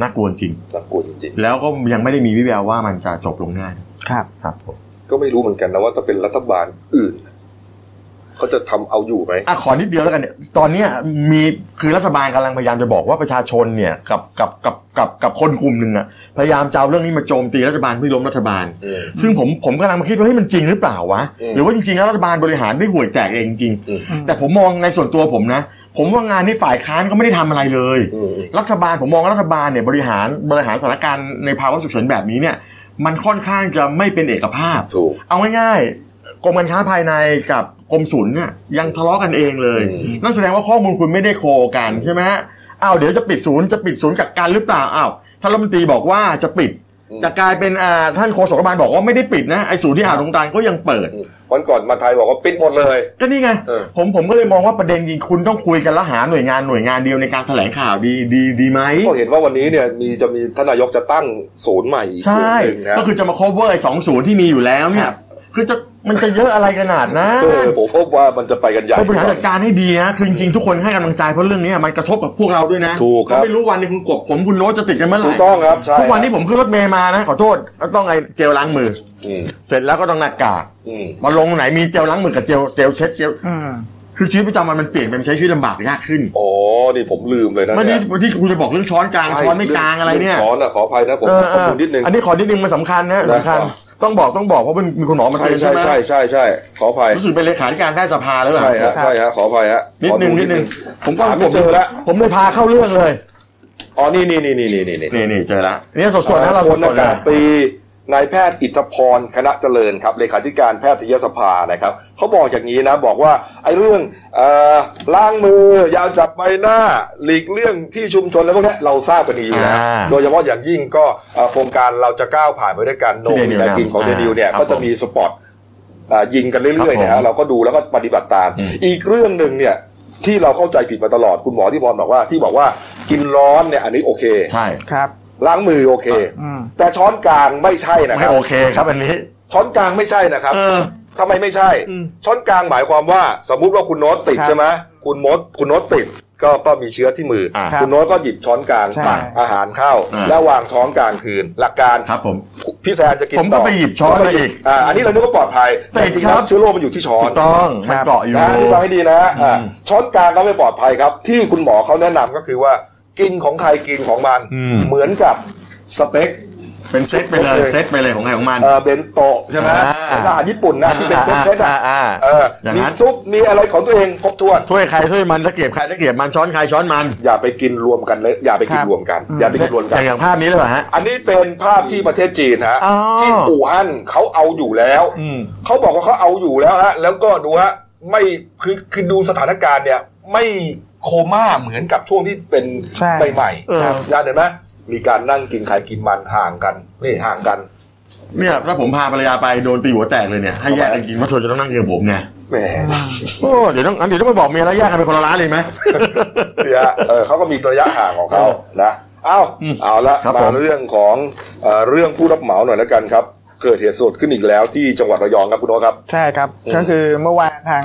Speaker 4: น่ากลัวจริง
Speaker 1: น่ากลัวจริง
Speaker 4: แล้วก็ยังไม่ได้มีวิแววว่ามันจะจบลงง่ายครับครับผม
Speaker 1: ก็ไม่รู้เหมือนกันนะว่าถ้าเป็นรัฐบาลอื่นน่ะเขาจะทำเอาอยู่ไหม
Speaker 4: อ่ะขอนิดเดียวแล้วกันเนี่ยตอนเนี้ยมีคือรัฐบาลกำลังพยายามจะบอกว่าประชาชนเนี่ยกับกับกับกับกับคนกลุ่มหนึ่งอะพยายามจะเอาเรื่องนี้มาโจมตีรัฐบาลเพื่อล้มรัฐบาล
Speaker 1: เออ
Speaker 4: ซึ่งผมผมกำลังมาคิดว่าเฮ้ยมันจริงหรือเปล่าวะ
Speaker 1: อืม
Speaker 4: หรือว่าจริงๆแล้วรัฐบาลบริหารด้วยห่วยแตกเองจริงแต่ผมมองในส่วนตัวผมนะ ผมว่างานที่ฝ่ายค้านก็ไม่ได้ทำอะไรเลย รัฐบาลผมมองว่ารัฐบาลเนี่ยบริหารบริหารสถานการณ์ในภาวะฉุกเฉินแบบนี้เนี่ย มันค่อนข้างจะไม่เป็นเอกภาพ เอาง่ายๆกรมการค้าภายในกับกรมศุลเนี่ยยังทะเลาะกันเองเลยนั่นแสดงว่าข้อมูลคุณไม่ได้โคกันใช่ไหมฮะอ้าวเดี๋ยวจะปิดศูนย์จะปิดศูนย์กักกันหรือเปล่าอ้าวถ้ารัฐมนตรีบอกว่าจะปิด จะกลายเป็นอ่าท่านโฆษกรัฐบาลบอกว่าไม่ได้ปิดนะไอ้ศูนย์ที่อ่าวดงตานก็ยังเปิด
Speaker 1: วันก่อนมาไทยบอกว่าปิดหมดเลย
Speaker 4: ก็นี่ไงผมผมก็เลยมองว่าประเด็นจริงคุณต้องคุยกันและหาหน่วยงานหน่วยงานเดียวในการแถลงข่าวดีดีดีไหม
Speaker 1: ก็เห็นว่าวันนี้เนี่ยมีจะมีทานนายกจะตั้งศูนย์ใหม่อีกศูน
Speaker 4: ใช่
Speaker 1: ย์หนึ่งนะ
Speaker 4: ก็คือจะมา cover ไอ้สองศูนย์ที่มีอยู่แล้วเนี่ย คือจะมันจะเยอะอะไรขนาดนั้น
Speaker 1: เออผมพบว่ามันจะไปกันใหญ่
Speaker 4: บริหารจัดการให้ดีนะคือจริงๆทุกคนให้กำลังใจเพราะเรื่องนี้มันกระทบกับพวกเราด้วยนะ
Speaker 1: ถูกครับ
Speaker 4: ก็ไม่รู้วันหนี้คุณกบผมคุณโน้ตจะติดกันเมื่อไหร่
Speaker 1: ถูกต้องครับใช่
Speaker 4: ทุกวันนี้ผมขึ้นรถเมย์มานะขอโทษก็ต้องไอเจลล้างมือ
Speaker 1: อืม
Speaker 4: เสร็จแล้วก็ต้องหน้ากาก
Speaker 1: อืม
Speaker 4: มาลงไหนมีเจลล้างมือกับเจลเจลเช็ดเจลคือชีวิตประจำวันมันเปลี่ยนไปมันใช้ชีวิตลำบากยากขึ้น
Speaker 1: โอ้นี่ผมลืมเลยนะ
Speaker 4: เมื่อ
Speaker 1: เนี่
Speaker 4: กี้
Speaker 1: ย
Speaker 4: ที่คุณจะบอกเรื่องช้อนกลางช้อนไม่กลางอะไรเนี่ย
Speaker 1: ช้อนอะขออภัยนะผม
Speaker 4: เออ
Speaker 1: ข้อมูลนิดนึง
Speaker 4: อันนี้ขอนิดนึงมันสำคัญนะสำคั
Speaker 1: ได้
Speaker 4: ญ
Speaker 1: ครับ
Speaker 4: ต้องบอกต้องบอกเพราะมันมีคุณหมอมา
Speaker 1: ใช่
Speaker 4: เตือน
Speaker 1: ใช่
Speaker 4: ใช่ไหม
Speaker 1: ใช่ใช่ใช่ขออภัย
Speaker 4: รู้สึกเป็นเลขาธิการได้สภาแล้วเหรอ
Speaker 1: ใช่ฮะใช่ฮะขออภัยฮะ
Speaker 4: นิด
Speaker 1: ขอ
Speaker 4: นึงนิดนึงผมก็
Speaker 1: หาไม่เจอละ
Speaker 4: ผมเลยพาเข้าเรื่องเลย
Speaker 1: อ๋อนี่นี่นี่นี่นี่นี่นี่
Speaker 4: นี่นี่เจอละเนี่ยสดๆนะเรา
Speaker 1: พล
Speaker 4: ส
Speaker 1: อา
Speaker 4: ดๆ
Speaker 1: กาศ
Speaker 4: นะ
Speaker 1: ตรีนายแพทย์อิทธพรคณะเจริญครับเลขาธิการแพทยสภานะครับเขาบอกอย่างนี้นะบอกว่าไอ้เรื่องเอ่อล้างมือยาวจับใบหน้า หลีกเรื่องที่ชุมชนแล้วพวกเนี้ยเราทราบกันดีอยู่แล้ว
Speaker 4: อ่า
Speaker 1: โดยเฉพาะอย่างยิ่งก็เอ่อโครงการเราจะก้าวผ่านไปด้วยกันโน
Speaker 4: ที่
Speaker 1: มิ
Speaker 4: Daily
Speaker 1: นทีม
Speaker 4: Mail
Speaker 1: ของเดนิวเนี่ย
Speaker 4: ครับ
Speaker 1: ก็จะมีสปอตอ่ายิงกันเรื่อยๆนะ
Speaker 4: ครั
Speaker 1: ฮะ
Speaker 4: บผม
Speaker 1: เราก็ดูแล้วก็ปฏิบัติตาม อีกเรื่องหนึ่งเนี่ยที่เราเข้าใจผิดมาตลอดคุณหมอที่พรบอกว่าที่บอกว่ากินร้อนเนี่ยอันนี้โอเค
Speaker 4: ใช่
Speaker 3: ครับ
Speaker 1: ล้างมือโอเค แต่ช้อนกลางไม่ใช่นะค
Speaker 4: ไม่
Speaker 1: รับ
Speaker 4: โอเคครับอันนี้
Speaker 1: ช้อนกลางไม่ใช่นะครับทำไมไม่ใช่ ช้อนกลางหมายความว่า สมมุติว่าคุณโน้ตติด
Speaker 3: ครับ
Speaker 1: ใช่ไหมคุณมดคุณโน้ตติดก็ก็มีเชื้อที่มือ
Speaker 4: อ่า
Speaker 1: คุณโน้ตก็หยิบช้อนกลาง
Speaker 3: ใช่
Speaker 1: ตักอาหารเข้า
Speaker 4: อ่า
Speaker 1: แล้ววางช้อนกลางคืน หลักการ
Speaker 4: ครับผม
Speaker 1: พี่แซนจะกิน
Speaker 4: ผมก็
Speaker 1: ต่
Speaker 4: ไปหยิบช้อน
Speaker 1: ผมก็
Speaker 4: มาอีก
Speaker 1: อ่าอันนี้เรานึกว่าปลอดภัยแต่จริงๆ
Speaker 4: ค
Speaker 1: แล้
Speaker 4: รั
Speaker 1: ว
Speaker 4: บ
Speaker 1: เชื้อโรคมันอยู่ที่ช้อน
Speaker 4: ถูกต้องมันเกาะอยู่
Speaker 1: นะนี่ฟังให้ดีนะอ่าช้อนกลางก็ไม่ปลอดภัยครับ ที่คุณหมอเขาแนะนำก็คือว่า กินของใครกินของมัน
Speaker 4: อืม
Speaker 1: เหมือนกับสเต็ก
Speaker 4: เป็นเซตไปเลยเซตไปเลยของใครของมัน
Speaker 1: เออเบนโตะใช่ไหม
Speaker 4: อ่า
Speaker 1: อาหารญี่ปุ่นนะที่เป็นเซตเซตอ่ะ
Speaker 4: อ่า
Speaker 1: เออ
Speaker 4: อย่าง
Speaker 1: มี
Speaker 4: นั้น
Speaker 1: ซุปมีอะไรของตัวเองครบถ้วน
Speaker 4: ถ้วยใครถ้วยมันตะเกียบใครตะเกียบมันช้อนใครช้อนมัน
Speaker 1: อย่าไปกินรวมกันเลยอย่าไปกิน
Speaker 3: ครับ
Speaker 1: รวมกัน อย่าไปกินรวมกั
Speaker 4: อน ย่างอย่างภาพนี้เลยเหรอฮะ
Speaker 1: อันนี้เป็นภาพที่ประเทศจีนฮะ
Speaker 4: อ๋อ
Speaker 1: ที่อู่ฮั่นเขาเอาอยู่แล้วเขาบอกว่าเขาเอาอยู่แล้วฮะแล้วก็ดูฮะไม่คือคือดูสถานการณ์เนี่ย ไม่โคม่าเหมือนกับช่วงที่เป็น
Speaker 3: ใช่
Speaker 1: ใหม่
Speaker 4: เออ
Speaker 1: ๆยานเห็นไหมมีการนั่งกินใครกินมันห่างกันนี่ห่างกัน
Speaker 4: เนี่ยถ้าผมพาภรรยาไปโดนตีหัวแตกเลยเนี่ยให้แยกกันกินเพราะเธอจะต้องนั่งเกียบผมไง
Speaker 1: แหม
Speaker 4: โอ้เดี๋ยวต้องอันเดี๋ยวต้องไปบอกเมียแล้วแยกกันเป็นคนละร้านเลยไหม
Speaker 1: นี่ฮะเออเขาก็มีระยะห่างของเขานะเอ้าเอาละ
Speaker 4: ครับ
Speaker 1: มา
Speaker 4: ผม
Speaker 1: เรื่องของเอ่อเรื่องผู้รับเหมาหน่อยแล้วกันครับ เกิดเหตุสลดขึ้นอีกแล้วที่จังหวัดระยองครับคุณโอตครับ
Speaker 12: ใช่ครับ
Speaker 1: อืม
Speaker 12: ก็คือเมื่อวานทาง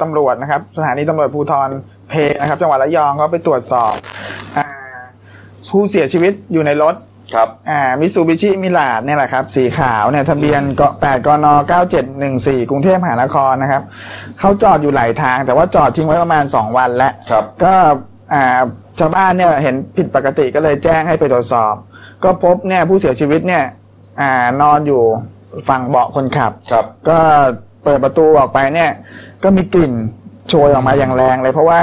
Speaker 12: ตำรวจนะครับ สถานีตำรวจภูธรเพนะครับ จังหวัดระยองเขาไปตรวจสอบอาผู้เสียชีวิตอยู่ในรถ
Speaker 1: ครับ
Speaker 12: มิสูบิชิมิลาดเนี่ยแหละครับ สีขาวเนี่ยทะเบียนเกาะ8กน9714 กรุงเทพมหานครนะครับ เขาจอดอยู่หลายทาง แต่ว่าจอดทิ้งไว้ประมาณ 2 วันแล้ว
Speaker 1: ครับ
Speaker 12: ก็อ่าชาวบ้านเนี่ยเห็นผิดปกติก็เลยแจ้งให้ไปตรวจสอบ ก็พบเนี่ยผู้เสียชีวิตเนี่ยอานอนอยู่ฝั่งเบาะคนขับ
Speaker 1: ครับ
Speaker 12: ก็เปิดประตูออกไปเนี่ยก็มีกลิ่นโชยออกมาอย่างแรงเลย เพราะว่า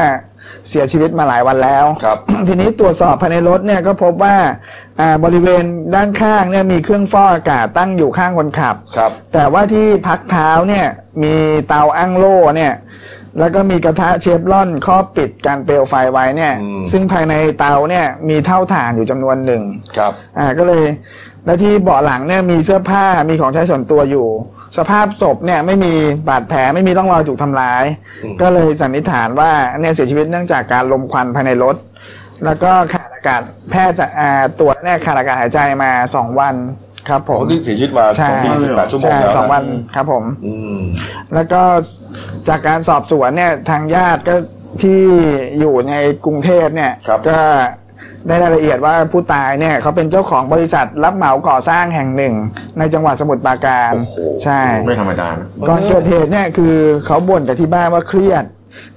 Speaker 12: เสียชีวิตมาหลายวันแล้ว
Speaker 1: ครับ
Speaker 12: ทีนี้ตรวจสอบภายในรถเนี่ยก็พบว่าอ่าบริเวณด้านข้างเนี่ยมีเครื่องฟอกอากาศตั้งอยู่ข้างคนขับ
Speaker 1: ครับ
Speaker 12: แต่ว่าที่พักเท้าเนี่ยมีเตาอ้างโล่เนี่ยแล้วก็มีกระทะเชฟรอนครอบปิดการเปลวไฟไว้เนี่ยซึ่งภายในเตาเนี่ยมีเท่าฐานอยู่จำนวนหนึ่ง
Speaker 1: ครับ
Speaker 12: อ่าก็เลยแล้วที่เบาะหลังเนี่ยมีเสื้อผ้ามีของใช้ส่วนตัวอยู่ สภาพศพเนี่ยไม่มีบาดแผลไม่มีร่องรอยถูกทำร้าย
Speaker 1: อืม
Speaker 12: ก็เลยสันนิษฐานว่าเนี่ยเสียชีวิตเนื่องจากการลมควันภายในรถ แล้วก็ขาดอากาศแพทย์จะอ่าตรวจเนี่ยขาดอากาศหายใจมาสองวันครับ
Speaker 1: ผ
Speaker 12: ผ
Speaker 1: ม
Speaker 12: ม
Speaker 1: ที่เสียชีวิตมา
Speaker 12: ใช่
Speaker 1: สองสี่สิบแปดชั่วโมง
Speaker 12: ใช่
Speaker 1: แล้วะ
Speaker 12: สองวันครับผม
Speaker 1: อืม
Speaker 12: แล้วก็จากการสอบสวนเนี่ยทางญาติก็ที่อยู่ในกรุงเทพเนี่ยก็ได้รายละเอียดว่าผู้ตายเนี่ยเขาเป็นเจ้าของบริษัทรับเหมาก่อสร้างแห่งหนึ่ง ในจังหวัดสมุทรปราการใช่
Speaker 4: ไม่ธรรมดานะ
Speaker 12: ก่อนเกิดเหตุเนี่ยคือเขาบ่นกับที่บ้านว่าเครียด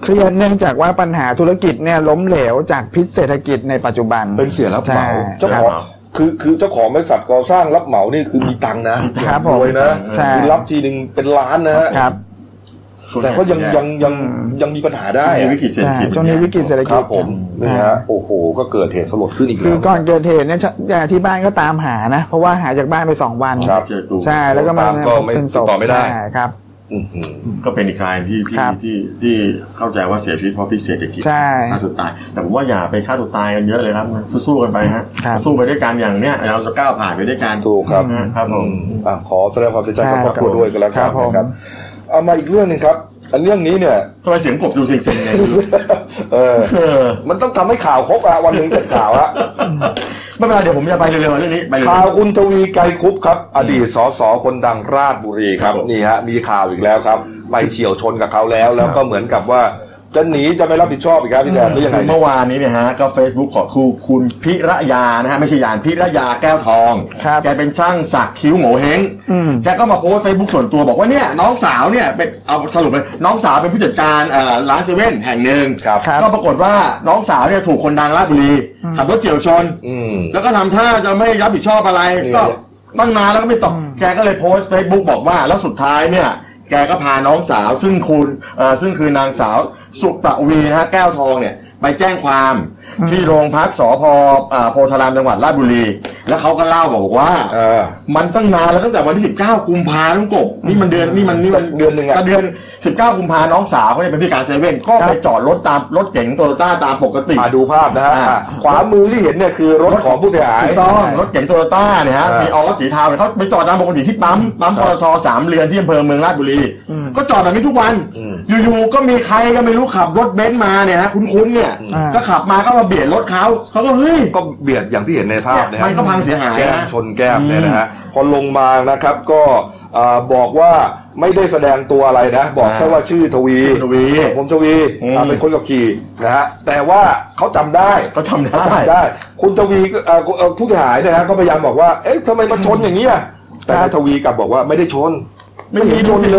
Speaker 12: เครียดเนื่องจากว่าปัญหาธุรกิจเนี่ยล้มเหลวจากพิษเศรษฐกิจในปัจจุบัน
Speaker 1: เป็นเสียรับเหมา
Speaker 12: ใช่
Speaker 1: เจ้าของคือคือเจ้าของบริษัทก่อสร้างรับเหมานี่คือมีตังค์นะครับ
Speaker 12: ผม
Speaker 1: รวยนะ
Speaker 12: ใช่
Speaker 1: คือรับทีหนึ่งเป็นล้านนะฮะ
Speaker 12: ครับ
Speaker 1: แต่ก็ยังยังยังยังมีปัญหาได้อะ
Speaker 4: มีวิกฤตเศรษฐกิจ
Speaker 12: ใช่ช่วงนี้วิกฤตเศรษฐ
Speaker 1: ค
Speaker 12: กิ
Speaker 1: รั
Speaker 12: จ
Speaker 1: บผมนี่ฮะโอ้โห ก็เกิดเหตุสลดขึ้นอีก
Speaker 12: คื
Speaker 1: แล้
Speaker 12: อ
Speaker 1: ว
Speaker 12: ก่อนเกิดเหตุเนี่ยชอ่าที่บ้านก็ตามหานะ เพราะว่าหายจากบ้านไปสองวัน
Speaker 1: ครับ
Speaker 12: ใช่แล้วก็มา
Speaker 1: ตามก็ไม่
Speaker 12: เป็นศพ
Speaker 1: ติดต่อไม่ได้
Speaker 12: ใช่ครับ
Speaker 4: อื้อหือก็เป็นอีกรายที่ที่ที่ที่เข้าใจว่าเสียชีวิตเพราะพิษเศรษฐกิจ
Speaker 12: ใช่
Speaker 4: ฆ่าตัวตาย แต่ผมว่าอย่าไปฆ่าตัวตายกันเยอะเลยครับสู้ๆกันไปฮะสู้ไปด้วยกันอย่างเนี้ยเราจะก้าวผ่านไปด้วยกัน
Speaker 1: ถูกครับ
Speaker 4: ครับผม
Speaker 1: อ่ะขอแสดงความเสียใจกับครอบครัวด้วยกันแล้วกันนะครับเอามาอีกเรื่องหนึงครับ อันเรื่องนี้เนี่ย
Speaker 4: ทำไมเสียงกบดูเซ็งๆเนี่ย
Speaker 1: เออ มันต้องทำให้ข่าวครบอะวันหนึ่งเจ็ดข่าวอะ
Speaker 4: ไม่เป็นไรเดี๋ยวผมจะไปเร็วๆเรื่องนี้ไปเร็ว
Speaker 1: ข่าวคุณทวีไกรคุปครับ อดีตสสคนดังราชบุรีครับนี่ฮะมีข่าวอีกแล้วครับ ไปเฉียวชนกับเขาแล้ว แล้วก็เหมือนกับว่าจะหนีจะไม่รับผิดชอบอีกครับพี่แจ๊คหรือยังไง
Speaker 4: คือเมื่อวานนี้เนี่ยฮะก็ Facebook ของครูคุณพิระยานะฮะไม่ใช่ยานพิระยาแก้วทอง แกเป็นช่างสักคิ้วโหง่เฮง
Speaker 12: อืม
Speaker 4: แกก็มาโพสเฟซบุ๊กส่วนตัวบอกว่าเนี่ยน้องสาวเนี่ยเป็นเอาสรุปเลยน้องสาวเป็นผู้จัดการเอ่อร้านเซเว่นแห่งหนึ่งก็ปรากฏว่าน้องสาวเนี่ยถูกคนดังราชบุรี
Speaker 12: อืม
Speaker 4: ขับรถเฉียวชน
Speaker 1: อืม
Speaker 4: แล้วก็ทำท่าจะไม่รับผิดชอบอะไร
Speaker 1: นี่
Speaker 4: ก็ตั้งนานแล้วก็ไม่ตอบแกก็เลยโพสต์เฟซบุ๊กบอกว่า แล้วสุดท้ายเนี่ย แกก็พาน้องสาว ซึ่งคุณเอ่อซึ่งคือนางสาวสุตะวีนะฮะแก้วทองเนี่ย ไปแจ้งความที่โรงพักสพอ่าโพธารามจังหวัดราชบุรี แล้วเขาก็เล่าบอกว่ามันตั้งนานแล้วตั้งแต่วันที่ 19 กุมภาพันธ์ลุงกบนี่มันเดือนนี่มันนี่มันเดือนหนึ่งอะเดือน 19 กุมภาพันธ์น้องสาวเขาเนี่ยเป็นพิการเซเว่นก็ไปจอดรถตามรถเก๋งโตโยต้าตามปกติ
Speaker 1: ดูภาพนะฮะขวามือที่เห็นเนี่ยคือรถของผู้เสียหาย
Speaker 4: ถูกต้องรถเก๋งโตโยต้าเนี่ยฮะ
Speaker 1: อ่ามี
Speaker 4: มีออสสีเทาเนี่ยเขาไปจอดตามปกติที่ปั๊มปั๊มปตทสามเรือนที่อำเภอเมืองราชบุรี ก็จอดแบบนี้ทุกวัน อยู่ๆ ก็มีใครก็ไม่รู้ขับรถเบนซ์มาเนี่ยฮะคุ้นๆ เนี่ย
Speaker 1: อ่า
Speaker 4: ก็ขับมาก็มาเบียดรถเขาเขาก็เฮ้ย
Speaker 1: ก็เบียดอย่างที่เห็นในภาพเนะฮะ
Speaker 4: มันก็พังเสียหายนะ
Speaker 1: แก้มชนแก้มเนี่ยนะฮะพอลงมานะครับก็อ่าบอกว่าไม่ได้แสดงตัวอะไรนะ บอกแค่ว่าชื่อทวี
Speaker 4: ทวี
Speaker 1: ผมทวีอ่าเป็นคนขับขี่นะฮะแต่ว่าเขาจำได้
Speaker 4: เขาจำได้
Speaker 1: ได้ คุณทวีก็เอ่อเอ่อผู้เสียหายเนยนะก็พยายามบอกว่าเอ๊ะทำไมมาชนอย่างนี้ยแต่นายทวีกลับบอกว่าไม่ได้ชน
Speaker 4: ไม่มีไม่มีชนเ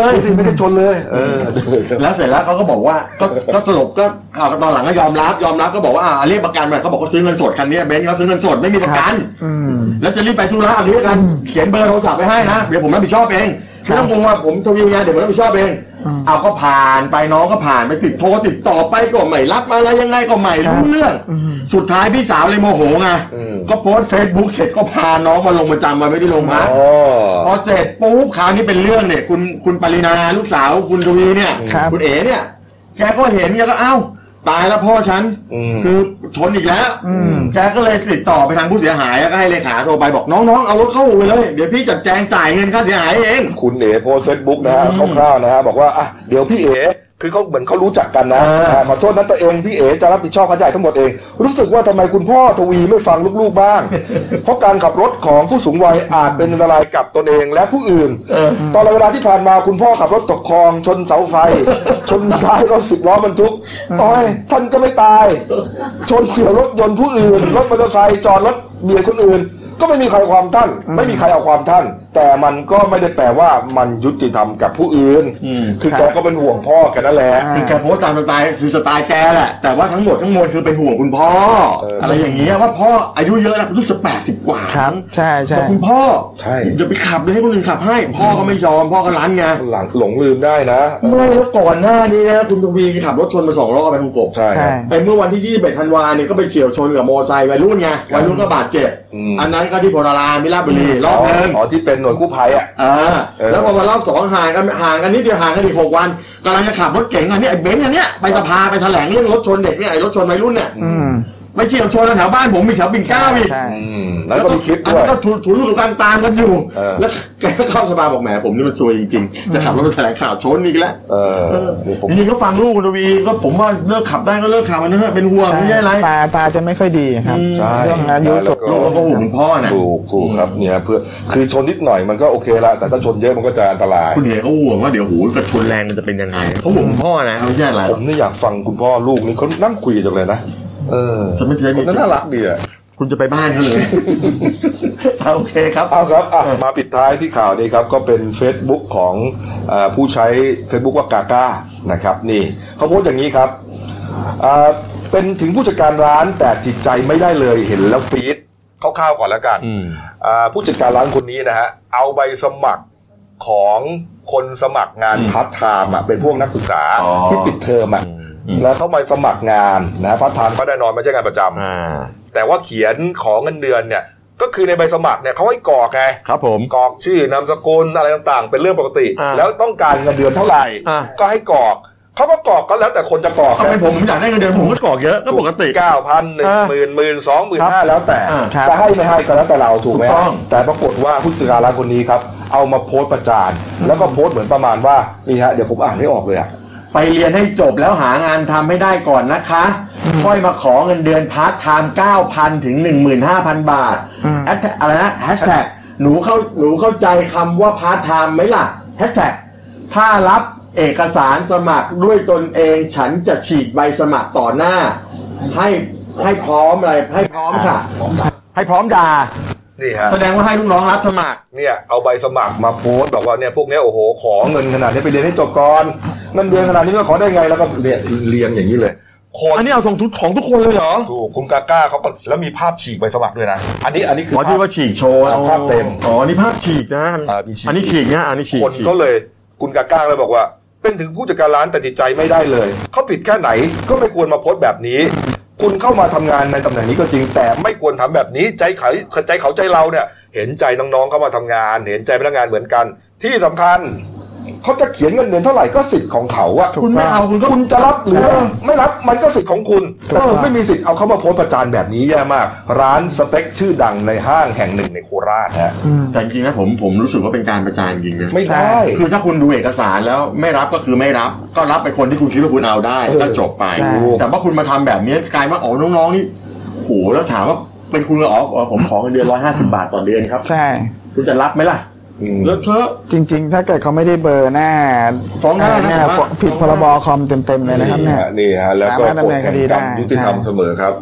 Speaker 4: ลย
Speaker 1: ดูสิไม่ได้ชนเลย เออ
Speaker 4: แล้วเสร็จแล้วเขาก็บอกว่าก็ก็สรุปก็เอาตอนหลังก็ยอมรับยอมรับก็บอกว่าอ่าเรียกประกันมาเขาบอกเขาซื้อเงินสดคันเนี้ยเบนซ์เขาซื้อเงินสดไม่มีประกัน
Speaker 12: อืม
Speaker 4: แล้วจะรีบไปธุระอันนี้กันเขียนเบอร์โทรศัพท์ไปให้นะ เดี๋ยวผมรับผิดชอบเองไม่ต้องกลัวผมทวีงานเดี๋ยวผมรับผิดชอบเอง เอาก็ผ่านไปน้องก็ผ่านไปติดโทรติดต่อไปก็ไม่รับอะไรยังไงก็ไม่รู้เรื่อง สุดท้ายพี่สาวเลยโมโหไงก็โพสต์เฟซบุ๊กเสร็จก็พาน้องมาลงประจำวันไว้ที่โรงพักพอเสร็จปุ๊บคราวนี้เป็นเรื่องเนี่ย คุณคุณปรินาลูกสาวคุณทวีเนี่ย
Speaker 12: ครับ
Speaker 4: คุณเอ๋เนี่ยแกก็เห็นแกก็เอ้าตายแล้วพ่อฉันคือชนอีกแล้ว
Speaker 12: อืม
Speaker 4: แกก็เลยติดต่อไปทางผู้เสียหายแล้วก็ให้เลขาโทรไปบอกน้องๆเอารถเข้าอู่ไปเลยเดี๋ยวพี่จัดแจงจ่ายเงินค่าเสียหายเอง
Speaker 1: คุณเอ๋โพสเฟซบุ๊กนะฮะคร่าวๆนะฮะบอกว่าอ่ะเดี๋ยวพี่เอ๋คือเขาเหมือนเขารู้จักกันนะอ่าขอโทษนะตัวเองพี่เอ๋จะรับผิดชอบค่าใช้จ่ายทั้งหมดเอง รู้สึกว่าทำไมคุณพ่อทวีไม่ฟังลูกๆ บ้าง เพราะการขับรถของผู้สูงวัยอาจเป็นอันตรายกับตนเองและผู้อื่น ตลอดเวลาที่ผ่านมาคุณพ่อขับรถตกคลอง ชนเสา ไฟ ชนท้ายรถสิบล้อบรรทุกโอ้ยท่านก็ไม่ตาย ชนเฉียวรถยนต์ผู้อื่นรถมอเตอร์ไซค์จอดรถเบียดคนอื่น ก็ไม่มีใครเอาความท่าน ไม่มีใครเอาความท่าน แต่มันก็ไม่ได้แปลว่ามันยุติธรรมกับผู้อื่น คือแกก็เป็นห่วงพ่อแกันนั่นแหละ
Speaker 4: คือแกโพสต์ตามสไตล์คือสไตล์แกแหละ แต่ว่าทั้งหมดทั้งมวลคือเป็นห่วงคุณพ่อ อะไรอย่างเงี้ยว่าพ่ออายุเยอะแล้วรู้สึกแปดสิบกว่า
Speaker 12: ครับใช่ใช่
Speaker 4: บอกคุณพ่อใช่อย่าไปขับเลยให้คนอื่นขับให้ พ่อก็ไม่ยอมพ่อก็ร้านไง
Speaker 1: หลังหลงลืมได้นะ
Speaker 4: ไม่แล้วก่อนหน้านี้นะคุณทวีขับรถชนมาสองรอบไปคุณกบ
Speaker 1: ใช่ครับ
Speaker 4: ไปเมื่อวันที่ยี่สิบเอ็ดธันวาเนี่ยก็ไปเฉียวชนกับมอเตอร์ไซค์วัยรุ่นไงวัยรุ่นก็บาดเจ็บ
Speaker 1: อืม
Speaker 4: อันนั้นก็ที่โพธารามมิลาชบุรีรอบหนึง
Speaker 1: อ๋อที่เป็นหน่วยกู้ภัยอ่ะ
Speaker 4: อ่าแล้วพอมารอบสองห่างกันห่างกันนิดเดียวห่างกันอีกหกวันกำลังจะขับรถเก๋งอันนี้ไอ้เบนซ์อันเนี้ยไปสภาไปแถลงเรื่องรถชนเด็กเนี่ยไอ้รถชนวัยรุ่นเนี่ยไปเฉียวชนแถวบ้านผมมีแถวปิ่นเกล้าอีก
Speaker 1: แล้วก็มีคลิปด้วย
Speaker 4: อันนั้นก็ถูถูรูกตามตามกันอยู่
Speaker 1: เออ
Speaker 4: แล้วแกก็เข้าสภาบอกแหมผมนี่มันซวยจริงๆจะขับรถไปแถลงข่าวชนอีกแล้ว
Speaker 1: เออ
Speaker 4: จริงๆก็ฟังลูกคุณทวีก็ผมว่าเลิกขับได้ก็เลิกขับมันเถอะเป็นห่วงไม่ใช่อะไร
Speaker 12: ตาตาจะไม่ค่อยดีครับ
Speaker 1: ใช่
Speaker 12: เรื่องอายุสุด
Speaker 1: แล้ว
Speaker 4: ก็ห่วงพ่อนะ
Speaker 1: ถูกถูกครับเนี่ยเพื่อคือชนนิดหน่อยมันก็โอเคละแต่ถ้าชนเยอะมันก็จะอันตราย
Speaker 4: คุณเห็นเขาห่วงว่าเดี๋ยวหูกระชนแรงมันจะเป็นยังไงเขาห่วงพ่อนะไม่ใช่อะไร
Speaker 1: ผมนี่อยากฟังคุณพ่อลูกนี่เขานั่งคุยจังเลยนะ เออ
Speaker 4: จะไม่ใช่
Speaker 1: คนนั้นน่ารักดีอ่ะ
Speaker 4: คุณจะไปบ้านเขา เลย โอเคครับ
Speaker 1: เอาครับอ่ะมาปิดท้ายที่ข่าวนี้ครับ ก็เป็น Facebook ของเออผู้ใช้ Facebook ว่ากาก้านะครับ นี่เขาโพสต์อย่างนี้ครับอ่าเป็นถึงผู้จัดการร้านแต่จิตใจไม่ได้เลยเห็นแล้วฟีดคร่าวๆก่อนแล้วกันอ่าผู้จัดการร้านคนนี้นะฮะเอาใบสมัครของคนสมัครงานพาร์ทไทม์อ่ะเป็นพวกนักศึกษาที่ปิดเทอมอ่ะแล้วเขาไปสมัครงานนะพาร์ทไทม์ก็ได้นอนไม่ใช่งานประจำแต่ว่าเขียนของเงินเดือนเนี่ย ก็คือในใบสมัครเนี่ยเขาให้กรอกไง
Speaker 4: ครับผม
Speaker 1: กรอกชื่อนามสกุลอะไรต่างๆ เป็นเรื่องปกติ
Speaker 4: อ่า
Speaker 1: แล้วต้องการเงินเดือนเท่าไหร่
Speaker 4: อ่า
Speaker 1: ก็ให้กรอกเขาก็กรอกก็แล้วแต่คนจะกรอก
Speaker 4: ทำไมผมผมอยากได้เงินเดือนผมก็กรอกเยอะก็ปกติ
Speaker 1: เก้าพันหนึ่งหมื่นหมื่นสองหมื่นห้าแล้วแต่
Speaker 4: อ่าครับ
Speaker 1: จะให้ไม่ให้ก็แล้วแต่เราถูกไหมแต่ปรากฏว่าผู้สื่อข่าวรายคนนี้ครับ เอามาโพสต์ประจานแล้วก็โพสต์เหมือนประมาณว่านี่ฮะเดี๋ยวผมอ่านไม่ออกเลยอะ
Speaker 4: ไปเรียนให้จบแล้วหางานทำให้ได้ก่อนนะคะ ค่อยมาขอเงินเดือนพาร์ทไทม์9,000 ถึง 15,000 บาทแอดอะไรนะแฮชแท็กหนูเข้าหนูเข้าใจคำว่าพาร์ทไทม์ไหมล่ะแฮชแท็กถ้ารับเอกสารสมัครด้วยตนเองฉันจะฉีกใบสมัครต่อหน้า ให้ให้พร้อมอะไรให้พร้อมค่ะ ให้พร้อมด่า
Speaker 1: นี่ฮะ
Speaker 4: แสดงว่าให้ลูกน้องรับสมัคร
Speaker 1: เนี่ยเอาใบสมัครมาโพสต์บอกว่าเนี่ยพวกเนี้ยโอ้โหขอเงินขนาดนี้ไปเรียนให้จบก่อนเงินเดือนขนาดนี้มาขอได้ไงแล้วก็เรียนเรียงอย่างนี้เลยคนอันนี้เอาของทุกของทุกคนเลยเหรอถูกคุณกาก้าเขาก็แล้วมีภาพฉีกใบสมัครด้วยนะ อันนี้อันนี้คือ
Speaker 4: อ๋อที่ว่าฉีกโชว์
Speaker 1: อ่ะภาพเต็ม
Speaker 4: อ๋อนี่ภาพฉีกนะอันนี้ฉีกนะอันนี้ฉีก
Speaker 1: คนก็เลยคุณกาก้าเลยบอกว่า เป็นถึงผู้จัดการร้านแต่จิตใจไม่ได้เลยเขาผิดแค่ไหนก็ไม่ควรมาโพสต์แบบนี้ คุณเข้ามาทำงานในตำแหน่งนี้ก็จริงแต่ไม่ควรทำแบบนี้ใจเขาใจเขาใจเราเนี่ย เห็นใจน้องๆเข้ามาทำงาน เห็นใจพนักงานเหมือนกัน ที่สำคัญ เขาจะเขียนเงินเดือนเท่าไหร่ก็สิทธิ์ของเขาอะ
Speaker 4: คุณไม่เอาคุณก็
Speaker 1: จะรับหรือไม่รับมันก็สิทธิ์ของคุณเออไม่มีสิทธิ์เอาเขามาโพสต์ประจานแบบนี้แย่มาก ร้านสเต็กชื่อดังในห้างแห่งหนึ่งในโคราชฮะ
Speaker 4: แต่จริงๆนะผมผมรู้สึกว่าเป็นการประจานจริงนะ
Speaker 1: ไม่ได้
Speaker 4: คือถ้าคุณดูเอกสารแล้วไม่รับก็คือไม่รับ ก็รับไปคนที่คุณคิดว่าคุณเอาได้
Speaker 1: เออ
Speaker 4: ก็จบไป
Speaker 1: ใช่
Speaker 4: แต่ว่าคุณมาทำแบบนี้กลายว่าอ๋อน้องๆนี่โหแล้วถามว่าเป็นคุณเหรออ๋ออ๋อผมขอเงินเดือนร้อยห้าสิบาทต่อเดือนครับ
Speaker 12: ใช่
Speaker 4: คุณจะรับไหมล่ะ แล้วเธอ
Speaker 12: จริง ๆ ถ้าเกิดเขาไม่ได้เบอร์หน้า
Speaker 4: ฟ้องได้นะผม
Speaker 12: เย
Speaker 4: ว่า
Speaker 12: ฟ้องผิดพรบคอมเต็มๆเลยนะครับเนี่ย
Speaker 1: ฮะนี่ฮะแล้วก็
Speaker 12: สามารถดำเนินคดีได้
Speaker 1: กฎแห่งกรรมยุติธรรมเสมอครับ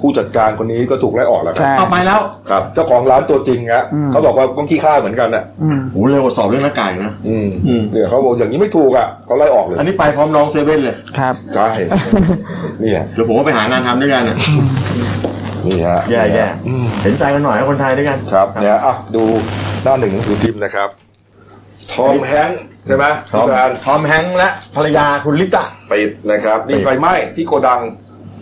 Speaker 1: ผู้จัดการคนนี้ก็ถูกไล่ออกแล้วครั
Speaker 4: ใช่เอาไปแล้ว
Speaker 1: ครับเจ้าของร้านตัวจริงฮะ
Speaker 4: อืม
Speaker 1: เขาบอกว่าก้องขี้ข้าเหมือนกันอ่ะ
Speaker 4: โหเร็วกว่าสอบเรื่องหน้ากากนะ
Speaker 1: อืมเนี่ยเขาบอกอย่างนี้ไม่ถูกอ่ะเขาไล่ออกเลย
Speaker 4: อันนี้ไปพร้อมน้องเซเว่นเลย
Speaker 12: ครับ
Speaker 1: ใช่นี่ฮะ
Speaker 4: แล้วผมก็ไปหางานทำด้วยกันอะ
Speaker 1: นี่ฮะ
Speaker 4: แย่แย่ เห็นใจกันหน่อยนะคนไทยด้วยกัน
Speaker 1: ครับเนี่ยอ่ะดูหน้าหนึ่งหนังสือพิมพ์นะครับทอมแฮงค์ใช่ไหม
Speaker 4: ทอม
Speaker 1: พี่การ
Speaker 4: ทอมแฮงค์และภรรยาคุณลิตะ
Speaker 1: ติดนะครับนี่
Speaker 4: ติด
Speaker 1: ไฟไหม้ที่โกดัง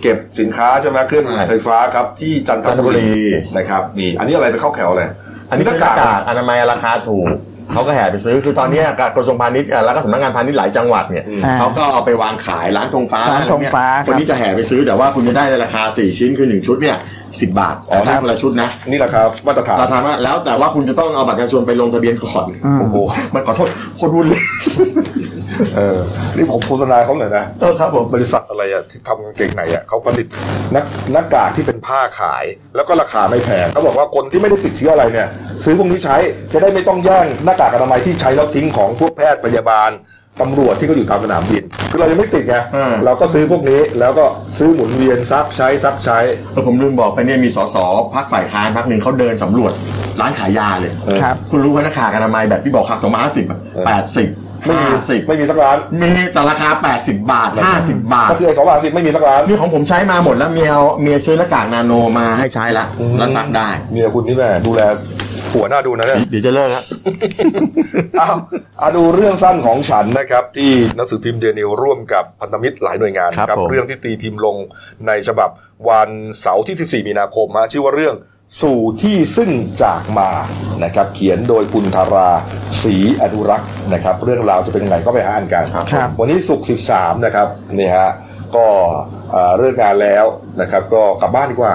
Speaker 1: เก็บสินค้าใช่ไหมเครื่องไฟฟ้าครับที่จันท
Speaker 4: จันทบุ
Speaker 1: บุ
Speaker 4: รี
Speaker 1: รีนะครับนี่อันนี้อะไรไปเข้าแถวอะไร
Speaker 4: อันนี้
Speaker 1: ห
Speaker 4: หน้ากากอนามัยราคาถูก เขาก็แห่ไปซื้อคือตอนเนี้ยกระทรวงพาณิชย์อ่ะแล้วก็สำนักงานพาณิชย์หลายจังหวัดเนี่ย
Speaker 12: อ่า
Speaker 4: เขาก็เอาไปวางขายร้านธงฟ้า
Speaker 12: ร้านธงฟ้า
Speaker 4: อะไรเนี่ยคนนี้จะแห่ไปซื้อแต่ว่าคุณจะได้ในราคา 4 ชิ้นคือ 1 ชุดเนี่ยสิบาท
Speaker 1: อ๋อ
Speaker 4: ได้
Speaker 1: นี่
Speaker 4: คนละชุดนะ
Speaker 1: นี่แหละครับมาตรฐาน
Speaker 4: ราคาว่าแล้วแต่ว่าคุณจะต้องเอาบัตรประชาชนไปลงทะเบียนก่อน
Speaker 12: อืม
Speaker 1: โอ้โห
Speaker 4: มันขอโทษคนวุ่นเลย
Speaker 1: เออนี่ผมโฆษณาเขาหน่อยนะ
Speaker 4: เออครับผม
Speaker 1: บริษัทอะไรอะที่ทำกางเกงในอะเขาผลิตหน้าหน้ากากที่เป็นผ้าขาย แล้วก็ราคาไม่แพงเขาบอกว่าคนที่ไม่ได้ติดเชื้ออะไรเนี่ย ซื้อพวกนี้ใช้จะได้ไม่ต้องแย่งหน้ากากอนามัยที่ใช้แล้วทิ้งของพวกแพทย์พยาบาลตำรวจที่เขาอยู่ตามสนามบินคือเรายังไม่ติดไงเราก็ซื้อพวกนี้แล้วก็ซื้อหมุนเวียนซักใช้ซักใช้
Speaker 4: เออผมลืมบอกไปเนี่ยมีสสพักฝ่ายค้านพักหนึ่งเขาเดินสำรวจร้านขายยาเลย
Speaker 12: ครับ
Speaker 4: คุณรู้ว่าหน้ากากอนามัยแบบที่บอกหักสองร้อยห้าสิบอะแปดสิบ
Speaker 1: ไม่มี
Speaker 4: ห้าสิบ
Speaker 1: ไม่มีสักร้าน
Speaker 4: มีแต่ราคา 80 บาท 50 บาท
Speaker 1: ก็คือไอ้สองบาทสิบไม่มีสักร้าน
Speaker 4: นี่ของผมใช้มาหมดแล้วเมียเอาเมียซื้อหน้ากากนาโนมาให้ใช้ละแล้วซักได้
Speaker 1: เมียคุณนี่แม่ดูแลหัวหน้าดูนะเนี่ย
Speaker 4: เดี๋ยวจะเลิกละ
Speaker 1: เอาเอาดูเรื่องสั้นของฉันนะครับ ที่หนังสือพิมพ์เดนิวร่วมกับพันธมิตรหลายหน่วยงานนะครับ
Speaker 4: ผม
Speaker 1: เรื่องที่ตีพิมพ์ลงในฉบับวันเสาร์ที่ 14 มีนาคมฮะชื่อว่าเรื่องสู่ที่ซึ่งจากมานะครับ เขียนโดยคุณธาราศรีอนุรักษ์นะครับ เรื่องราวจะเป็นยังไงก็ไปอ่านกัน
Speaker 4: ครับ
Speaker 12: ครับ
Speaker 1: วันนี้ศุกร์13 นะครับนี่ฮะก็เอ่อเลิกงานแล้วนะครับ ก็กลับบ้านดีกว่า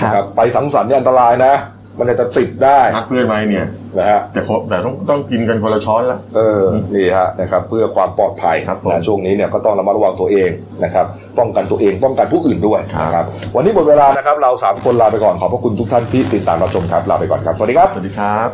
Speaker 12: ครับ
Speaker 1: นะไปสังสรรค์เนี่ยอันตรายนะ มันอาจจะติดได้
Speaker 4: พักเพื่อนไว้เนี่ย
Speaker 1: นะฮะ
Speaker 4: แต่ขอแต่ต้องต้องกินกันคนละช้อนละ
Speaker 1: เออ นี่ฮะนะครับ เพื่อความปลอดภัย
Speaker 4: ครับผม
Speaker 1: นะช่วงนี้เนี่ยก็ต้องระมัดระวังตัวเองนะครับ ป้องกันตัวเองป้องกันผู้อื่นด้วยนะครับ วันนี้หมดเวลานะครับ เรา 3 คนลาไปก่อน ขอบพระคุณทุกท่านที่ติดตามรับชมครับ ลาไปก่อนครับ สวัสดีครับ
Speaker 4: สวัสดีครับ